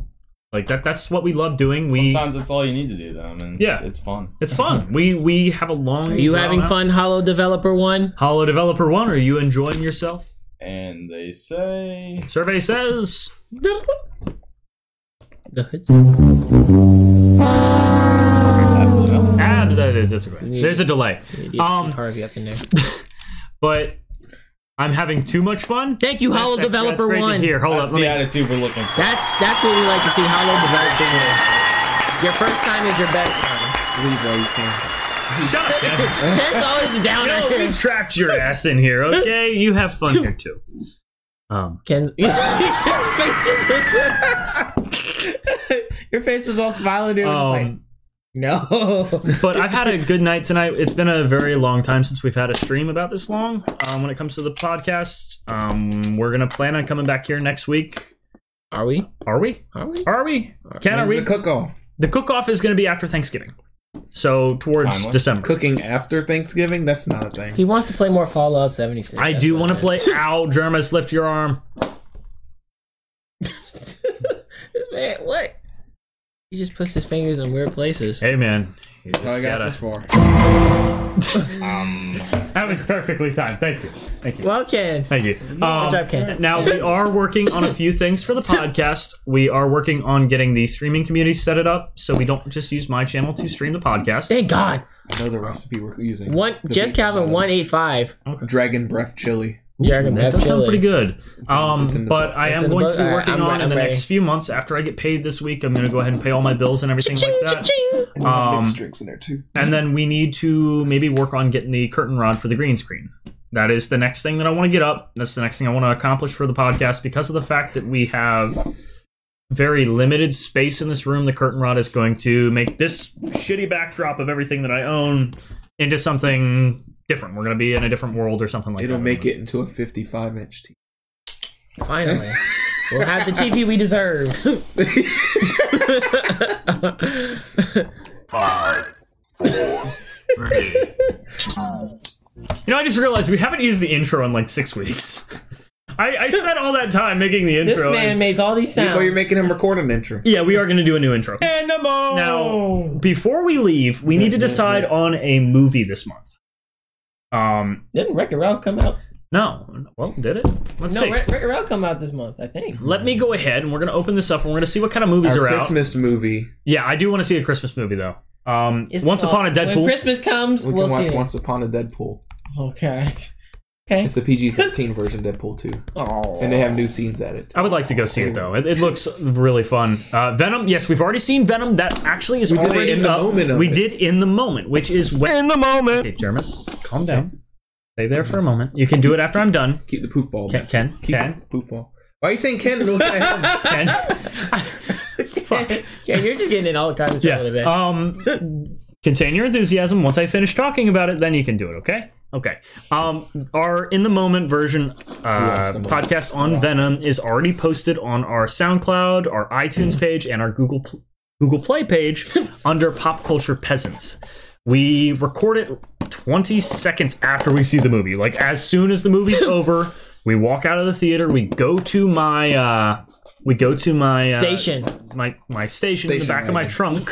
Speaker 3: Like that. That's what we love doing. We
Speaker 5: Sometimes that's all you need to do, though. I mean,
Speaker 3: Yeah.
Speaker 5: it's, it's fun.
Speaker 3: it's fun. We we have a long.
Speaker 2: Are you having fun, Hollow Developer One?
Speaker 3: Hollow Developer One, are you enjoying yourself?
Speaker 5: And they say
Speaker 3: Survey says
Speaker 2: The hoods.
Speaker 5: absolutely not.
Speaker 3: abs. That is, that's right. There's a delay, Um,
Speaker 2: Harvey up in there.
Speaker 3: but I'm having too much fun.
Speaker 2: Thank you, Hollow
Speaker 3: That's- that's-
Speaker 2: Developer
Speaker 3: that's great to
Speaker 2: One.
Speaker 3: hear. Hold
Speaker 5: That's
Speaker 3: up, let
Speaker 5: the
Speaker 3: me-
Speaker 5: attitude we're looking for.
Speaker 2: That's that's what we like to see. Hollow Developer One. Your first time is your best time.
Speaker 3: Shut up, Kevin.
Speaker 2: That's always the downer.
Speaker 3: No, we trapped your ass in here, okay? You have fun here too. Um,
Speaker 2: Ken's, Ken's face just- Your face is all smiling, dude. just like,
Speaker 3: um,
Speaker 2: no.
Speaker 3: but I've had a good night tonight. It's been a very long time since we've had a stream about this long. Um, when it comes to the podcast, um, we're gonna plan on coming back here next week.
Speaker 2: Are we?
Speaker 3: Are we?
Speaker 2: Are we?
Speaker 3: Are we? Can are
Speaker 4: When's
Speaker 3: we?
Speaker 4: the cook off?
Speaker 3: The cook off is gonna be after Thanksgiving, so towards
Speaker 5: Timely.
Speaker 3: December.
Speaker 4: Cooking after Thanksgiving? That's not a thing.
Speaker 2: He wants to play more Fallout 76.
Speaker 3: I
Speaker 2: That's
Speaker 3: do
Speaker 2: what
Speaker 3: want to
Speaker 2: it
Speaker 3: play. Ow, Germas, lift your arm.
Speaker 2: is. Man, what? He just puts his fingers in weird places.
Speaker 3: Hey, man. You just
Speaker 4: That's all I got
Speaker 3: gotta-
Speaker 4: this for.
Speaker 3: That was perfectly timed. Thank you. Thank you.
Speaker 2: Well, Ken.
Speaker 3: Thank you. Um,
Speaker 2: job, Ken.
Speaker 3: now we are working on a few things for the podcast. We are working on getting the streaming community set it up so we don't just use my channel to stream the podcast.
Speaker 2: Thank God.
Speaker 4: I know the recipe we're using.
Speaker 2: One,
Speaker 4: The
Speaker 2: Jess
Speaker 4: beef
Speaker 2: Calvin
Speaker 4: bottom.
Speaker 2: 185.
Speaker 4: Dragon breath chili.
Speaker 2: Jared
Speaker 3: That does sound pretty good. Um,
Speaker 4: in the
Speaker 3: but
Speaker 4: book.
Speaker 3: I
Speaker 2: It's
Speaker 3: am
Speaker 2: in the
Speaker 3: going
Speaker 2: book.
Speaker 3: to be
Speaker 2: All right,
Speaker 3: working
Speaker 2: I'm
Speaker 3: on
Speaker 2: re-
Speaker 3: in the
Speaker 2: I'm ready.
Speaker 3: next few months after I get paid this week. I'm going to go ahead and pay all my bills and everything like that. Um,
Speaker 4: drinks in there too.
Speaker 3: and then we need to maybe work on getting the curtain rod for the green screen. That is the next thing that I want to get up. That's the next thing I want to accomplish for the podcast because of the fact that we have very limited space in this room. The curtain rod is going to make this shitty backdrop of everything that I own into something different. We're going to be in a different world or something like
Speaker 4: It'll
Speaker 3: that.
Speaker 4: make it into a 55 inch TV.
Speaker 2: Finally. we'll have the TV we deserve.
Speaker 3: You know, I just realized we haven't used the intro in like six weeks. I, I spent all that time making the intro.
Speaker 2: this man
Speaker 3: and-
Speaker 2: makes all these sounds.
Speaker 4: Oh, you're making him record an intro.
Speaker 3: yeah, we are going to do a new intro.
Speaker 2: Animal!
Speaker 3: Now, before we leave, we need to decide on a movie this month. Um,
Speaker 2: Didn't Wreck-It Ralph come out?
Speaker 3: no. Well, did it? Let's
Speaker 2: No,
Speaker 3: see.
Speaker 2: Wreck- Wreck-It Ralph come out this month, I think.
Speaker 3: Let me go ahead and we're going to open this up and we're going to see what kind of movies
Speaker 4: Our
Speaker 3: are out.
Speaker 4: Christmas movie.
Speaker 3: Yeah, I do want to see a Christmas movie, though. Um,
Speaker 2: It's
Speaker 3: Once
Speaker 2: called-
Speaker 3: Upon a Deadpool.
Speaker 2: When Christmas comes,
Speaker 4: We
Speaker 2: we will
Speaker 4: can
Speaker 2: see.
Speaker 4: watch
Speaker 2: it.
Speaker 4: Once Upon a Deadpool.
Speaker 2: Oh God. Okay.
Speaker 4: It's a PG 13 version Deadpool 2.
Speaker 2: Oh.
Speaker 4: And they have new scenes added.
Speaker 3: I would like to go see it, though. It, it looks really fun. Uh, Venom, yes, we've already seen Venom. That actually is
Speaker 4: We did it
Speaker 3: already
Speaker 4: in the
Speaker 3: up.
Speaker 4: moment of
Speaker 3: we
Speaker 4: it.
Speaker 3: did in the moment, which is when.
Speaker 2: the moment.
Speaker 3: Okay, Jermis, calm down. Stay there for a moment. You can do it after I'm done.
Speaker 4: Keep the poof ball.
Speaker 3: Ken,
Speaker 4: back.
Speaker 3: Ken,
Speaker 4: Keep
Speaker 3: Ken,
Speaker 4: the poof ball. Why are you saying Ken? and looking at him?
Speaker 3: Ken. Fuck.
Speaker 2: Yeah, you're just getting in all kinds of trouble today.
Speaker 3: Um, contain your enthusiasm. Once I finish talking about it, then you can do it. Okay. Okay. Um, our in the moment version uh,
Speaker 4: the moment.
Speaker 3: podcast on Venom is already posted on our SoundCloud, our iTunes
Speaker 4: Hmm.
Speaker 3: page, and our Google Pl- Google Play page under Pop Culture Peasants. We record it 20 seconds after we see the movie. Like as soon as the movie's over, we walk out of the theater. We go to my uh, we go to my uh,
Speaker 2: Station.
Speaker 3: my my station, in the
Speaker 4: Station
Speaker 3: back of my
Speaker 4: wagon.
Speaker 3: trunk.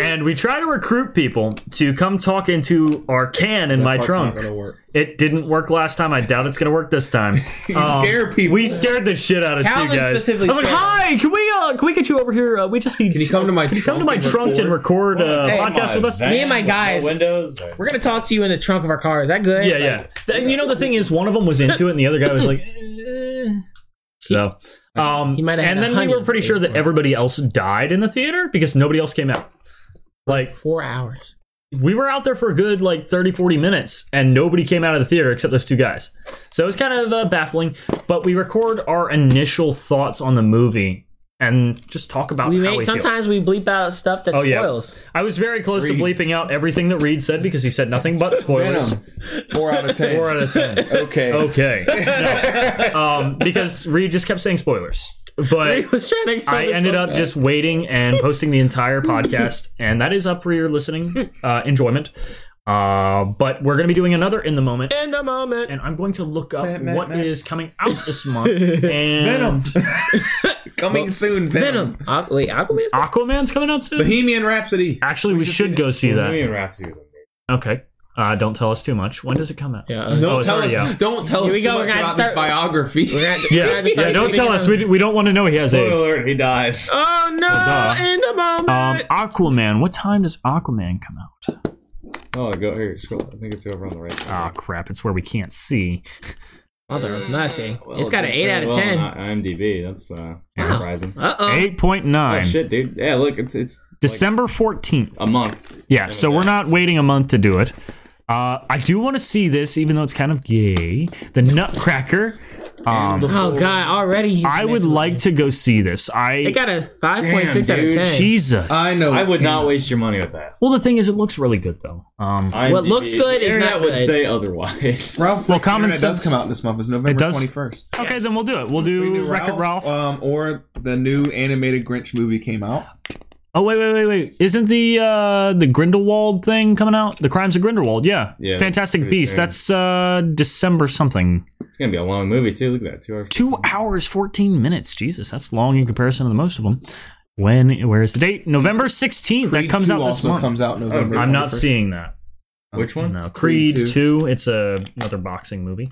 Speaker 3: And we try to recruit people to come talk into our can in my
Speaker 4: Part's
Speaker 3: trunk.
Speaker 4: Not gonna work.
Speaker 3: It didn't work last time. I doubt it's gonna work this time. Um,
Speaker 4: You scare people.
Speaker 3: We scared the shit out of
Speaker 2: Calvin
Speaker 3: two guys.
Speaker 2: specifically
Speaker 3: I was like,
Speaker 2: scared
Speaker 3: "Hi, can we uh, can we get you over here? Uh, we just need. Can
Speaker 4: you come to my
Speaker 3: Can you come to my
Speaker 4: trunk and
Speaker 3: trunk and record
Speaker 2: Uh,
Speaker 3: a podcast with us?
Speaker 5: Van
Speaker 2: Me and my
Speaker 5: with
Speaker 2: guys.
Speaker 5: No windows.
Speaker 2: We're gonna talk to you in the trunk of our car. Is that good?
Speaker 3: Yeah,
Speaker 2: Like,
Speaker 3: yeah. Th- You know, the thing is, one of them was into it, and the other guy was like, eh. so. Um,
Speaker 2: He might have had
Speaker 3: and
Speaker 2: a
Speaker 3: then we
Speaker 2: honey
Speaker 3: were pretty sure that
Speaker 2: before.
Speaker 3: everybody else died in the theater because nobody else came out. Like
Speaker 2: Four hours.
Speaker 3: we were out there for a good like 30 40 minutes and nobody came out of the theater except those two guys so it's kind of uh, baffling but we record our initial thoughts on the movie and just talk about
Speaker 2: We
Speaker 3: how
Speaker 2: make
Speaker 3: we feel.
Speaker 2: sometimes we bleep out stuff that
Speaker 3: Oh, yeah.
Speaker 2: spoils.
Speaker 3: i was very close to bleeping out everything that reed said because he said nothing but spoilers
Speaker 4: Venom. Four out of ten.
Speaker 3: four out of ten
Speaker 4: okay.
Speaker 3: okay No. um, because reed just kept saying spoilers but
Speaker 2: was trying to.
Speaker 3: I ended up just waiting and posting the entire podcast, and that is up for your listening uh, enjoyment. Uh, but we're going to be doing another in the moment,
Speaker 2: in the moment.
Speaker 3: and I'm going to look up what is
Speaker 4: Matt, Matt.
Speaker 3: coming out this month. And
Speaker 4: Venom. Coming soon. Venom.
Speaker 2: Venom. Aqu- wait, Aquaman's
Speaker 3: Aquaman's coming out soon.
Speaker 4: Bohemian Rhapsody.
Speaker 3: Actually, we, should go see that.
Speaker 5: Bohemian Rhapsody was amazing.
Speaker 3: Okay. Uh, don't tell us too much. When does it come out?
Speaker 2: Yeah. uh,
Speaker 4: Don't
Speaker 3: Oh, it's
Speaker 4: tell us.
Speaker 3: already out.
Speaker 4: Don't tell
Speaker 2: Here
Speaker 4: us
Speaker 2: we
Speaker 4: too
Speaker 2: go, we're
Speaker 4: much
Speaker 2: gonna
Speaker 4: about
Speaker 2: start-
Speaker 4: his biography.
Speaker 3: Yeah. yeah don't tell us. We, we don't want to know he has
Speaker 5: Spoiler
Speaker 3: AIDS.
Speaker 5: alert, he dies.
Speaker 2: Oh no!
Speaker 3: duh.
Speaker 2: in the moment.
Speaker 3: Um, Aquaman. What time does Aquaman come out?
Speaker 5: Oh, go here. Scroll. I think it's over on the right.
Speaker 3: Oh crap! It's where we can't see.
Speaker 2: Mother of mercy.
Speaker 5: Well,
Speaker 2: it's got an
Speaker 5: it did
Speaker 2: eight out
Speaker 5: fairly
Speaker 2: of
Speaker 5: well
Speaker 2: ten.
Speaker 5: on IMDb. That's uh, surprising.
Speaker 2: uh oh.
Speaker 3: Eight point nine.
Speaker 5: Oh shit, dude. Yeah, look, it's it's
Speaker 3: December fourteenth.
Speaker 5: a month.
Speaker 3: Yeah, so we're not waiting a month to do it. Uh, I do want to see this, even though it's kind of gay. The Nutcracker. Um,
Speaker 2: Oh god! Already. he's
Speaker 3: I
Speaker 2: messing
Speaker 3: would
Speaker 2: with
Speaker 3: like
Speaker 2: me.
Speaker 3: to go see this. I
Speaker 2: It got a five point six out
Speaker 5: Damn,
Speaker 2: of ten.
Speaker 3: Jesus.
Speaker 4: I know.
Speaker 5: I would not waste your money with that.
Speaker 3: Well, the thing is, it looks really good though. Um,
Speaker 2: What
Speaker 5: IMDb
Speaker 2: looks good is
Speaker 5: internet
Speaker 2: not
Speaker 5: would
Speaker 2: good.
Speaker 5: say otherwise.
Speaker 4: Ralph
Speaker 3: Well, common
Speaker 4: well, Common
Speaker 3: sense-
Speaker 4: does come out this month. It's November
Speaker 3: does.
Speaker 4: twenty first.
Speaker 3: okay, then we'll do it. We'll do Record Ralph.
Speaker 4: um, or the new animated Grinch movie came out.
Speaker 3: oh wait, wait, wait, wait! Isn't the uh, the Grindelwald thing coming out? The Crimes of Grindelwald? Yeah.
Speaker 5: Yeah,
Speaker 3: Fantastic
Speaker 5: pretty
Speaker 3: Beast.
Speaker 5: soon.
Speaker 3: That's uh, December something.
Speaker 5: It's gonna be a long movie too. Look at that, two hours.
Speaker 3: two hours 14 minutes jesus that's long in comparison to the most of them when where is the date november 16th that
Speaker 4: Creed
Speaker 3: comes
Speaker 4: 2
Speaker 3: out this
Speaker 4: also
Speaker 3: month
Speaker 4: comes out November.
Speaker 3: i'm not
Speaker 4: 21st.
Speaker 3: seeing that
Speaker 5: Which one?
Speaker 3: no creed,
Speaker 4: Creed
Speaker 3: 2. it's a, another boxing movie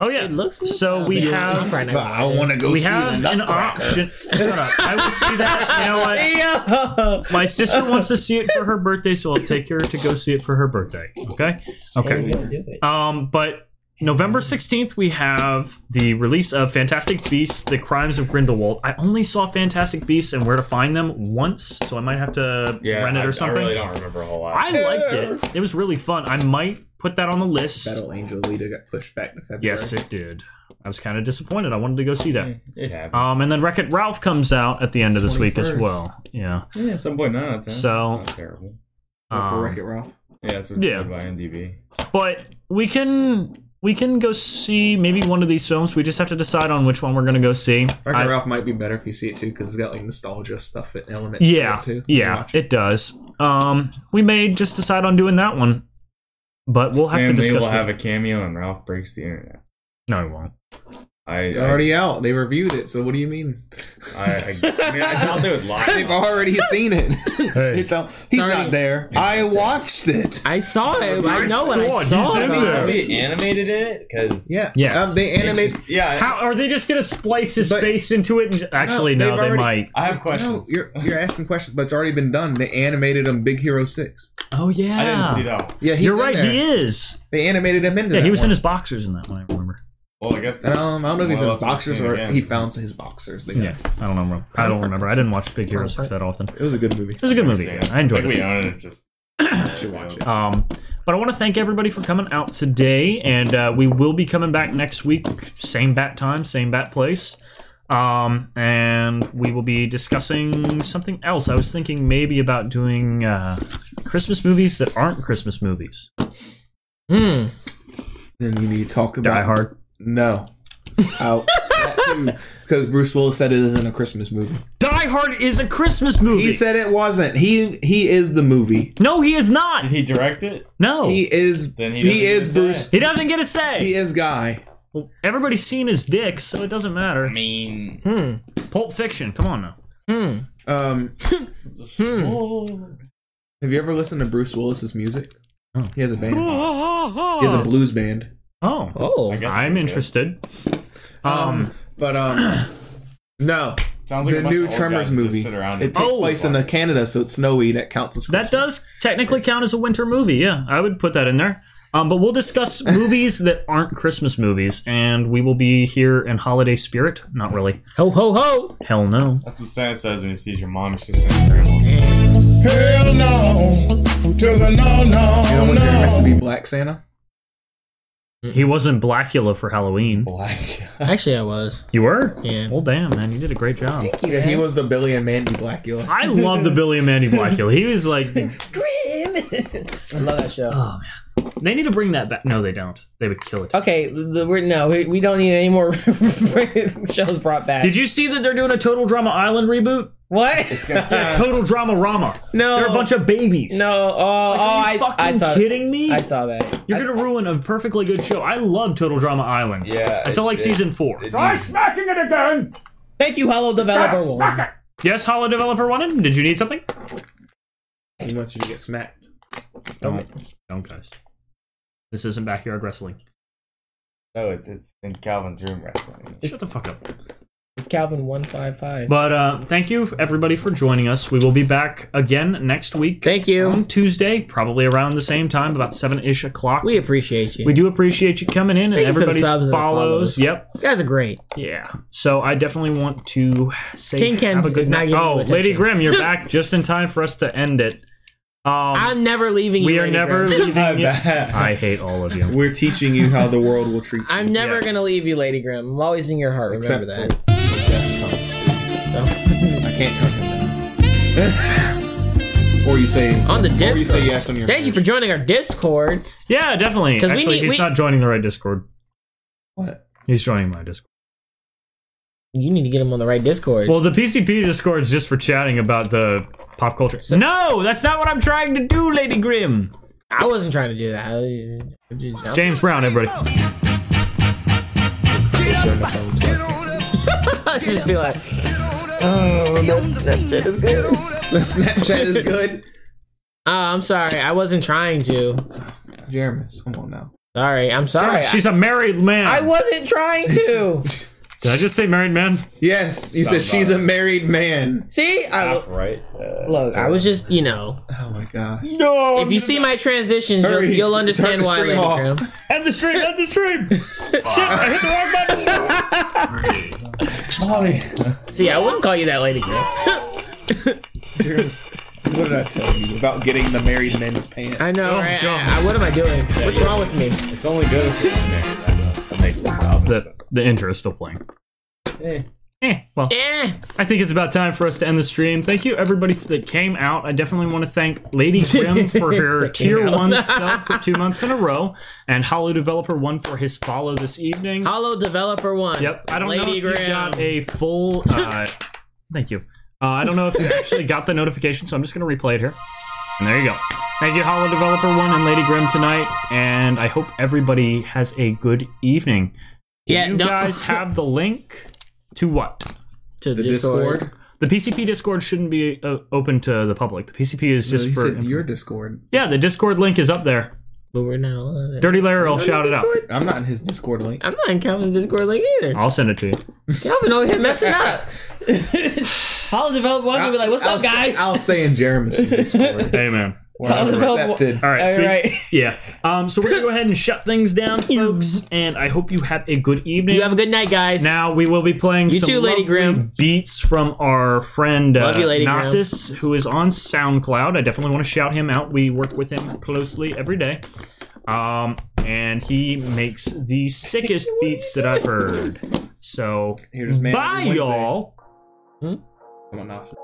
Speaker 3: oh yeah
Speaker 2: It looks. good.
Speaker 3: so we
Speaker 2: Yeah, I'm
Speaker 3: have
Speaker 2: trying
Speaker 4: But
Speaker 2: to-
Speaker 4: I want to go.
Speaker 3: we
Speaker 4: see
Speaker 3: have
Speaker 4: the
Speaker 3: an
Speaker 4: Nutcracker.
Speaker 3: option Shut up. i will see that you know what my sister wants to see it for her birthday so i'll take her to go see it for her birthday okay okay um but november 16th we have the release of fantastic beasts the crimes of grindelwald i only saw fantastic beasts and where to find them once so i might have to
Speaker 5: Yeah,
Speaker 3: rent it
Speaker 5: I,
Speaker 3: or something
Speaker 5: I really don't remember a whole lot.
Speaker 3: I liked it it was really fun i might put that on the list
Speaker 4: Battle Angel Alita got pushed back to February.
Speaker 3: yes it did i was kind of disappointed i wanted to go see that
Speaker 4: Hmm.
Speaker 5: it happened.
Speaker 3: um, and then Wreck It Ralph comes out at the end of this week as
Speaker 5: 21st.
Speaker 3: well. Yeah.
Speaker 5: yeah, Eh, at some point not. Huh?
Speaker 3: So-
Speaker 5: It's not terrible.
Speaker 4: Look
Speaker 3: Um,
Speaker 4: for Wreck It Ralph.
Speaker 5: Yeah, that's what it's
Speaker 3: Yeah.
Speaker 5: yeah. by IMDb.
Speaker 3: but we can we can go see maybe one of these films. We just have to decide on which one we're gonna go see.
Speaker 4: Wreck
Speaker 3: I-
Speaker 4: It Ralph might be better if you see it too because it's got like nostalgia stuff and elements. to
Speaker 3: yeah,
Speaker 4: it, too.
Speaker 3: yeah, it does. Um, we may just decide on doing that one, but we'll have
Speaker 5: Stan
Speaker 3: to
Speaker 5: Lee
Speaker 3: discuss.
Speaker 5: will
Speaker 3: it.
Speaker 5: have a cameo, and Ralph breaks the internet.
Speaker 3: no, we won't.
Speaker 5: I,
Speaker 4: It's
Speaker 5: I,
Speaker 4: already out. They reviewed it, so what do you mean?
Speaker 5: I, I, I mean, I thought they would
Speaker 4: They've
Speaker 5: lie.
Speaker 4: already seen it.
Speaker 3: Hey.
Speaker 4: It's out. He's
Speaker 2: Sorry.
Speaker 4: not there. I watched it.
Speaker 2: I saw it. I know it.
Speaker 3: saw
Speaker 2: I
Speaker 3: it.
Speaker 2: saw
Speaker 3: He's
Speaker 2: it.
Speaker 3: in
Speaker 2: on
Speaker 3: there.
Speaker 2: the-
Speaker 5: They animated it because
Speaker 4: Yeah.
Speaker 3: Yes.
Speaker 4: Um, they animated.
Speaker 5: Yeah, I-
Speaker 3: How are they just gonna splice his
Speaker 4: But-
Speaker 3: face into it? And, actually, no,
Speaker 4: they've
Speaker 3: they
Speaker 4: already-
Speaker 3: might.
Speaker 5: I have
Speaker 4: No,
Speaker 5: questions.
Speaker 4: you're you're asking questions, but it's already been done. They animated him Big Hero Six.
Speaker 3: Oh yeah,
Speaker 5: I didn't see that one.
Speaker 4: Yeah, he's
Speaker 3: You're
Speaker 4: in
Speaker 3: right.
Speaker 4: there.
Speaker 3: He is.
Speaker 4: They animated him into.
Speaker 3: Yeah,
Speaker 4: that
Speaker 3: he was in
Speaker 4: one.
Speaker 3: his boxers in that one. I remember.
Speaker 5: Well, I guess
Speaker 4: And, um, I don't know if he's in
Speaker 5: Well,
Speaker 4: his
Speaker 5: that's what
Speaker 4: boxers
Speaker 5: I'm saying
Speaker 4: or
Speaker 5: again.
Speaker 4: he found his boxers. They-
Speaker 3: Yeah, I don't remember. I don't remember. I didn't watch Big Hero Six that often.
Speaker 4: It was a good movie.
Speaker 3: It was a good movie.
Speaker 5: Stan.
Speaker 3: I enjoyed
Speaker 5: Like,
Speaker 3: it.
Speaker 5: We own it. Just
Speaker 4: You should watch it.
Speaker 3: Um, but I want to thank everybody for coming out today, and uh, we will be coming back next week, same bat time, same bat place. Um, and we will be discussing something else. I was thinking maybe about doing uh, Christmas movies that aren't Christmas movies.
Speaker 2: Hmm.
Speaker 4: Then you need to talk about
Speaker 3: Die Hard.
Speaker 4: No, out because Bruce Willis said it isn't a Christmas movie.
Speaker 3: Die Die Hard is a Christmas movie.
Speaker 4: He said it wasn't. He he is the movie.
Speaker 3: no, he is not.
Speaker 5: Did he direct it?
Speaker 3: No,
Speaker 4: He
Speaker 3: he,
Speaker 4: is
Speaker 5: Then he
Speaker 4: he,
Speaker 5: doesn't
Speaker 4: is
Speaker 5: get a
Speaker 4: Bruce.
Speaker 5: say.
Speaker 3: doesn't get a say.
Speaker 4: He is Guy.
Speaker 3: Everybody's seen his dick, so it doesn't
Speaker 5: I
Speaker 3: matter.
Speaker 5: mean,
Speaker 3: Hmm. Pulp Fiction. Come on now.
Speaker 4: Um,
Speaker 3: Hmm.
Speaker 4: Have you ever listened to Bruce Willis's music? He has a band. He has a blues band.
Speaker 3: Oh,
Speaker 2: Oh,
Speaker 5: guess
Speaker 3: I'm
Speaker 5: we did.
Speaker 3: interested. Um,
Speaker 4: But um, no,
Speaker 5: Sounds like a
Speaker 4: the
Speaker 5: bunch
Speaker 4: new
Speaker 5: of old
Speaker 4: Tremors
Speaker 5: guys just
Speaker 4: movie.
Speaker 5: sit around
Speaker 4: It
Speaker 5: and-
Speaker 4: takes
Speaker 3: Oh.
Speaker 4: place in uh, Canada, so it's snowy. That counts as
Speaker 3: that
Speaker 4: Christmas.
Speaker 3: does technically count as a winter movie. Yeah, I would put that in there. Um, but we'll discuss movies that aren't Christmas movies, and we will be here in holiday spirit. Not really.
Speaker 2: ho ho ho!
Speaker 3: Hell no.
Speaker 5: that's what Santa says when he sees your mom, she's just like, grandma.
Speaker 11: Hell no. To the no,
Speaker 4: You know
Speaker 11: no,
Speaker 4: when there has to
Speaker 11: no.
Speaker 4: be Black Santa?
Speaker 3: He was in Blackula for Halloween.
Speaker 5: Black.
Speaker 2: Actually, I was.
Speaker 3: You were?
Speaker 2: Yeah.
Speaker 3: Well, damn, man, you did a great job.
Speaker 4: Yeah, he was the Billy and Mandy Blackula.
Speaker 3: I love the Billy and Mandy Blackula. He was like, they
Speaker 2: I love that show.
Speaker 3: need to bring that back. No, they don't. They would kill it.
Speaker 2: Okay, the, we're, no, we, we don't need any more shows brought back.
Speaker 3: Did you see that they're doing a Total Drama Island reboot?
Speaker 2: what?
Speaker 3: Total Drama Rama.
Speaker 2: No.
Speaker 3: They're a bunch of babies.
Speaker 2: No, oh, oh,
Speaker 3: Are you
Speaker 2: I,
Speaker 3: fucking
Speaker 2: I saw.
Speaker 3: kidding me?
Speaker 2: I saw that.
Speaker 3: You're
Speaker 2: I
Speaker 3: gonna ruin a perfectly good show. I love Total Drama Island.
Speaker 5: Yeah.
Speaker 3: Until like
Speaker 5: it-
Speaker 3: season
Speaker 5: it's-
Speaker 3: four.
Speaker 5: it
Speaker 12: Try
Speaker 5: needs-
Speaker 12: smacking it again!
Speaker 2: Thank you, Hello Developer One.
Speaker 3: Yes, Hollow Developer wanted. Did you need something?
Speaker 4: He wants you to get smacked.
Speaker 3: Don't, don't guys. This isn't backyard wrestling.
Speaker 5: No, "Oh, it's it's in Calvin's room wrestling.
Speaker 3: Shut the fuck up.
Speaker 2: It's Calvin one five five.
Speaker 3: But uh, thank you everybody for joining us. We will be back again next week.
Speaker 2: Thank you.
Speaker 3: on Tuesday, probably around the same time, about seven ish o'clock.
Speaker 2: We appreciate you.
Speaker 3: We do appreciate you coming in and
Speaker 2: Thank you for the
Speaker 3: everybody's
Speaker 2: subs
Speaker 3: follows.
Speaker 2: and the follows.
Speaker 3: Yep.
Speaker 2: You guys are great.
Speaker 3: Yeah. So I definitely want to say
Speaker 2: King
Speaker 3: have
Speaker 2: Ken's
Speaker 3: a good
Speaker 2: is not
Speaker 3: night.
Speaker 2: giving you
Speaker 3: Oh,
Speaker 2: attention.
Speaker 3: Lady Grim, you're back just in time for us to end it. Um,
Speaker 2: I'm never leaving you.
Speaker 3: we are
Speaker 2: Lady
Speaker 3: never
Speaker 2: Grim.
Speaker 3: leaving you.
Speaker 5: I
Speaker 3: I hate all of you.
Speaker 4: We're teaching you how the world will treat you.
Speaker 2: I'm never
Speaker 3: Yes.
Speaker 2: gonna leave you, Lady Grim. I'm always in your heart. Remember
Speaker 4: Except
Speaker 2: that.
Speaker 4: I can't talk him down. or you say
Speaker 3: Oh,
Speaker 2: On the
Speaker 4: Or you
Speaker 2: Discord.
Speaker 4: say yes on your.
Speaker 2: Thank you for joining our Discord.
Speaker 3: Yeah, definitely.
Speaker 2: 'Cause we
Speaker 3: Actually,
Speaker 2: need-
Speaker 3: he's
Speaker 2: we-
Speaker 3: not joining the right Discord.
Speaker 4: What?
Speaker 3: He's joining my Discord.
Speaker 2: You need to get him on the right Discord.
Speaker 3: Well, the PCP Discord is just for chatting about the pop culture. no, that's not what I'm trying to do, Lady Grim.
Speaker 2: I wasn't trying to do that. I- I just-
Speaker 3: James Brown, everybody.
Speaker 2: Oh, I just feel like oh,
Speaker 4: The Snapchat is good.
Speaker 2: Oh, I'm sorry. I wasn't trying to.
Speaker 4: Jeremus, come on now.
Speaker 2: Sorry. I'm sorry.
Speaker 3: She's a married man.
Speaker 2: I wasn't trying to.
Speaker 3: Did I just say married man?
Speaker 4: Yes, you said she's a married man.
Speaker 2: see, I,
Speaker 5: right.
Speaker 2: look, I was just, you know,
Speaker 4: Oh my gosh.
Speaker 3: No.
Speaker 2: if you see my transitions, you'll,
Speaker 4: Hurry,
Speaker 2: you'll
Speaker 4: turn
Speaker 2: understand
Speaker 4: the
Speaker 2: why.
Speaker 4: stream
Speaker 2: Lady
Speaker 4: off.
Speaker 2: Grim.
Speaker 3: End the stream. End the stream. Shit! I hit the wrong button.
Speaker 2: See, I wouldn't call you that, Lady Grim.
Speaker 4: What did I tell you about getting the married men's pants?
Speaker 2: I know. right? I- I- what am I doing? What's wrong with me?
Speaker 5: It's only good if it's married. I know. That makes it thousand.
Speaker 3: The the intro is still playing. Eh, well,
Speaker 2: Eh.
Speaker 3: I think it's about time for us to end the stream. Thank you, everybody that came out. I definitely want to thank Lady Grim for her
Speaker 2: That came
Speaker 3: tier
Speaker 2: out.
Speaker 3: one sub for two months in a row, and Hollow Developer One for his follow this evening.
Speaker 2: Hollow Developer One.
Speaker 3: Yep. I don't
Speaker 2: Lady
Speaker 3: know if
Speaker 2: Grim.
Speaker 3: you got a full. Uh, thank you. Uh, I don't know if you actually got the notification, so I'm just going to replay it here. And there you go. Thank you, Hollow Developer One and Lady Grim tonight, and I hope everybody has a good evening.
Speaker 2: yeah,
Speaker 3: you
Speaker 2: don't-
Speaker 3: guys have the link to what?
Speaker 2: to
Speaker 4: the Discord.
Speaker 3: The PCP Discord shouldn't be uh, open to the public. The PCP is
Speaker 4: He
Speaker 3: just for
Speaker 4: said your Discord.
Speaker 3: yeah. The Discord link is up there.
Speaker 2: But we're not. allowed there.
Speaker 3: Dirty Larry will shout it out.
Speaker 4: I'm not in his Discord link.
Speaker 2: I'm not in Calvin's Discord link either.
Speaker 3: I'll send it to you.
Speaker 2: Calvin over here messing up. Hollow Developer One will be like, "What's
Speaker 4: I'll
Speaker 2: up,
Speaker 4: stay-
Speaker 2: guys?"
Speaker 4: I'll stay in Jeremus's Discord.
Speaker 3: Hey man.
Speaker 4: where I'm accepted.
Speaker 3: All right.
Speaker 2: All
Speaker 3: sweet.
Speaker 2: right.
Speaker 3: Yeah. Um, so we're gonna go ahead and shut things down, folks. And I hope you have a good evening.
Speaker 2: You have a good night, guys.
Speaker 3: now we will be playing
Speaker 2: You
Speaker 3: some
Speaker 2: too, Lady
Speaker 3: lovely
Speaker 2: Grimm.
Speaker 3: beats from our friend uh,
Speaker 2: Love you, Lady Grimm.
Speaker 3: Gnosis, who is on SoundCloud. I definitely want to shout him out. We work with him closely every day, um, and he makes the sickest beats that I've heard. So
Speaker 4: Here's man.
Speaker 3: bye,
Speaker 4: Wednesday.
Speaker 3: y'all.
Speaker 4: Come on, Austin.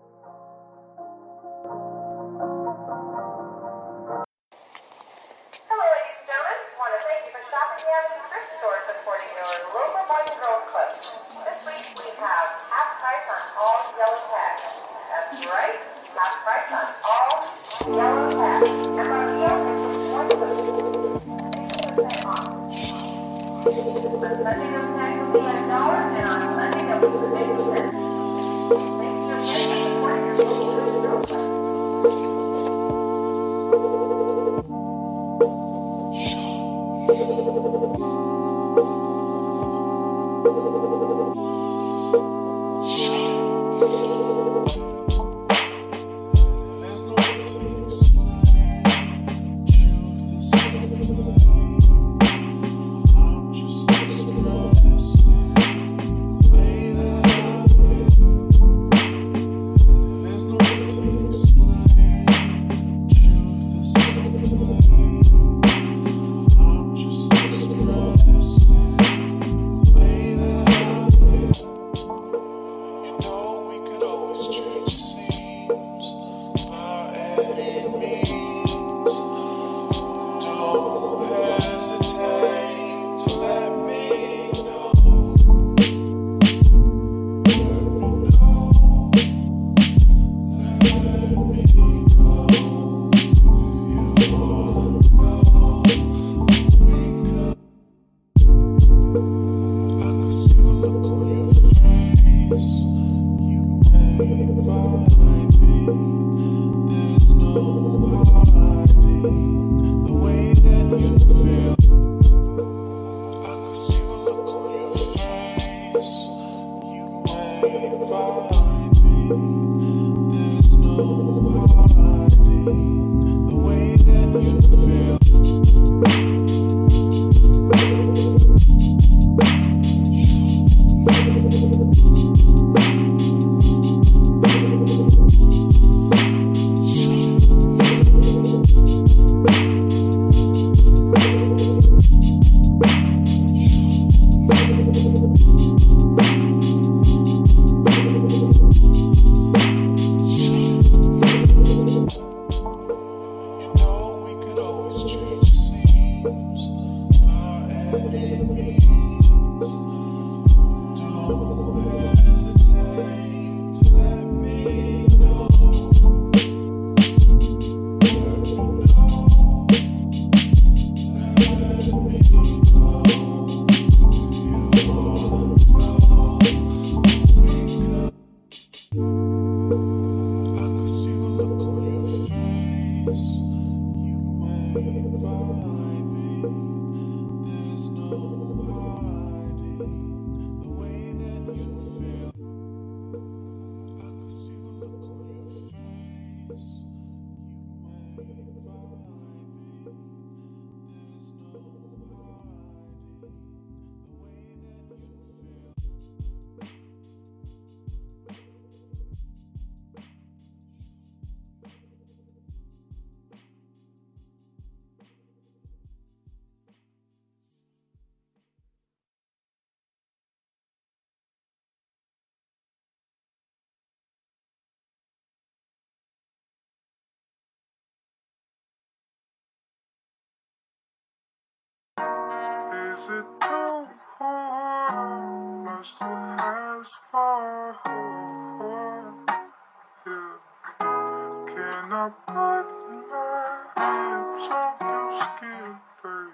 Speaker 13: Hello, ladies and gentlemen. Want to thank you for shopping the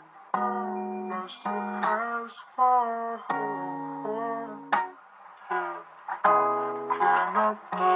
Speaker 14: Can I